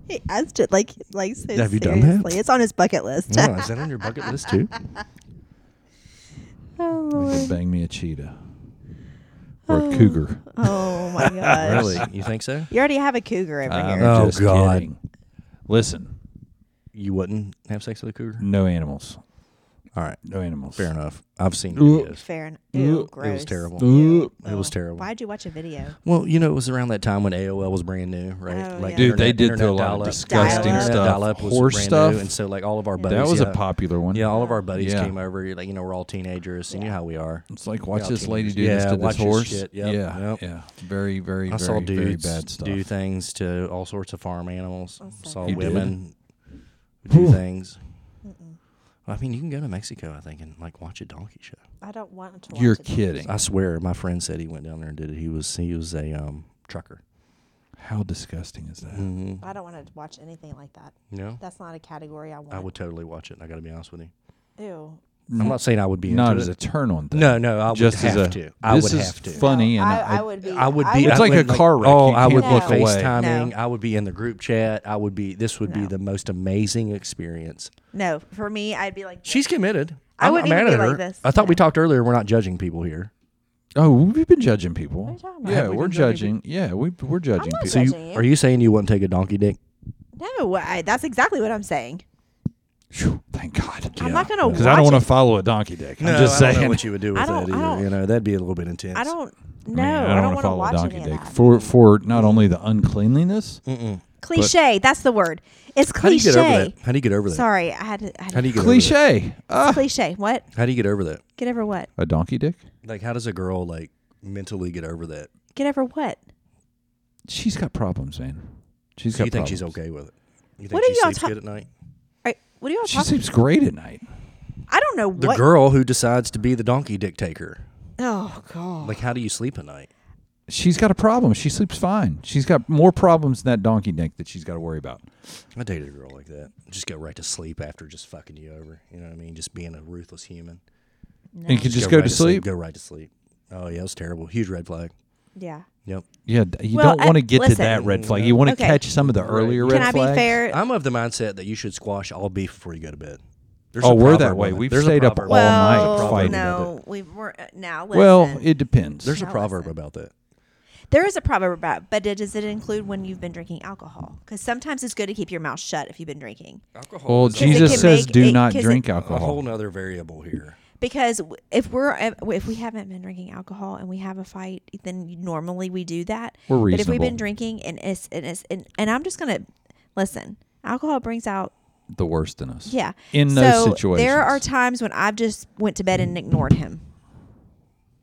He asked it like like so
Have you done
seriously.
that?
It's on his bucket list.
No, is that on your bucket list too?
Uh, oh
You could
lord.
Bang me a cheetah. Or a cougar.
Oh my gosh.
Really? You think so?
You already have a cougar over
I'm
here.
Oh,
just
God.
kidding. Listen,
You wouldn't have sex with a cougar?
Mm.
no animals.
All right.
No animals.
Fair enough. I've seen
Ooh.
videos.
Fair enough. Ew,
Ooh, it
gross.
It was terrible.
Ooh.
It was terrible.
Why'd you watch a video?
Well, you know, it was around that time when AOL was brand new, right?
Oh, yeah.
Dude, they did
internet
do a lot of
dial-up.
disgusting
Internet
stuff.
dial-up was
Horse
brand
stuff.
new, and so like all of our buddies.
That was
yeah.
a popular one.
Yeah, all of our buddies
Yeah.
came over. Like you know, we're all teenagers, and you know how we are.
It's like watch
Yeah,
this
teenagers.
lady do this
Yeah,
to
watch
this
this
horse.
shit. Yep,
yeah,
yep.
yeah. Very, very,
I
very,
saw dudes
very bad stuff.
do things to all sorts of farm animals.
so
saw
You did?
women do
Ooh.
things. I mean, you can go to Mexico, I think, and like watch a donkey show.
I don't want to.
You're kidding.
I swear, my friend said he went down there and did it. He was he was a um, trucker.
How disgusting is that?
Mm-hmm.
I don't want to watch anything like that.
No,
That's not a category I want.
I would totally watch it. I got to be honest with you.
Ew.
I'm Mm-hmm. not saying I would be
Not
into
as
it.
a turn on thing.
No, no, I would
just
have
as a.
to. I would
this is
have to.
funny, and
I,
I,
I would be.
I would
I
be.
It's
I
like
would,
a car wreck.
Oh,
You
I would
can't
look
look away.
FaceTiming.
No.
I would be in the group chat. I would be. This would be
No.
the most amazing experience.
no, for me, I'd be like.
She's committed.
I
I'm not
wouldn't
mad
even
at
be
her.
like this.
I thought we talked earlier. We're not judging people here.
Oh, we've been judging people.
What are you talking about?
Yeah,
We've
we're
been judging
judging. Yeah, we we're judging
not
people.
So you,
Judging you.
are you saying you wouldn't take a donkey dick?
No, I, that's exactly what I'm saying.
Phew, thank God.
I'm not gonna
Because I don't
watch
want to
it.
follow a donkey dick. I'm just
I don't know
saying.
what you would do
I
with
don't-
that
I
either.
don't-
You know, that'd be a little bit intense.
I don't.
I
No,
mean,
I don't,
wanna
want to watch
follow a donkey
any of
dick
that.
for for not only the uncleanliness.
cliche. that's the word. It's
How do you
cliche.
get over that? How do you get over that?
Sorry, I had to. I had
How do you get Over
Cliche. Ah.
that? cliche? What?
that? How do you get over that?
Get over what?
A donkey dick.
Like, how does a girl like mentally get over that?
Get over what?
She's got problems, man. She's
So
got.
you think she's
problems.
okay with it? You think
What are
she
y'all
sleeps
ta-
good at night?
Are, what are y'all
She
talking?
sleeps great at night.
I don't know
The
what.
girl who decides to be the donkey dick taker.
oh god.
Like, how do you sleep at night?
She's got a problem. She sleeps fine. She's got more problems than that donkey dick that she's got to worry about.
I dated a girl like that. Just go right to sleep after just fucking you over. You know what I mean? Just being a ruthless human.
No.
And can just go
right
to sleep.
Go right to sleep. Oh yeah, it was terrible. Huge red flag.
yeah.
Yep.
Yeah, d- you
Well,
don't
I-
want to get to
listen.
that red flag. You want to
Okay.
catch some of the earlier red
Can I
flags.
be fair?
I'm of the mindset that you should squash all beef before you go to bed. There's
Oh,
a
we're that
proverb
way.
on
We've
There's a
stayed up
proverb
all
on that.
night
There's a
well,
proverb
fighting.
about
no,
that.
we were uh, now. Listen.
Well, it depends.
There's a
Now
proverb
listen.
about that.
there is a proverb about, but it, does it include when you've been drinking alcohol? Because sometimes it's good to keep your mouth shut if you've been drinking.
Alcohol.
well,
it
Jesus
can
says,
make-
"Do
it-
not
'cause
drink
a whole
alcohol."
nother variable here.
because w- if we're if we haven't been drinking alcohol and we have a fight then normally we do that
We're
but if we've been
reasonable.
drinking and it's, and it's and, and i'm just gonna listen alcohol brings out
The worst in us.
yeah
In
so
those situations,
there are times when i've just went to bed and ignored him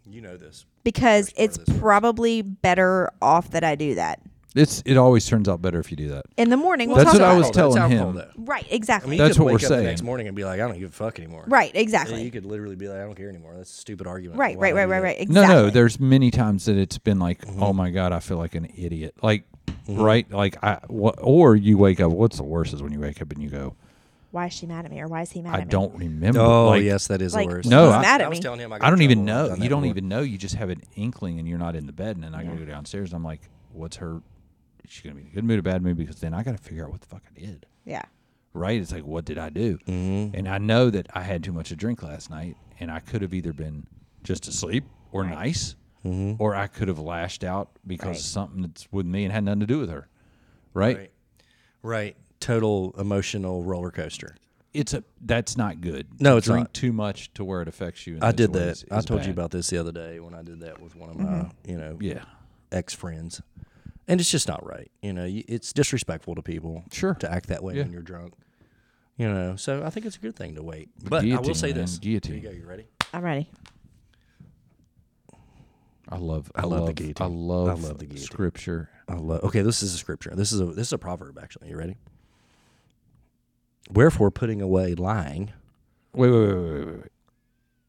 You know this.
because
First part
it's
of this.
probably better off that i do that
it's it always turns out better if you do that.
in the morning we'll
That's
talk
what I
about
was
it.
telling
That's
him.
alcohol, though.
right
I mean,
exactly
you
That's
could
what
wake
we're
up
saying.
The next morning and be like, I don't give a fuck anymore.
right
Yeah, you
exactly
could literally be like, I don't care anymore. That's a stupid argument.
right right
Why do
right
that?
right right
No,
exactly
no. There's many times that it's been like, "Oh my God, I feel like an idiot." Like, right? Like I. wha- or you wake up. What's the worst is when you wake up and you go,
why is she mad at me or why is he mad
"I
at me
don't remember."
Oh
like,
yes, that is
like,
the worst.
No,
he's
I-
mad at
I was
me
telling him I, got
I
in
don't even
trouble. I've
know.
done
You
that
don't
before.
even know. You just have an inkling, and you're not in the bed. And then I gotta go downstairs. I'm like, "What's her? Is she gonna be in a good mood or bad mood?" Because then I gotta figure out what the fuck I did.
yeah
right? It's like, what did I do?
Mm-hmm.
And I know that I had too much to drink last night, and I could have either been just asleep or nice,
Mm-hmm.
or I could have lashed out because
Right.
of something that's with me and had nothing to do with her, right?
Right. Right. Total emotional roller coaster.
It's a that's not good.
No,
To
it's
drink
not.
too much to where it affects you. in
I
those
did that.
ways
I
is
told you
bad.
about this the other day when I did that with one of my,
Mm-hmm.
you know,
Yeah,
ex friends, and it's just not right. You know, you, it's disrespectful to people.
Sure.
To act that way
Yeah.
when you're drunk. You know, so I think it's a good thing to wait. But I will
guillotine,
say
man,
this:
guillotine.
Here you go. You ready?
i'm ready
I love. I,
I love the
love. I
guillotine. I
love.
love the guillotine.
scripture.
I love. Okay, this is a scripture. This is a this is a proverb actually. You ready? Wherefore, putting away lying.
Wait, wait, wait, wait, wait, wait.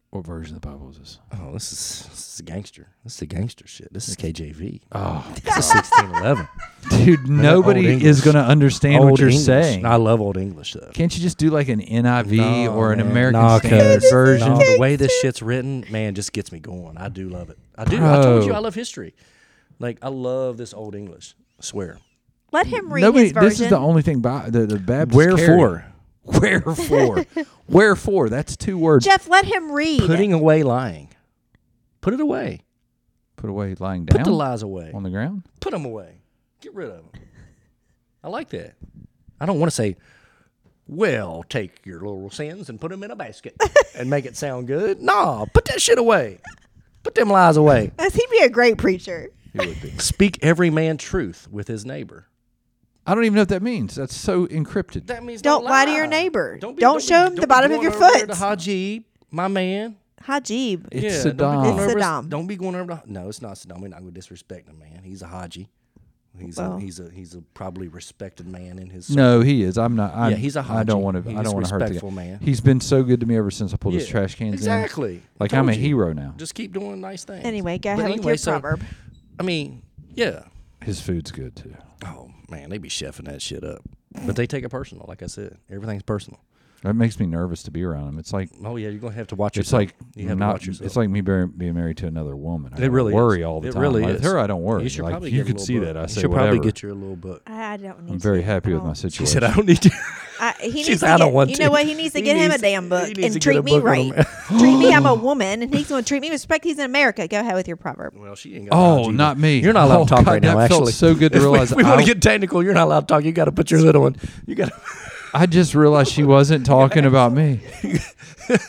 What version of the Bible is this?
Oh, this is this is gangster. This is the gangster shit. This is KJV.
Oh,
This is sixteen eleven.
dude, nobody is
English.
going to understand what you're
English.
saying.
I love old English though.
Can't you just do like an NIV
Nah,
or an
man.
American
Nah,
Standard
'cause-
version?
nah, the way this shit's written, man, just gets me going. I do love it. I do. I told you
Bro.
I love history. Like I love this old English. Swear.
let him read
Nobody.
his version
This is the only thing by the the Baptist. Wherefore? Wherefore? That's two words.
Jeff, let him read.
putting away lying. Put it away.
Put away, lying
Put
down
the lies away.
on the ground.
Put them away. Get rid of them. I like that. I don't want to say, "Well, take your little sins and put them in a basket and make it sound good." Nah, put that shit away. Put them lies away.
He'd be a great preacher.
It would be.
Speak every man truth with his neighbor.
I don't even know what that means. That's so encrypted.
That means
Don't lie to your neighbor. Don't show him the bottom of
going
your
over there
foot.
To Haji, my man.
Hajib.
It's
yeah, Don't be,
Saddam.
going
It's
over,
Saddam.
don't be going over to. No, it's not Saddam. We're not going to disrespect him, man. He's a Haji. He's
Well.
a he's a he's a probably respected man in his.
No, he is. I'm not. I'm,
Yeah, he's a
I don't
Haji.
want to. I
He's
don't want to hurt the guy.
respectful, man.
He's been so good to me ever since I pulled his
Yeah,
trash cans in.
Exactly.
Like
Told
I'm a
you.
hero now.
Just keep doing nice things.
Anyway, go
But
ahead with
anyway,
your
so,
proverb.
I mean, yeah.
His food's good too.
Oh man, they be chefing that shit up, but they take it personal. Like I said, everything's personal.
That makes me nervous to be around him. It's like
Oh yeah, you're gonna have to watch
It's
yourself.
like
you have
not-
to watch yourself.
It's like me bear- being married to another woman. I
It really is.
worry all the
It
time.
really
Like,
is.
With her, I don't worry.
You should
Like,
probably
you
get a
could
little
see
book.
that. I
You
say
should
whatever.
probably get your Oh, little book.
I, I don't need
I'm very
to.
happy
I
with my
don't-
situation.
She said, "I don't need to."
I, he
She's,
needs to
"I don't
get-
want
you
to."
know what? He needs to
He
get him
needs-
a damn book
he needs to
and
get a
treat me
book on
right. treat me, I'm a woman, and he's going to treat me with respect. He's in America. Go ahead with your proverb.
Well, she ain't got
Oh,
either.
not me.
You're not allowed
Oh,
to talk
God,
right
that
now.
felt
actually,
so good to
If we-
realize
If we want
I-
to get technical, you're not allowed to talk. You got to put your little one. You got to
I just realized she wasn't talking about me.
Let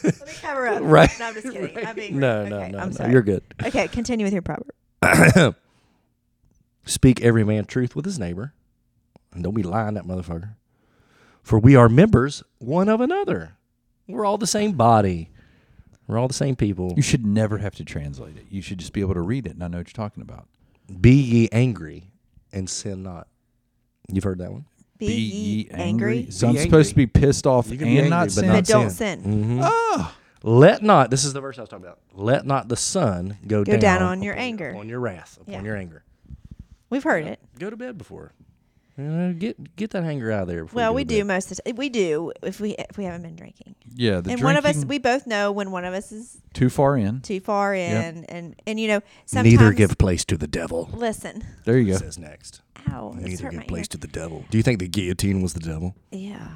me cover up.
Right.
No, I'm just kidding. I'm being
no,
rude.
no,
Okay,
no,
I'm
no.
sorry.
You're good.
Okay, continue with your proverb.
Speak every man truth with his neighbor, and don't be lying that motherfucker. For we are members one of another. We're all the same body. We're all the same people.
You should never have to translate it. You should just be able to read it and I know what you're talking about.
Be ye angry and sin not. You've heard that one.
Be, ye angry,
So I'm
Be
supposed to be pissed off
You
and
can be angry,
not Ah!
but
sin.
but
not
don't
sin.
sin.
Mm-hmm. Let not. This is the verse I was talking about. Let not the sun go,
Go down on
upon
your anger.
on your wrath, upon
Yeah.
your anger.
We've heard it.
Go to bed before. Uh, get get that anger out of there. before you
Well,
go
we
to
do
bed.
most of the time. We do if we if we haven't been drinking.
Yeah, the
and one of us,
drinking
we both know when one of us is
too far in.
too far in, and and you know sometimes
Neither give place to the devil.
listen.
There you go.
Says next.
Ow, this
Neither
hurt
give
my
place to the devil. Do you think the guillotine was the devil?
ear. Yeah.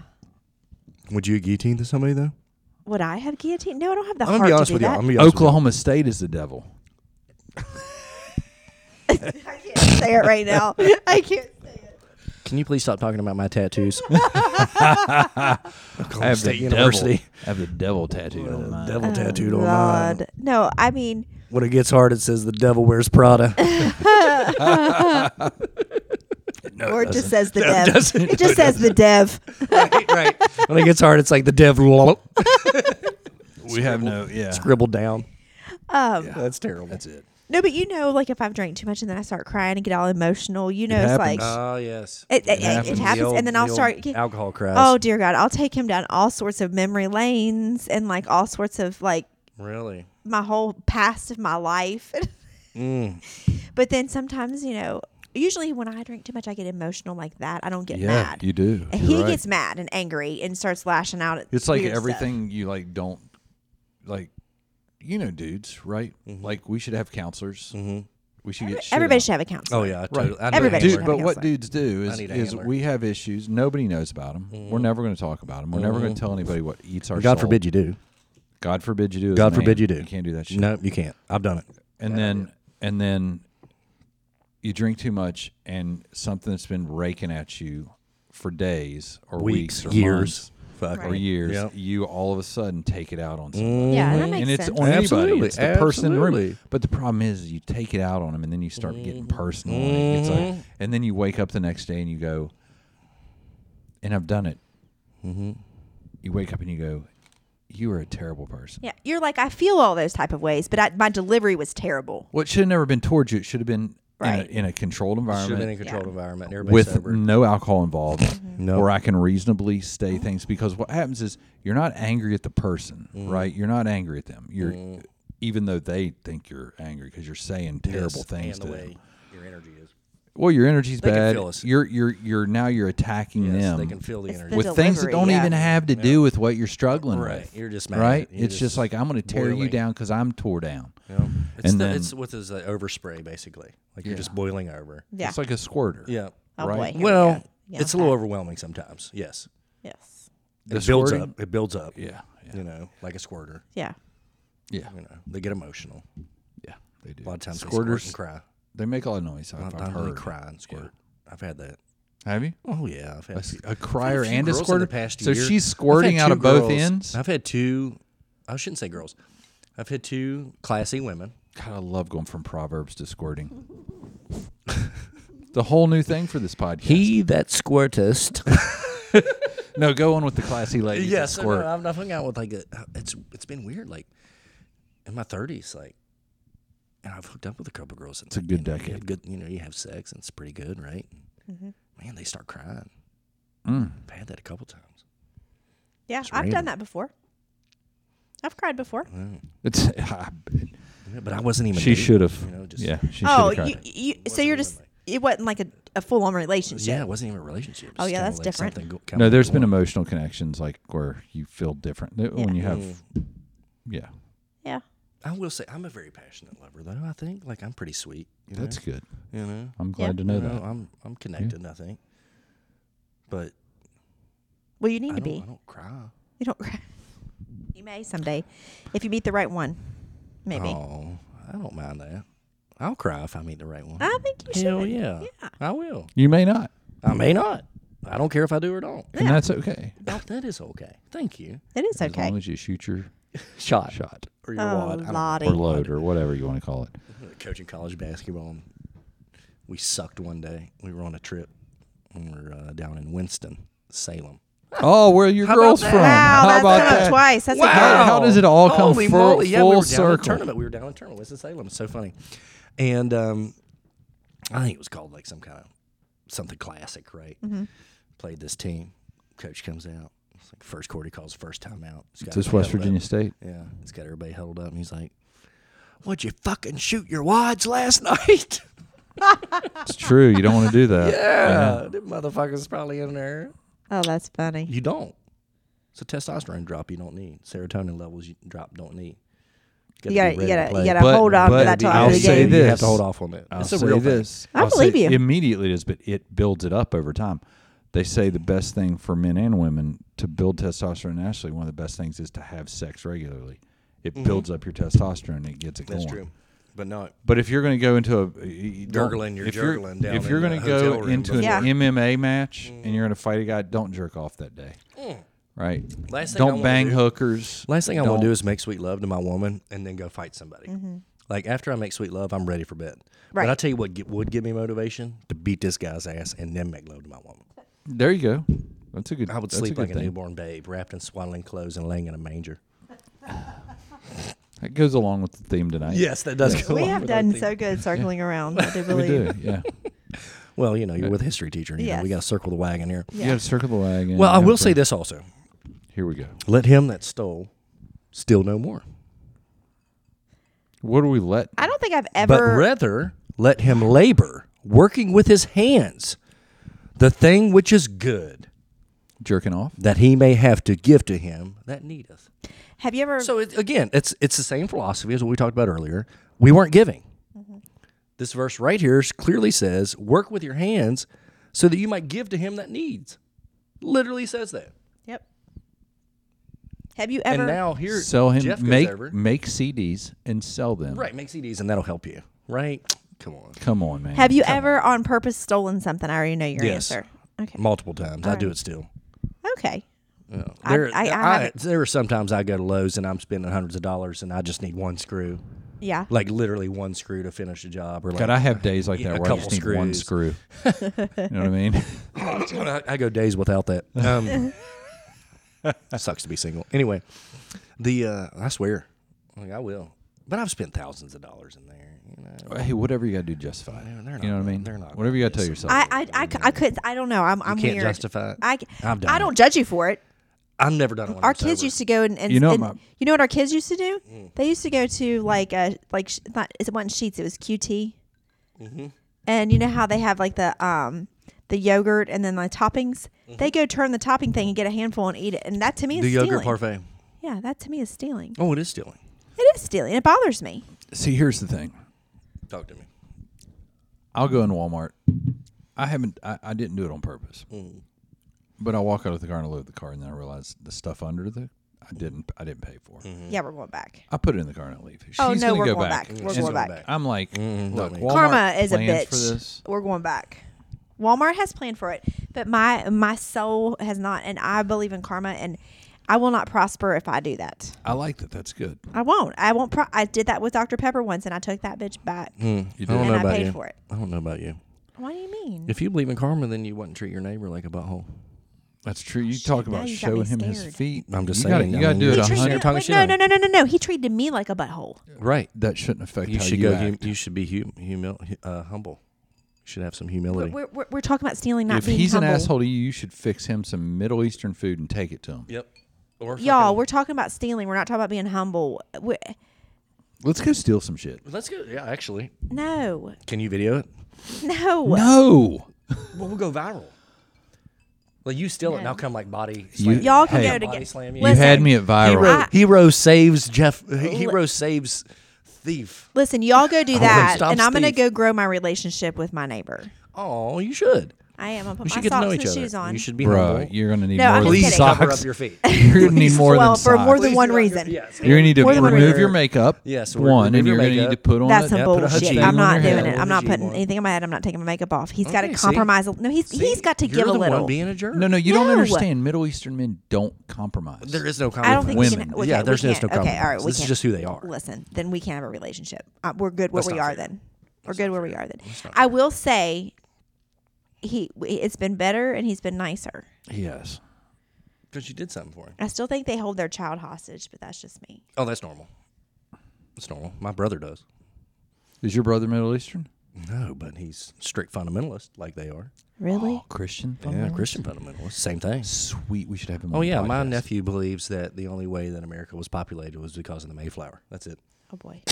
Would you guillotine to somebody though?
Would I have guillotine? No, I don't have the
I'm gonna
heart
be honest
to do
with you. I'm
that.
gonna be honest with you.
Oklahoma State is the devil.
I can't say it right now. I can't. say it.
Can you please stop talking about my tattoos?
I
Oklahoma
have
State
the devil.
University.
I have the devil tattooed on mine.
Devil tattooed on mine.
Oh, God, no. I mean,
When it gets hard, it says the devil wears Prada.
or it just says the
it
dev.
doesn't.
It just says the dev.
right, right. When it gets hard, it's like the devil
We have no. Yeah.
scribbled down.
Um,
That's terrible. That's it.
No, but you know, like if I've drank too much and then I start crying and get all emotional, you know, it's like
happens.
Oh yes.
it, it, it happens,
happens.
The old-
and then I'll
the old
start. Get,
alcohol crash.
oh dear God, I'll take him down all sorts of memory lanes and like all sorts of like
really?
my whole past of my life.
Mm.
But then sometimes, you know, usually when I drink too much, I get emotional like that. I don't get
yeah,
mad.
you do.
And
You're
he
right.
gets mad and angry and starts lashing out at
It's like
weird stuff.
everything you like don't like you know dudes, right?
Mm-hmm.
Like we should have counselors. Mm-hmm. We should get shit
Everybody
out.
should have a counselor.
Oh yeah. I
Right.
totally- I know
Everybody
that
should have
Dude,
one.
a
but what
counselor.
dudes do is,
need a
is
handler. Mm-hmm.
we have issues. Nobody knows about them. We're never going to talk about them. We're never going to tell anybody what eats our
God
soul.
forbid you do.
God forbid you do. is
God
a man.
forbid you do.
You can't do that shit.
No, you can't. I've done it.
and then and then you drink too much and something that's been raking at you for days or
Weeks,
weeks, or
years.
months
Fuck.
or
Right.
years
Yep. Mm.
you all of a sudden take it out on someone
Yeah, that makes
and it's
sense.
on anybody
Absolutely,
it's the person in the room
absolutely.
but the problem is you take it out on them and then you start getting
Mm-hmm.
personal and it gets
Mm-hmm.
like, and then you wake up the next day and you go and i've done it
Mm-hmm.
you wake up and you go you are a terrible person
Yeah, you're like I feel all those type of ways, but I, my delivery was terrible.
well it should have never been towards you it should have been
Right.
in, a, in a controlled
Should have
environment
been in a Mm-hmm. controlled environment. Everybody
with
sober.
no alcohol involved,
No.
where I can reasonably say
Mm-hmm.
things. Because what happens is you're not angry at the person,
Mm.
right? You're not angry at them. You're even though they think you're angry because you're saying terrible things
and
to
the
them.
way your energy is.
Well, your energy's
can
bad.
feel us.
You're you're you're now you're attacking
Yes,
them
they can feel the
It's
energy.
the
with things that
delivery,
don't
yeah.
even have to do with what you're struggling
Right.
with.
You're just mad.
right.
You're
it's just
just
like I'm going to tear you
boiling.
down because I'm tore down.
Yeah. It's,
And
the,
then-
it's what is the overspray basically? Like you're just boiling over.
Yeah.
It's like a squirter.
Yeah.
oh
right.
boy. here we
Well,
go. Yeah,
it's a little overwhelming sometimes. Yes.
Yes.
The
it builds
squirting-
up. It builds up.
Yeah. Yeah.
You know, like a squirter.
Yeah.
Yeah.
You know, they get emotional.
yeah they do.
A lot of times
squirters.
they squirt and cry.
They make a lot of noise.
A
I've,
lot of
I've
times they
heard.
cry and squirt. I've had that.
Have you?
Oh yeah, I've had.
a,
few-
a crier
few
and a
girls in the
squirter.
past
so
year.
she's
I've
squirting
had
out
two
of both
girls-
ends.
I've had two. I shouldn't say girls. I've had two classy women.
God, I love going from proverbs to squirting. the whole new thing for this podcast.
that squirtest.
no, go on with the classy lady.
yes, I know,
squirt.
I've, I've hung out with like a, it's it's been weird. Like in my thirties, like, and I've hooked up with a couple girls. It's
a good
You
decade.
have good, you know, you have sex and it's pretty good, right?
Mm-hmm.
Man, they start crying.
Mm.
I've had that a couple times.
Yeah.
It's
I've
random.
done that before. I've cried before.
It's,
Mm. Yeah, but I wasn't even.
she
dating,
should have.
You know, just
yeah, she
Oh,
should have.
you, you so you're just it wasn't like a, a full on relationship.
Yeah, it wasn't even a relationship.
Oh,
It's
yeah,
kinda
that's different.
something go-
No,
kinda
there's
going
been emotional connections like where you feel different th- when you have. Yeah,
Yeah.
I will say I'm a very passionate lover, though. I think like I'm pretty sweet. You
that's good.
know? you know,
I'm glad to know
You know,
that.
I'm I'm connected. I think, but
Well, you need
I
to
don't,
be.
I don't cry.
You don't. you may someday, if you meet the right one. Maybe.
Oh, I don't mind that. I'll cry if I meet the right one.
I think you should.
Hell yeah.
Yeah.
I will.
You may not,
I may not. I don't care if I do or don't.
and that's okay.
No, that is okay. Thank you.
It is
As
okay.
long as you shoot your
Shot.
shot
Or your
Oh,
wad. I don't know.
Lottie.
or load or whatever you want to call it.
Coaching college basketball. and We sucked one day. We were on a trip and we're uh, down in Winston, Salem.
Oh, where are your
How about
girls
that?
from?
Wow,
How
that's
about
come up
that?
twice. That's
Wow. How- how does it all come
Holy
full-
moly. Yeah, we
full
were Down in
circle?
a tournament. We were down in a tournament. Winston Salem. It's so funny. And um, I think it was called like some kind of something classic, right?
Mm-hmm.
Played this team. Coach comes out. It's like first quarter he calls first time out.
Is this West Virginia State?
Yeah, it's got everybody held up, and he's like, "Would you fucking shoot your wads last night?"
It's true. You don't want to do that. Uh,
yeah, that motherfucker's probably in there.
Oh, that's funny.
You don't. It's a testosterone drop you don't need. Serotonin levels you drop don't need.
You gotta, you gotta, you gotta
But-
hold on
but
to that till
I'll
after the
say
game.
this.
You have to hold off on it.
I'll
it's a
say
real thing.
this.
I
I'll
believe
say
you.
Immediately it is, but it builds it up over time. They say the best thing for men and women to build testosterone naturally, one of the best things is to have sex regularly. It builds up your testosterone and it gets it
That's
going.
true. But no,
But if you're going to go into a you don't-
Gurgling, you're
if you're,
gurgling down
if you're
in
going
the
to
hotel
go
room Mm.
into an
before. Yeah.
MMA match and you're going to fight a guy, don't jerk off that day, right?
Last Mm. thing I
don't
wanna
bang
do-
hookers.
last thing I want
Don't-
to do is make sweet love to my woman and then go fight somebody. Like after I make sweet love, I'm ready for bed.
Mm-hmm. Right.
But I tell you what, get, would give me motivation to beat this guy's ass and then make love to my woman.
There you go. That's a good.
I would
that's a
sleep
good
like a
thing.
newborn babe, wrapped in swaddling clothes and laying in a manger.
That goes along with the theme tonight.
Yes, that does. Go
We
along
have
with that
done
theme.
so good circling around. I do
we
believe.
do. Yeah.
Well, you know, you're with a history teacher. You know,
Yes. Mm-hmm.
we got to circle the wagon here.
You got to circle the wagon.
Well, I
Have
will
a-
say this also:
Here we go.
let him that stole steal no more,
What do we let?
I don't think I've
but
ever.
rather let him labor, working with his hands, the thing which is good,
Jerking off?
that he may have to give to him that needeth.
have you ever?
So it, again, it's it's the same philosophy as what we talked about earlier. We weren't giving.
Mm-hmm.
This verse right here s- clearly says, "Work with your hands, so that you might give to him that needs." Literally says that.
yep. Have you ever?
And now here,
Sell him.
Jeff goes
make
over.
make CDs and sell them.
right, make CDs, and that'll help you. Right? Come on.
Come on, man.
have you ever on purpose stolen something? I already know your
Yes.
answer. Okay.
Multiple times, I do it still.
Okay.
Yeah.
I-
There,
I- I haven't-
there are sometimes I go to Lowe's and I'm spending hundreds of dollars, and I just need one screw,
Yeah.
like literally one screw to finish a job, or like
God, I have days like
Yeah,
that
a
where I just need
couple
one screw. you know what I mean?
I, I go days without that. Um, sucks to be single. Anyway, the uh, I swear, like I will, but I've spent thousands of dollars in there. You know,
hey, whatever you got to do, justify it.
They're- they're
you know
not-
what I mean?
they're not
Whatever you got to tell yourself.
I, I, I, c- I couldn't. I don't know. I'm. I'm
can't
weird.
justify it.
I. c-
I've done
I don't judge you for it.
I've never done it. When
our
I'm
kids
sober.
used to go and, and
You know
and-
my-
you know what our kids used to do?
Mm.
They used to go to like a like sh- not it wasn't sheets, it was QT.
Mm-hmm.
And you know how they have like the um the yogurt and then the toppings. They go turn the topping thing and get a handful and eat it, and that to me is
Mm-hmm. the
stealing.
yogurt parfait.
Yeah, that to me is stealing.
Oh, it is stealing.
It is stealing. It bothers me.
See, here's the thing.
Talk to me.
I'll go in Walmart. I haven't. I, I didn't do it on purpose.
Mm.
But I walk out of the car and I load the car, and then I realize the stuff under the I didn't. I didn't pay for.
Mm-hmm. Mm.
Yeah, we're going back.
I put it in the car and I leave. She's
Oh no,
gonna
we're
go
going
back.
back. We're
She's
going back.
going back.
I'm like, look,
me.
Walmart
Karma is a
plans
bitch.
for this.
We're going back. Walmart has planned for it, but my my soul has not, and I believe in karma, and I will not prosper if I do that.
I like that. That's good.
I won't. I won't. Pro- I did that with Dr. Pepper once, and I took that bitch back.
You
Hmm, I don't
And
did.
know
I
about
paid
you.
for it.
I don't know about you.
What do you mean?
If you believe in karma, then you wouldn't treat your neighbor like a butthole.
That's true. You talk
now
about
you got me
showing him his
scared.
feet.
I'm just
you gotta-
saying, I
you got to
mean,
do
you
it a
should-
hundred.
tongue
wait,
shit
no,
out.
no, no, no, no, no. He treated me like a butthole.
Right.
That shouldn't affect
You
how
should
you
go.
act.
Hum- you should be hum- humil- hu- uh, humble. You should have some humility.
We're, we're, we're talking about stealing, not
if
being
he's
humble.
an asshole to you, you should fix him some Middle Eastern food and take it to him.
Yep. Or
Y'all, we're talking about stealing. We're not talking about being humble. we
Let's go steal some shit.
Let's go. Yeah, actually,
no,
can you video it?
no.
No,
Well, we'll go viral. Well, you steal it. Now come like body.
You-
slam.
Y'all can
Hey,
go to
body
get.
slam you.
you had me at viral.
Hero,
I-
hero saves Jeff. Hero saves thief.
Listen, y'all go do that,
stop
and I'm gonna
Steve.
go grow my relationship with my neighbor.
Oh, you should.
I am. I'll put
We should
my
get to know
socks
each
and
other.
shoes on.
You should be
Bro,
humble.
you're gonna need
No, I'm
more than
just
Please
kidding.
cover up
socks.
your feet.
You're gonna need more
well,
than
for
socks.
more than
Please
one
do not give-
reason.
yes.
You're gonna need to
More than one
remove
reason.
your makeup.
Yes, we're-
one,
remove
and
your
you're gonna
makeup.
need to put on
That's
a-
some
Yeah, put a
bullshit.
hijab
I'm
on
not
your
doing
head.
it. I'm not
Hijab
putting
on.
anything on my head. I'm not taking my makeup off. He's got
Okay,
to
see?
compromise. a No, he's he's
See?
got to
You're
give
the
a
One
little.
being a jerk.
No, no, you don't
No.
understand. Middle Eastern men don't compromise.
There is no compromise.
I don't think we
Women.
can. okay,
yeah,
we
there's no
can't-
compromise.
Okay, all right. We
this
can't.
is just who they are.
Listen, then we can't have a relationship. Uh, we're good where
That's
we
not
are.
fair.
Then we're good where we are. Then I will say, he it's been better and he's been nicer.
Yes.
Because you did something for him.
I still think they hold their child hostage, but that's just me.
Oh, that's normal. That's normal. My brother does.
Is your brother Middle Eastern?
No, but he's strict fundamentalist, like they are.
Really?
Oh, Christian.
Yeah,
fundamentalist?
Christian fundamentalist. Same thing.
Sweet. We should have him.
Oh
on the
yeah, my
podcast.
nephew believes that the only way that America was populated was because of the Mayflower. That's it.
Oh boy.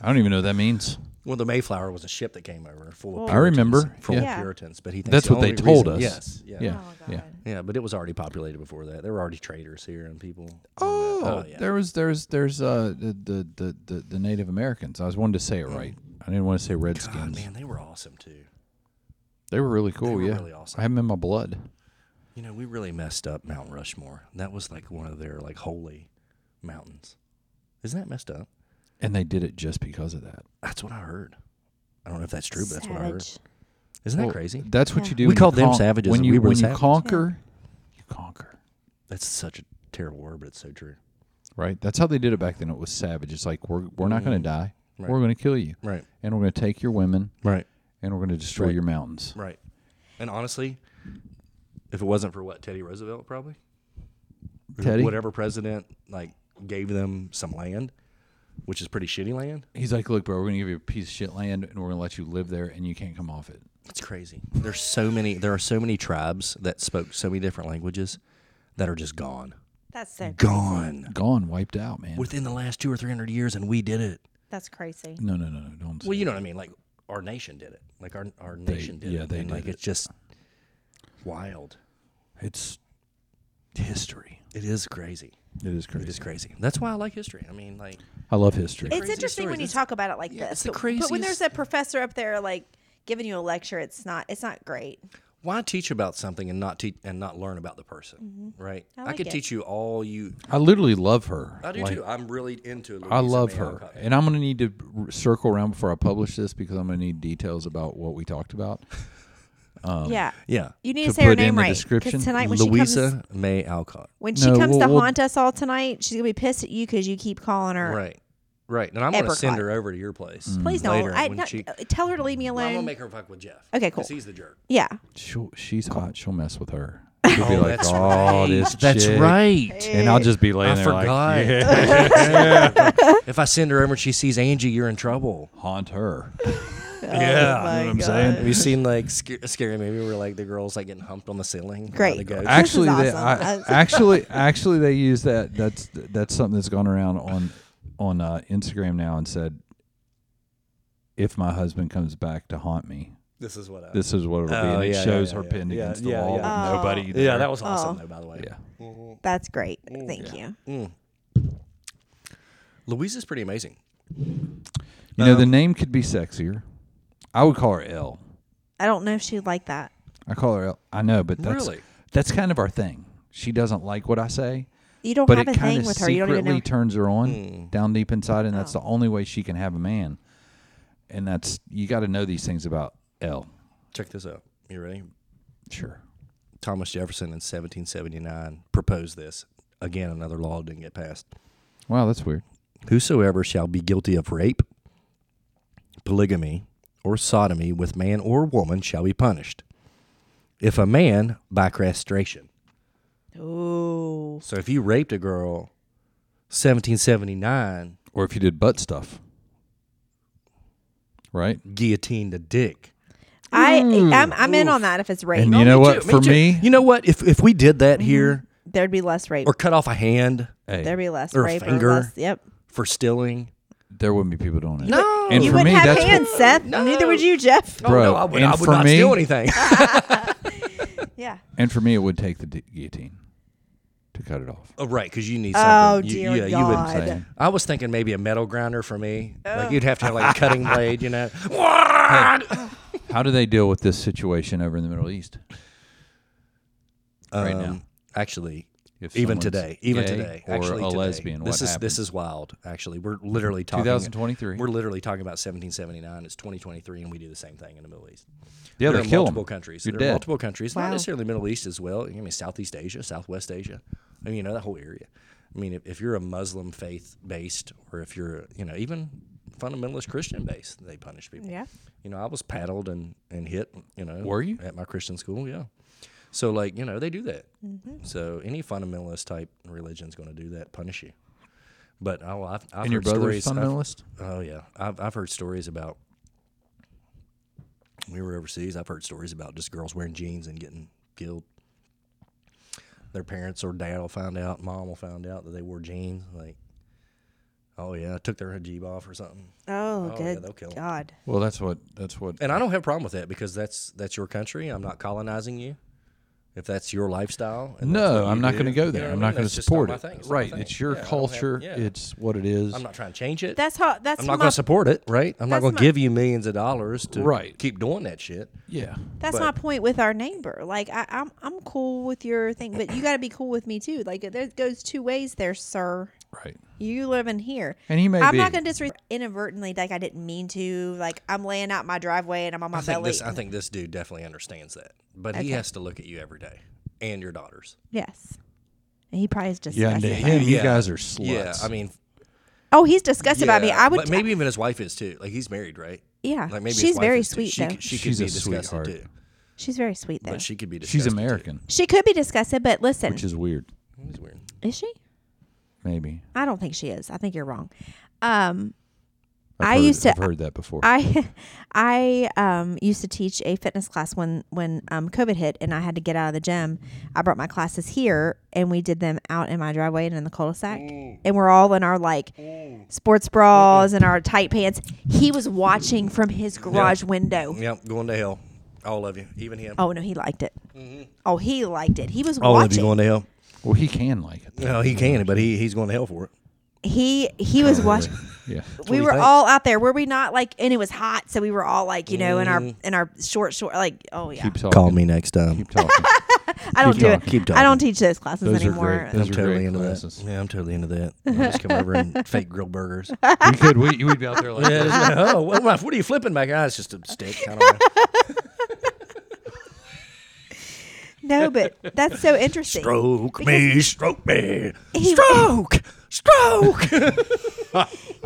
I don't even know what that means.
Well, the Mayflower was a ship that came over full of
Well-
I remember.
full
Yeah.
of Puritans, but he thinks
That's
the
what they
only
told
reason- Yes,
us.
yeah.
Yeah.
yeah,
Oh
yeah.
god.
But it was already populated before that. There were already traders here and people. and, uh,
Oh,
yeah.
there was there's there's uh the the, the the the Native Americans. I was wanted to say it right. I didn't want to say
Mm. God,
Redskins.
Ah, man, they were awesome too.
they were really cool.
were
yeah,
really awesome.
I have them in my blood.
You know, we really messed up Mount Rushmore. That was like one of their like holy mountains. Isn't that messed up?
And they did it just because of that.
That's what I heard. I don't know if that's true, but that's what I heard.
Savage.
Isn't that
Well,
crazy?
That's what
Yeah.
you do.
We
when you
called them
con-
savages
When
and
you
we were
when
the
you
savages.
conquer, you conquer.
That's such a terrible word, but it's so true.
Right. That's how they did it back then. It was savage. It's like we're we're not going to die.
Mm. Right.
We're going to kill you,
Right.
and we're going to take your women,
Right.
and we're going to destroy
Right.
your mountains.
Right. And honestly, if it wasn't for what Teddy Roosevelt probably, Or
Teddy?
whatever president like gave them some land, which is pretty shitty land.
He's like, look, bro, we're going to give you a piece of shit land, and we're going to let you live there, and you can't come off it.
It's crazy. There's so many. There are so many tribes that spoke so many different languages that are just gone,
That's so
Mm.
gone
Gone, wiped out, man.
within the last two or three hundred years, and we did it.
That's crazy.
no, no, no, no, don't.
Well,
say
you know what I mean. Like our nation did it. Like our our nation did
yeah,
it.
they
and, like
did
it's just wild.
that. it's history.
It is crazy.
It is
It
crazy.
is crazy. That's why I like history. I mean, like
I love history.
It's
crazy
interesting when you
stories.
talk about it like
Yeah,
this.
it's the
but, but when there's
craziest-
a professor up there like giving you a lecture, it's not it's not great.
why teach about something and not teach and not learn about the person, right? I,
Mm-hmm. like
could
it.
teach you all you.
I literally love her.
I do
Like,
too. I'm really into. Louisa
I love
May
her,
Alcott.
and I'm going to need to r- circle around before I publish this because I'm going to need details about what we talked about.
yeah.
Yeah,
You need
Um, to
to say her
put in
name
the
right. 'cause
description,
tonight when she comes
Louisa May Alcott.
when
No,
she comes
we'll-
to
we'll-
haunt us all tonight, she's gonna be pissed at you because you keep calling her.
Right, right. And I'm going to
Apricot.
send her over to your place.
Please don't.
Later
I,
when
not,
she-
uh, tell her to leave me
Well, I'm
alone.
gonna make her fuck with Jeff.
Okay, cool.
'cause he's the jerk.
yeah.
She'll, she's hot. She'll mess with her. She'll be
Oh,
like,
that's
"Oh,
right.
this
That's
chick."
right.
And I'll just be laying
I
there
forgot.
like, yeah,
If I send her over and she sees Angie, you're in trouble.
haunt her.
Yeah.
you know what I'm saying?
Have you seen like sc- scary movie where like the girls like getting humped on the ceiling? by
Great.
the ghost?
Act-
Actually,
This is
they,
awesome.
I, actually, actually, they use that. That's that's something that's gone around on on uh, Instagram now and said, if my husband comes back to haunt me,
this is what I.
this is what it'll be.
Oh,
And it
yeah, yeah,
shows
yeah,
her
yeah.
pinned
Yeah,
against the
yeah,
wall.
yeah.
with
Oh.
Nobody. There.
yeah, that was awesome
Oh.
though. By the way, Mm-hmm.
Yeah.
That's great. Thank you.
Louisa's Mm. pretty amazing.
You know, the name could be sexier. I would call her L.
I don't know if she'd like that.
I call her L. I know, but that's
Really?
that's kind of our thing. She doesn't like what I say,
You don't
but
have
it
a
kind
thing
of
with her. You don't even know. Oh.
secretly turns her on
Hmm.
down deep inside, and that's the only way she can have a man. And that's you got to know these things about L.
Check this out. You ready?
Sure.
Thomas Jefferson in 1779 proposed this. Again, another law didn't get passed.
Wow, that's weird.
Whosoever shall be guilty of rape, polygamy, or sodomy with man or woman shall be punished. If a man, by castration.
Ooh.
So if you raped a girl, 1779,
Or if you did butt stuff, right?
guillotined a dick.
I I'm, I'm in on that if it's rape.
Hmm. And you know
Me
what?
too,
For
too.
me,
you know what? If if we did
Mm-hmm.
that here,
There'd be less rape.
or cut off a hand
hey,
There'd be less
or a
rape
finger.
or less. Yep.
for stealing,
there wouldn't be people doing it.
No.
and
you
for
wouldn't
me,
have
that's
hands,
what,
Seth.
No.
Neither would you, Jeff.
bro.
Oh, no, I would,
and
I would
for
not
me,
steal anything.
Yeah.
And for me, it would take the d- guillotine to cut it off.
Oh, right, because you need something.
Oh,
You-
dear
yeah, you wouldn't
God.
say.
Same.
I was thinking
Oh.
maybe a metal grinder for me. Like you'd have to have like a cutting blade, you know.
How do they deal with this situation over in the Middle East? Right now.
um, Actually,
If
even
someone's
today, even
gay
today,
or
actually
a
today,
lesbian,
This
what
is this is wild. Actually, we're literally talking.
2023.
We're literally talking about 1779. It's 2023, and we do the same thing in the Middle East.
yeah,
There
they
are
kill
multiple
'em.
countries.
You're
there
dead.
are multiple countries,
Wow.
not necessarily Middle East as well. I mean, Southeast Asia, Southwest Asia. I mean, you know that whole area. I mean, if, if you're a Muslim faith based, or if you're, you know, even fundamentalist Christian based, they punish people.
Yeah.
You know, I was paddled and and hit. You know,
Were you?
at my Christian school? Yeah. So like, you know, they do that. So any fundamentalist type religion's going to do that, punish you. But oh, I've, I've
And your
heard
brother's
stories. I've-
fundamentalist.
Oh yeah, I've I've heard stories about. We were overseas. I've heard stories about just girls wearing jeans and getting killed. Their parents or dad will find out, mom will find out that they wore jeans. Like, oh yeah, I took their hijab off or something.
Oh,
yeah,
good
they'll kill 'em.
God.
Well, that's what that's what
And I don't have a problem with that because that's that's your country. I'm not colonizing you. If that's your lifestyle, and that's
No,
what
I'm
you
not
do,
going to go
you
there.
know what
I'm
I
not
mean?
going
That's
to
just not
support
my
it.
thing. It's not my
right.
thing.
It's your
Yeah, I don't have-
culture.
yeah.
It's what it is.
I'm not trying to change it.
That's how. That's
I'm not
my.
going to support it, right? I'm not
That's
going
my-
to give you millions of dollars to
Right.
keep doing that shit.
yeah.
that's
but-
my point with our neighbor. Like I, I'm, I'm cool with your thing, but you got to be cool with me too. Like there goes two ways there, sir.
Right.
You live in here,
And he may
I'm
be.
not going to disrespect inadvertently. Like I didn't mean to. Like I'm laying out my driveway and I'm on my
I think
belly.
this. I think this dude definitely understands that, but he has to look at you every day and your daughters.
yes. And he probably is
Yeah. And
disgusted.
to him, you
Yeah.
guys are sluts.
Yeah, I mean,
oh, he's disgusted by me.
yeah,
I would.
but maybe even his wife is too. Like he's married, right?
yeah.
Like maybe his
she's
wife
very
is too.
sweet
She,
though.
c- she could
She's
be
a
disgusted
sweetheart.
too,
she's very sweet though.
but she could be disgusted.
She's
too.
American,
She could be disgusted, but listen,
which is weird.
It's weird.
is she?
Maybe.
I don't think she is. I think you're wrong. Um,
I've
I
heard,
used to-
I've heard that before.
I I um, used to teach a fitness class when when um, COVID hit and I had to get out of the gym. I brought my classes here and we did them out in my driveway and in the cul-de-sac. And we're all in our like sports bras and our tight pants. He was watching from his garage window.
Yep, going to hell. All of you, even him.
Oh no, he liked it. Oh, he liked it. He was
All of
watching.
you going to hell.
well, he can like it.
No, he can, but he he's going to hell for it.
He he was watching.
Yeah.
we
he
were
thinks.
all out there. Were we not like? And it was hot, so we were all like, you know, in our
Mm-hmm.
in our short short. Like, oh yeah,
Keep talking.
Call me next time.
Keep talking.
I don't
keep
do
talking.
it.
Keep
I don't
talking.
teach those classes
Those are
anymore.
great. Those
I'm
are
totally
great
into
classes.
that. Yeah, I'm totally into that. I'll just come over and fake grilled burgers.
we could. We, we'd be out there like
Yeah,
that.
it's like, oh, what, what what are you flipping back? Ah, it's just a steak. I don't know.
No, but that's so interesting.
Stroke me, stroke me,
He-
stroke, stroke.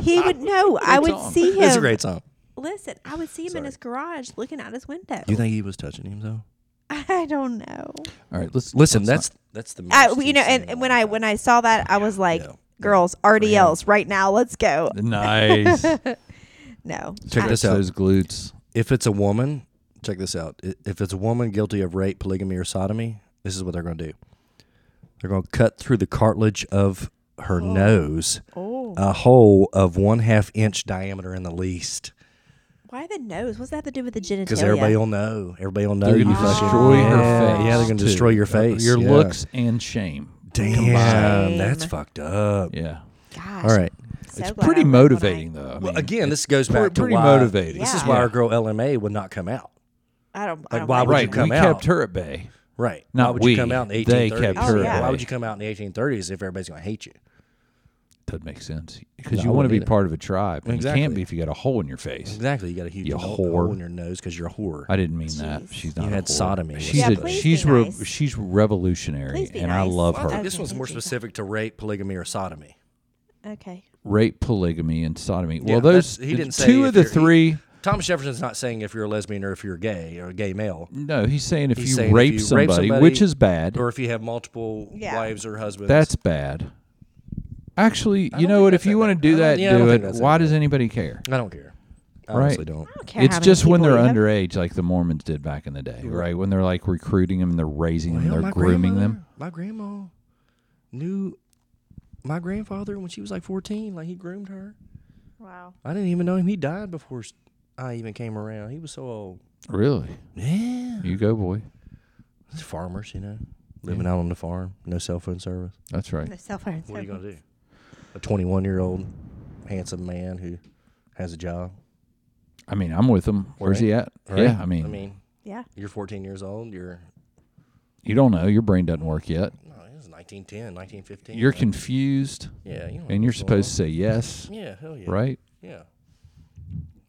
He would no. I would
song.
see him.
it's a great song.
Listen, I would see him in his garage, looking out his window.
You think he was touching him though?
I don't know.
All right. Let's
Listen,
let's
that's that's the
I,
most
you know,
he's
and, and
seen in a
when
long
I
time.
when I saw that, I was like,
Yeah.
"Girls, RDLs right now, let's go."
not- nice.
No,
Check
I-
this out.
Those glutes.
if it's a woman, check this out. I- If it's a woman guilty of rape, polygamy, or sodomy, this is what they're going to do. They're going to cut through the cartilage of her nose,
Oh,
a hole of one half inch diameter in the least,
why the nose? What's that have to do with the genitalia?
because everybody will know. Everybody will know.
They're
you
gonna
fucking-
destroy her
yeah,
face.
Yeah, they're going to
too.
destroy your face.
Your
yeah.
looks and shame.
Damn,
Shame.
that's fucked up.
Yeah.
Gosh,
All right.
so glad I
it's pretty
wrote what I-
motivating though. I mean,
Well, again, this goes
pre-
back to
pretty
why,
motivating.
This is
Yeah.
why
Yeah.
our girl LMA would not come out.
I don't. I
Like,
don't
why
like
would
it.
right.
you come
we
out?
kept her at bay.
Right.
Not
why would
we.
you come out in the 1830s?
They kept
her at
Why
bay.
would you come out in the 1830s if everybody's going to hate you?
That makes sense because
No,
you
I
want to
wouldn't
be
either.
part of a tribe, and you can't
Exactly.
be if you got a hole in your face.
Exactly. You got a huge
You
hole,
whore.
hole in your nose because you're a whore.
I didn't mean that. She's not.
You
a
had
whore.
sodomy.
She's
Yeah,
a,
please
she's
be
re-
nice.
she's revolutionary,
Please be
and I
nice.
love
Well, I
her.
think
this one's
thank
more
you.
specific to rape, polygamy, or sodomy.
Okay.
Rape, polygamy, and sodomy.
Yeah,
well, those
that's- he didn't say
two of
if
the
you're- he-
three.
Thomas Jefferson's not saying if you're a lesbian or if you're gay or a gay male,
no, he's saying if
He's
you
saying if
rape
you rape
somebody,
somebody
which is bad,
or if you have multiple
Yeah.
wives or husbands.
that's bad. Actually, you
don't
know
think
what? If
that's that
you want to
bad.
do
I don't-
that,
yeah, I don't
do
think
it.
that's that
Why
bad.
does anybody care?
I don't care. I
Right.
honestly don't.
I don't care
It's
how many
just when
people
they're
you have.
underage, like the Mormons did back in the day, right? When they're like recruiting them, and they're raising them,
Well,
they're
my
grooming
grandmother-
them.
My grandma knew my grandfather when she was like 14. Like he groomed her.
Wow.
I didn't even know him. He died before s- I even came around. He was so old.
Really?
Yeah.
You go, boy.
It's farmers, you know, living out on the farm, no cell phone service.
That's right.
The cell phone.
What are you gonna do? A 21 year old handsome man who has a job.
I mean, I'm with him. Where's he at?
Right?
Yeah, I mean,
I mean,
Yeah.
you're 14 years old. You're
you don't know. Your brain doesn't work yet.
no, it was 1910, 1915.
You're
right?
confused,
yeah, you don't know
and you're
what's going
supposed to say yes,
on. yeah, hell Oh, yeah,
right?
yeah.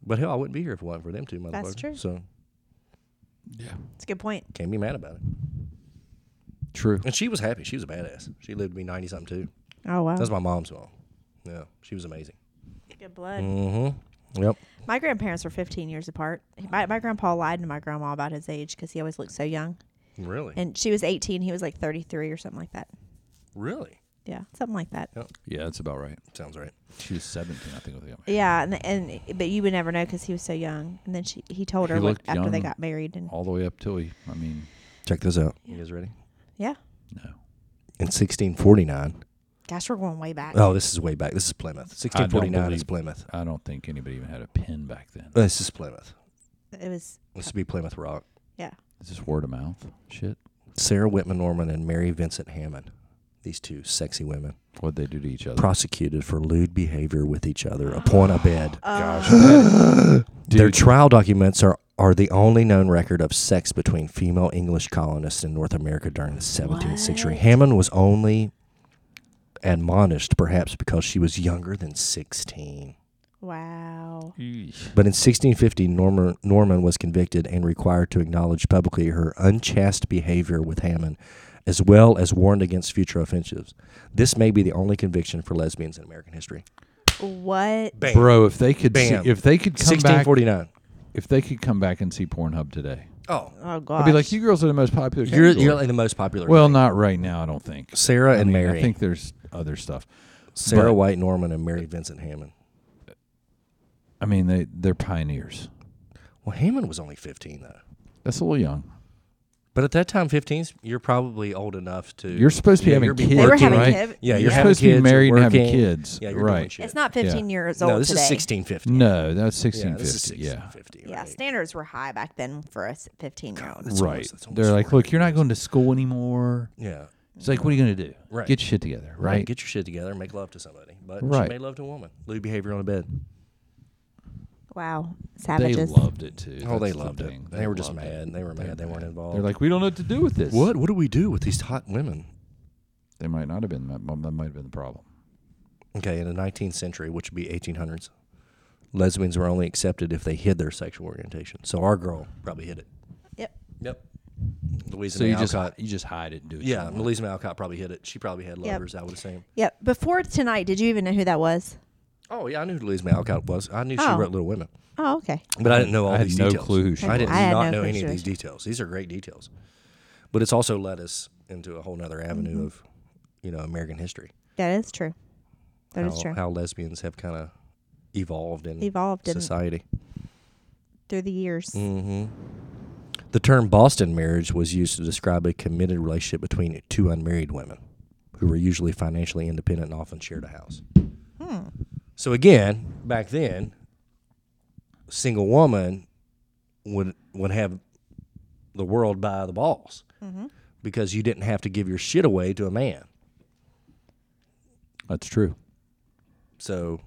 But hell, I wouldn't be here if it wasn't for them two, motherfucker.
That's true.
So
Yeah,
It's a good point.
can't be mad about it.
true.
And she was happy. She was a badass. She lived to be 90 something too.
Oh wow.
That's my mom's mom. Yeah, she was amazing.
good blood.
Mm-hmm. Yep.
My grandparents were 15 years apart. My, my grandpa lied to my grandma about his age because he always looked so young.
Really.
And she was 18. He was like 33 or something like that.
really.
Yeah, something like that.
Yeah, that's about right.
Sounds right.
She was 17, I think. when they got married.
Yeah, and, and but you would never know because he was so young. And then she he told
He
her what,
looked
after they
young. Oh.
got married. And
All the way up till he. I mean,
Check this out. You guys ready?
yeah,
no.
In 1649.
gosh, we're going way
Uh.
back.
Oh, this is way back. This is Plymouth.
I don't
1649 is
believe-
Plymouth. Uh,
I don't think anybody even had a pen back then.
This is Plymouth.
It was
This would be Plymouth Rock.
yeah.
Is this word of mouth shit?
Sarah Whitman Norman and Mary Vincent Hammond. These two sexy women
What'd they do to each other?
prosecuted for lewd behavior with each other upon a bed.
Oh.
Their
Dude,
trial documents are, are the only known record of sex between female English colonists in North America during the 17th century. Hammond was only admonished, perhaps because she was younger than 16.
Wow.
Eesh.
But in 1650, Norman, Norman was convicted and required to acknowledge publicly her unchaste behavior with Hammond, as well as warned against future offenses. This may be the only conviction for lesbians in American history.
What?
Bam.
bro, if they could, see,
Bam.
if they could come back,
1649.
if they could come back and see Pornhub today,
Oh,
Oh gosh.
I'd be like, you girls are the most popular.
you're,
category."
you're like the most popular.
well, not right now. I don't think.
Sarah
I
and
mean,
Mary.
I think there's other stuff.
Sarah
but-
White Norman and Mary Vincent Hammond.
I mean, they they're pioneers.
Well, Hammond was only 15, though.
That's a little young.
But at that time, 15s, you're probably old enough to.
You're supposed to be
Yeah,
having
you're
kids,
they were
working,
having
right?
kids.
Yeah, you're
You're
yeah.
having
supposed to be
kids, you're
married and having
working.
kids,
Yeah, you're doing
right?
shit.
It's not 15 years old
no, this
today.
is 1650.
No, that's
Yeah, this is
1650. Yeah,
1650.
Yeah,
right.
standards were high back then for a 15 year old.
That's
right.
almost- that's
They're
almost
like, look, you're not going to school anymore.
Yeah.
It's like, what are you going to do?
Right.
Get your shit together, right?
Get your shit together and make love to somebody. But
Right.
she made love to a woman. Lewd behavior on a bed.
Wow,
they
savages.
loved it too.
Oh, they
That's the
loved
thing.
it. They, were just
loved it.
mad. They were mad. They weren't involved.
They're like, we don't know what to do with this.
what? What do we do with these hot women?
They might not have been. That, that might have been the problem.
Okay, in the 19th century, which would be 1800s, lesbians were only accepted if they hid their sexual orientation. So our girl probably hid it.
Yep.
Yep. Louisa
So
May
you just
Alcott.
you just hide it and do it.
yeah, Louisa May Alcott probably hid it. She probably had
Yep.
lovers, I would assume.
Yep. Before tonight, did you even know who that was?
Oh, yeah, I knew who Louisa May Alcott was. I knew she
Oh.
wrote Little Women.
Oh, okay.
But I didn't know all
I had
these
no
details.
clue who she
I did
was. I had
not
no
know
clue
any
she
of these
was.
details. These are great details, but it's also led us into a whole nother avenue
Mm-hmm.
of, you know, American history.
That is true. That
how,
is true.
How lesbians have kind of evolved in
Evolved in,
society.
through the years.
hmm The term Boston marriage was used to describe a committed relationship between two unmarried women, who were usually financially independent and often shared a house.
Hmm.
So again, back then, a single woman would would have the world by the balls
Mm-hmm.
because you didn't have to give your shit away to a man.
that's true.
So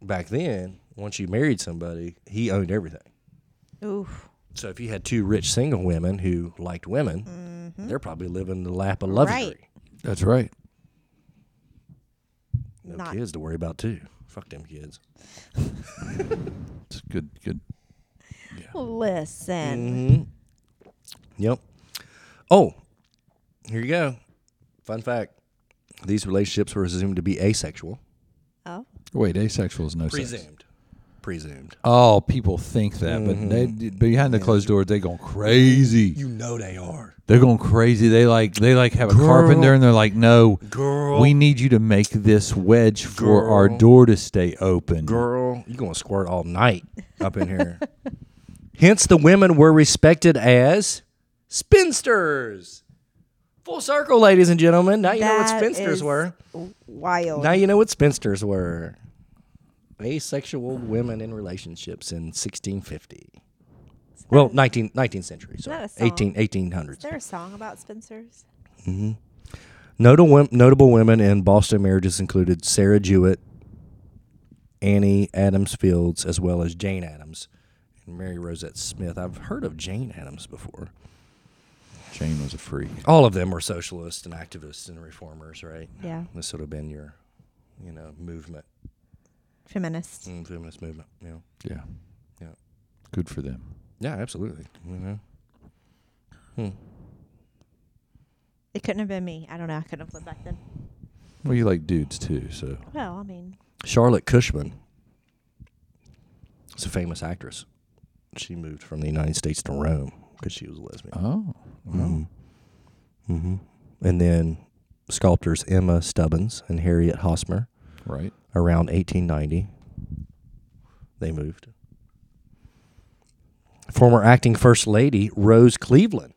back then, once you married somebody, he owned everything.
Oof.
So if you had two rich single women who liked women, they're probably living the lap of luxury.
Mm-hmm. Right.
That's right.
No
Not-
kids to worry about too. Fuck them kids.
It's good. Good.
Mm.
Listen.
Mm-hmm. Yep. Oh, here you go. Fun fact: these relationships were assumed to be asexual.
Oh.
Wait, asexual is no sex.
Presumed. Presumed.
Oh, people think that, but they
Mm-hmm.
behind the closed doors they going crazy.
You know they are.
They're going crazy. They like they like have a carpenter and they're like, no,
Girl.
we need you to make this wedge for our
Girl.
door to stay open.
Girl, you gonna squirt all night up in here. Hence, the women were respected as spinsters. Full circle, ladies and gentlemen. Now you know what
That
spinsters
is
were.
Wild.
Now you know what spinsters were. Asexual women in relationships in 1650. Well, 19, 19th century. Sorry.
not a song.
18, 1800s.
Is there a song about Spencer's?
Notable, wom- notable women in Boston marriages included Sarah Jewett, Annie Adams Fields, as well as Jane Adams, and Mary Rosette Smith. I've heard of Jane Addams before.
Jane was a freak.
All of them were socialists and activists and reformers, right?
Yeah.
This would have been your, you know, movement,
Feminist.
mm, feminist movement. You know.
Yeah.
Yeah.
Good for them.
Yeah, absolutely. Mm-hmm. You know. Hmm.
It couldn't have been me. I don't know. I couldn't have lived back then.
Well, you like dudes too, so
Well, I mean,
Charlotte Cushman is a famous actress. She moved from the United States to Rome because she was a lesbian.
oh,
Mm.
Mm-hmm.
hmm And then sculptors Emma Stubbins and Harriet Hosmer
right.
around 1890. They moved. Former acting First Lady Rose Cleveland.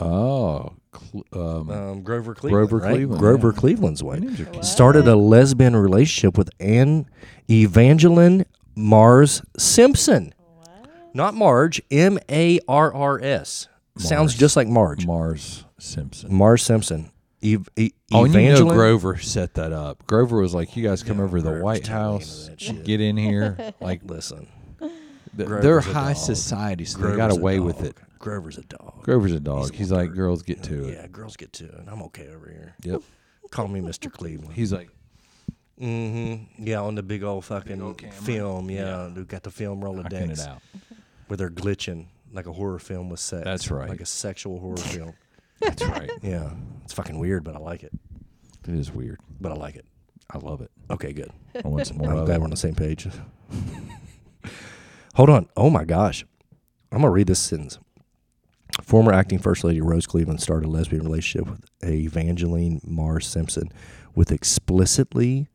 Oh, cl- um,
Um, Grover Cleveland.
Grover
right?
Cleveland,
Grover
yeah.
Cleveland's
my
wife.
names are con-
started a lesbian relationship with Anne Evangeline Mars Simpson. Not Marge, M A R R S. Sounds
Mars.
just like Marge.
Mars Simpson.
Mars Simpson. Ev- e-
Oh, and you know
Evangeline.
Grover set that up. Grover was like, "You guys come
Yeah,
over to the
Grover's
White
totally into
House,
that shit.
get in here." Like
Listen,
th-
Grover's
they're
a
high
dog.
society, so
Grover's
they got
a
away with
dog.
it.
Grover's a dog.
Grover's a dog.
a
He's
little
like,
turd.
"Girls, get to it."
yeah, girls get to it. and I'm okay over here.
Yep.
Call me Mr. Cleveland.
He's like,
Mm-hmm. Yeah, on the big old fucking
old camera.
film. Yeah, we got the film
"Picking
Rolodex.
it out."
where they're glitching like a horror film with sex.
That's right.
Like a sexual horror film.
That's right.
Yeah. It's fucking weird, but I like it.
It is weird.
But I like it.
I love it.
Okay, good.
I want some more
I'm
of
glad
it.
we're on the same page. Hold on. Oh my gosh. I'm going to read this sentence. Former acting First Lady Rose Cleveland started a lesbian relationship with Evangeline Mars Simpson with explicitly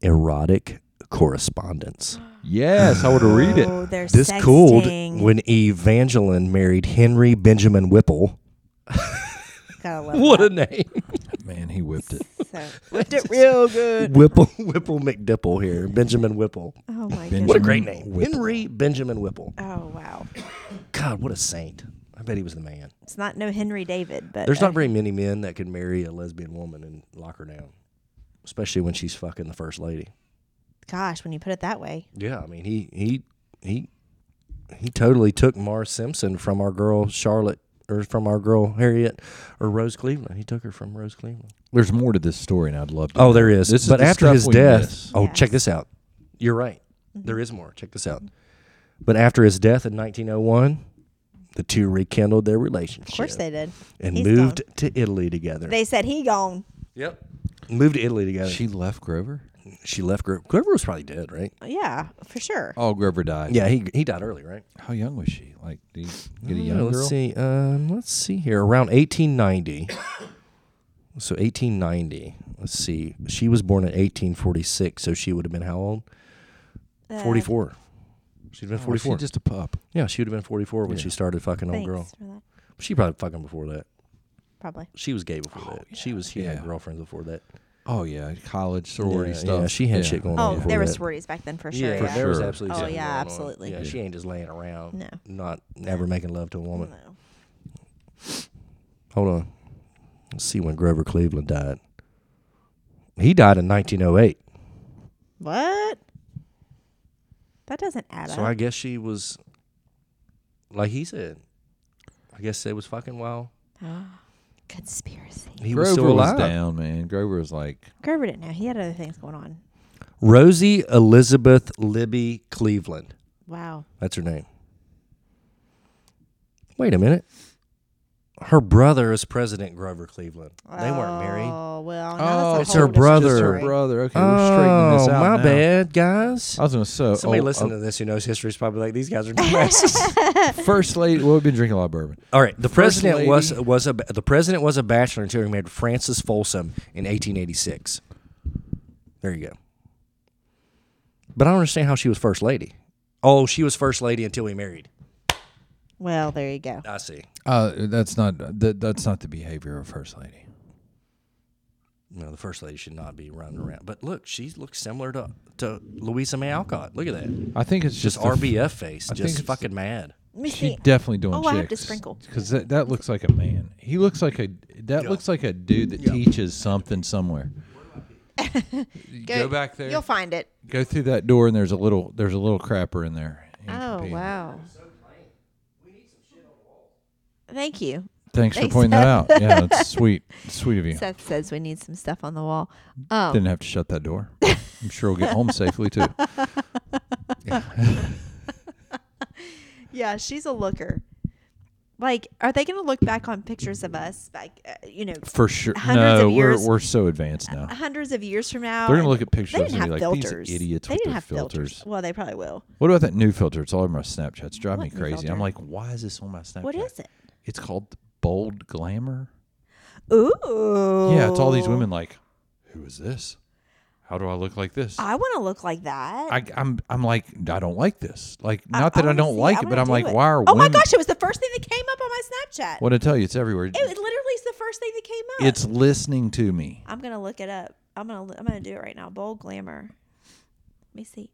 erotic correspondence.
Oh, Yes, I would read it.
oh, there's
This
sexting.
cooled when Evangeline married Henry Benjamin Whipple.
Gotta love
What a
that.
name.
Man, he whipped it.
So, whipped it real good.
Whipple Whipple McDipple here, Benjamin Whipple.
Oh my
Benjamin
goodness.
What a great name,
Whipple.
Henry Benjamin Whipple.
Oh wow.
God, what a saint! I bet he was the man.
It's not no Henry David, but
There's
uh,
not very many men that could marry a lesbian woman and lock her down, especially when she's fucking the first lady.
gosh, when you put it that way,
Yeah, I mean he he he he totally took Mars Simpson from our girl Charlotte or from our girl Harriet or Rose Cleveland. He took her from Rose Cleveland.
There's more to this story, and I'd love to.
Oh, there is.
This is
but
the
after
stuff
his
we
death,
miss.
oh,
Yes.
check this out. You're right. There is more. Check this out.
Mm-hmm.
But after his death in 1901, the two rekindled their relationship.
of course they did.
and
He's
moved to Italy together.
They said he gone.
yep. Moved to Italy together. She,
she left Grover.
left Grover. Grover was probably dead, right?
Yeah, for sure.
Oh, Grover died.
Yeah, he he died early, right?
How young was she? Like, do you get
Mm.
a
Uh,
young
let's
girl? Oh,
see. Um, let's see here. Around 1890. so 1890. Let's see. She was born in 1846, so she would have been how old?
Uh,
44. She'd been
Oh,
44.
She's just a pup.
yeah, she would have been 44 when
Yeah.
she started fucking old
Thanks
girl.
for that.
She probably fucking before that.
Probably.
She was gay before that. She was she
Oh, yeah.
had girlfriends before that.
Oh yeah, college sorority
yeah,
stuff.
Yeah, she had shit going on.
Oh,
before
there were
that.
sororities back then for sure.
Yeah,
Yeah,
For
there was
sure.
absolutely.
Oh,
something
yeah,
going on.
absolutely.
Yeah, she ain't just laying around.
No.
Not never making love to a woman.
No.
Hold on. Let's see when Grover Cleveland died. He died in 1908.
What? That doesn't add
So
up.
I guess she was, like he said, I guess it was fucking while
Conspiracy.
he
Grover
was still alive.
down, man. Grover was like,
Gerber didn't know. He had other things going on.
Rosie Elizabeth Libby Cleveland.
Wow.
That's her name. Wait a minute. Her brother is President Grover Cleveland. They weren't married.
Oh well.
"Oh,
now that's a
it's
whole
her
different
brother.
It's her
story.
brother. Okay, we're straightening this out
Oh, my
now.
bad, guys.
I was gonna say,
Somebody
oh,
listening
uh,
to this who knows history is probably like, these guys are dumbasses.
first lady. Well, we've been drinking a lot of bourbon.
All right, the
First
president
lady.
was was a the president was a bachelor until he married Francis Folsom in 1886. There you go. But I don't understand how she was first lady. Oh, she was first lady until he married.
Well, there you go.
I see.
Uh, that's not that, that's not the behavior of first lady.
No, the first lady should not be running around. But look, she looks similar to to Louisa May Alcott. Look at that,
I think it's just,
just
the
RBF
f-
face,
I think
just
it's-
fucking mad.
Let me
She
see.
definitely doing.
Oh, I have to sprinkle.
because that, that looks like a man. He looks like a that
Yeah.
looks like a dude that
Yeah.
teaches something somewhere. go back there.
You'll find it.
Go through that door, and there's a little there's a little crapper in there. and for being-
Oh, wow. Thank you. Thanks,
Thanks, for pointing that out. Yeah, that's sweet. Sweet of you.
Seth says we need some stuff on the wall. Um,
Didn't have to shut that door. I'm sure we'll get home safely too.
Yeah, she's a looker. Like, are they going to look back on pictures of us, like, uh, you know,
For sure.
Hundreds
No,
of
we're
years.
we're so advanced now.
hundreds of years from now?
Oh. They're
and
gonna look at
They
pictures and
didn't
be
have
like,
filters.
"These idiots
they
with
didn't
their
have filters.
filters."
Well, they probably will.
What about that new filter? It's all over my Snapchat. It's driving
What
me
new
crazy. I'm
filter?
like, why is this on my Snapchat?
What is it?
It's called Bold Glamour.
Ooh.
Yeah, it's all these women like, who is this? How do I look like this?
I want to look like that.
I, I'm I'm like I don't like this. Like
I-
not that I,
wanna
don't
see
like
I
it, but
wanna
I'm
do
like,
it.
why are
Oh my
women?
gosh! It was the first thing that came up on my Snapchat.
What I tell you, it's everywhere.
It literally is the first thing that came up.
it's listening to me.
I'm gonna look it up. I'm gonna li- I'm gonna do it right now. Bold glamour. Let me see.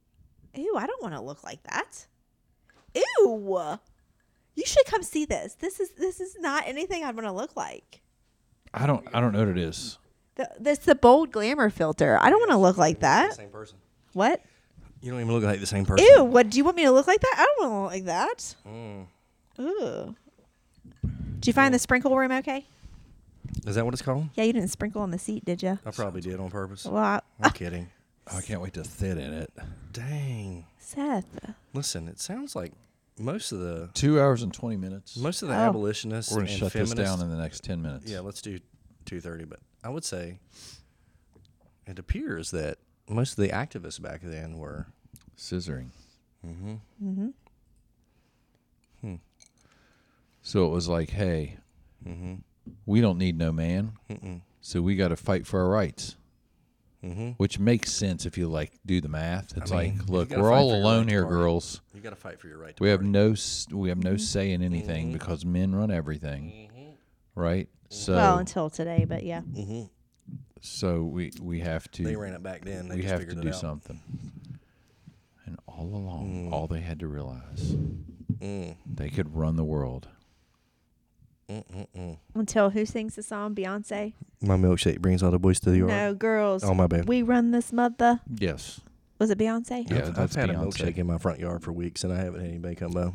Ew, I don't want to look like that. Ew. You should come see this. This is this is not anything I want to look like.
I don't I don't know what it is.
The, that's the bold glamour filter. I don't want to look like that.
Same person.
What?
You don't even look like the same person.
Ew. What? Do you want me to look like that? I don't want to look like that.
Mm.
Ew. Did you find the sprinkle room okay?
Is that what it's called?
Yeah, you didn't sprinkle on the seat, did you?
I probably did on purpose.
Well, I-
I'm kidding.
Oh, I can't wait to sit in it.
Dang.
Seth.
Listen, it sounds like most of the
Two hours and twenty minutes.
most of the
Oh.
abolitionists
We're gonna
and
shut
feminists,
this down in the next ten minutes.
yeah, let's do two thirty. But I would say it appears that most of the activists back then were
Scissoring. Mm-hmm. Mm-hmm.
Hmm.
So it was like, hey,
Mm-hmm.
we don't need no man, so we got to fight for our rights.
mm-hmm.
Which makes sense if you like do the math. It's
mean,
like,
you
look,
gotta
we're
fight
all
for your right
alone
to
here,
party.
girls.
you got to fight for your right Mm-hmm. to
We have
party.
no s- we have no say in anything because men run everything,
Mm-hmm.
right? So
Well, until today, but yeah.
so we we have to
They ran it back then. They
we
just
have to
figured
do
it out. Mm.
something. And all along, all they had to realize they could run the world.
mm,
Until who sings the song? Beyonce.
My milkshake brings all the boys to the yard.
No, girls.
Oh my bad.
We run this mother.
Yes.
Was it Beyonce?
Yeah,
I've, I've
that's
had a
Beyonce.
milkshake in my front yard for weeks, and I haven't had anybody come by.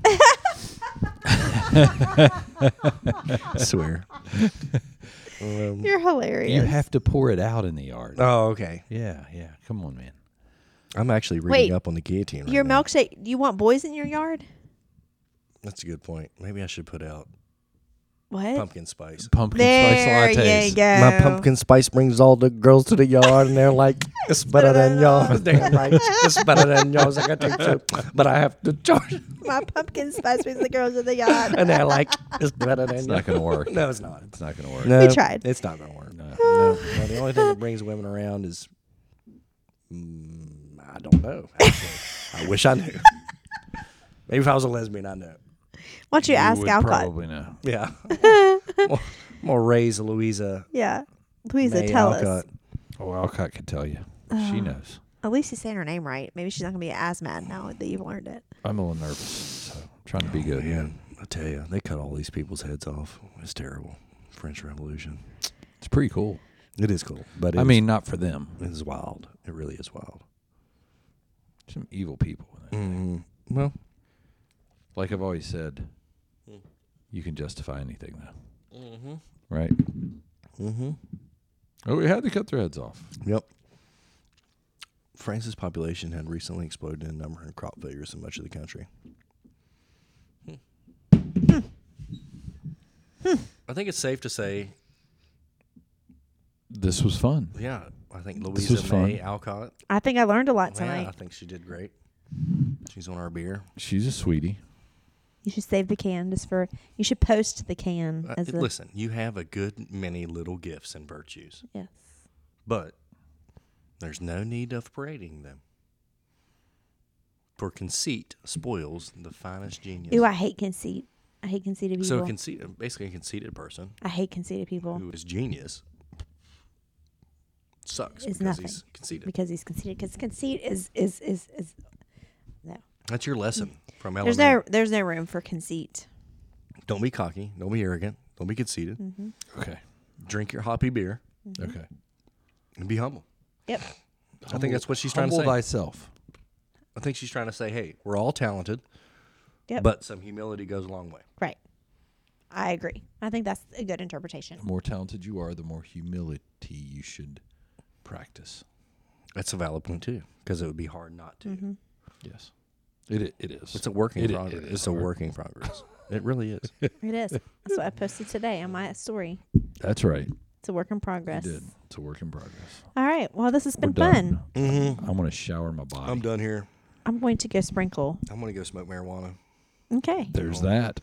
Swear. Um,
You're hilarious.
You have to pour it out in the yard.
oh, okay.
Yeah, yeah. Come on, man.
I'm actually
Wait,
reading up on the guillotine. Right
your
now.
milkshake. You want boys in your yard?
That's a good point. Maybe I should put out
What?
pumpkin spice.
Pumpkin
there
spice lattes.
you go.
My pumpkin spice brings all the girls to the yard, and they're like, "It's better than yours." They're like, "It's better than yours." I got to take but I have to charge.
My pumpkin spice brings the girls in the yard.
And they're like, "It's better than
It's
yours."
not gonna work.
No, it's not.
It's not gonna work.
No,
tried.
It's not gonna work.
No.
No, no, the only thing that brings women around is mm, I don't know. actually. I wish I knew. Maybe if I was a lesbian, I know.
Why don't you, ask
would
Alcott?
Probably know.
Yeah, more, more raise Louisa.
Yeah. Louisa,
May
tell us.
Alcott.
Oh, Alcott could tell you. she knows.
At least she's saying her name right. Maybe she's not gonna be as mad now that you've learned it.
I'm a little nervous, so I'm trying to be good.
Man, I tell you, they cut all these people's heads off. It's terrible. French Revolution.
It's pretty cool.
It is cool, but
I
it's-
mean, not for them.
it is wild. It really is wild.
Some evil people.
Well,
Like I've always said, you can justify anything, though. Mm-hmm. Right? Mm-hmm. Oh, we had to cut their heads off.
Yep. France's population had recently exploded in number and crop failures in much of the country. I think it's safe to say,
This was fun.
yeah, I think
This
Louisa
was
May
fun.
Alcott.
I think I learned a lot
Yeah,
tonight.
I think she did great. She's on our beer.
She's a sweetie.
You should save the can just for. You should post the can
Uh,
as the.
listen, you have a good many little gifts and virtues,
Yes.
but there's no need of parading them. For conceit spoils the finest genius.
Ooh, I hate conceit. I hate conceited people.
So a conceited, basically a conceited person
I hate conceited people
who is genius sucks
Is
because
nothing.
he's conceited.
because he's conceited. Because conceit is is is is. No.
That's your lesson from
There's
elementary.
no there's no room for conceit.
Don't be cocky. Don't be arrogant. Don't be conceited.
Mm.
Okay.
Drink your hoppy beer
Okay.
and be humble.
Yep.
I think that's what she's trying to
Humble
say.
thyself.
I I think she's trying to say, hey, we're all talented,
Yep.
but some humility goes a long way.
Right. I agree. I think that's a good interpretation.
The more talented you are, the more humility you should practice.
That's a valid point too, because it would be hard not to.
Mm-hmm.
Yes. It, i- it is.
It's a work in
It i-
progress.
it is
it's a
hard.
work in progress. it really is.
It is. That's what I posted today on my story.
That's right.
It's a work in
You
progress.
did. It's a work in progress.
All right. Well, this has
We're
been
done.
fun.
I want to shower my body.
Mm-hmm. I'm done here.
I'm going to go sprinkle.
I'm gonna go smoke marijuana.
Okay.
There's that.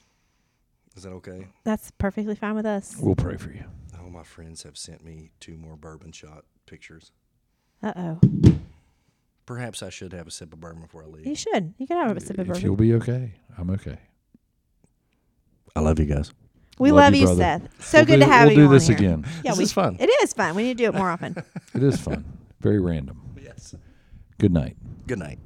Is that okay?
That's perfectly fine with us.
We'll pray for you.
All my friends have sent me two more bourbon shot pictures.
Uh oh.
Perhaps I should have a sip of bourbon before I
You
leave.
should. You can have a sip of
If you'll
bourbon.
be okay, I'm okay.
I love you guys.
We
Love
love,
you,
you,
brother.
Seth. So
We'll
good
do-
to have
we'll
you.
do
on
this
here.
again.
Yeah,
This
we,
is fun.
It is fun. We need to do it more often.
It is fun. Very random.
Yes.
Good night.
Good night.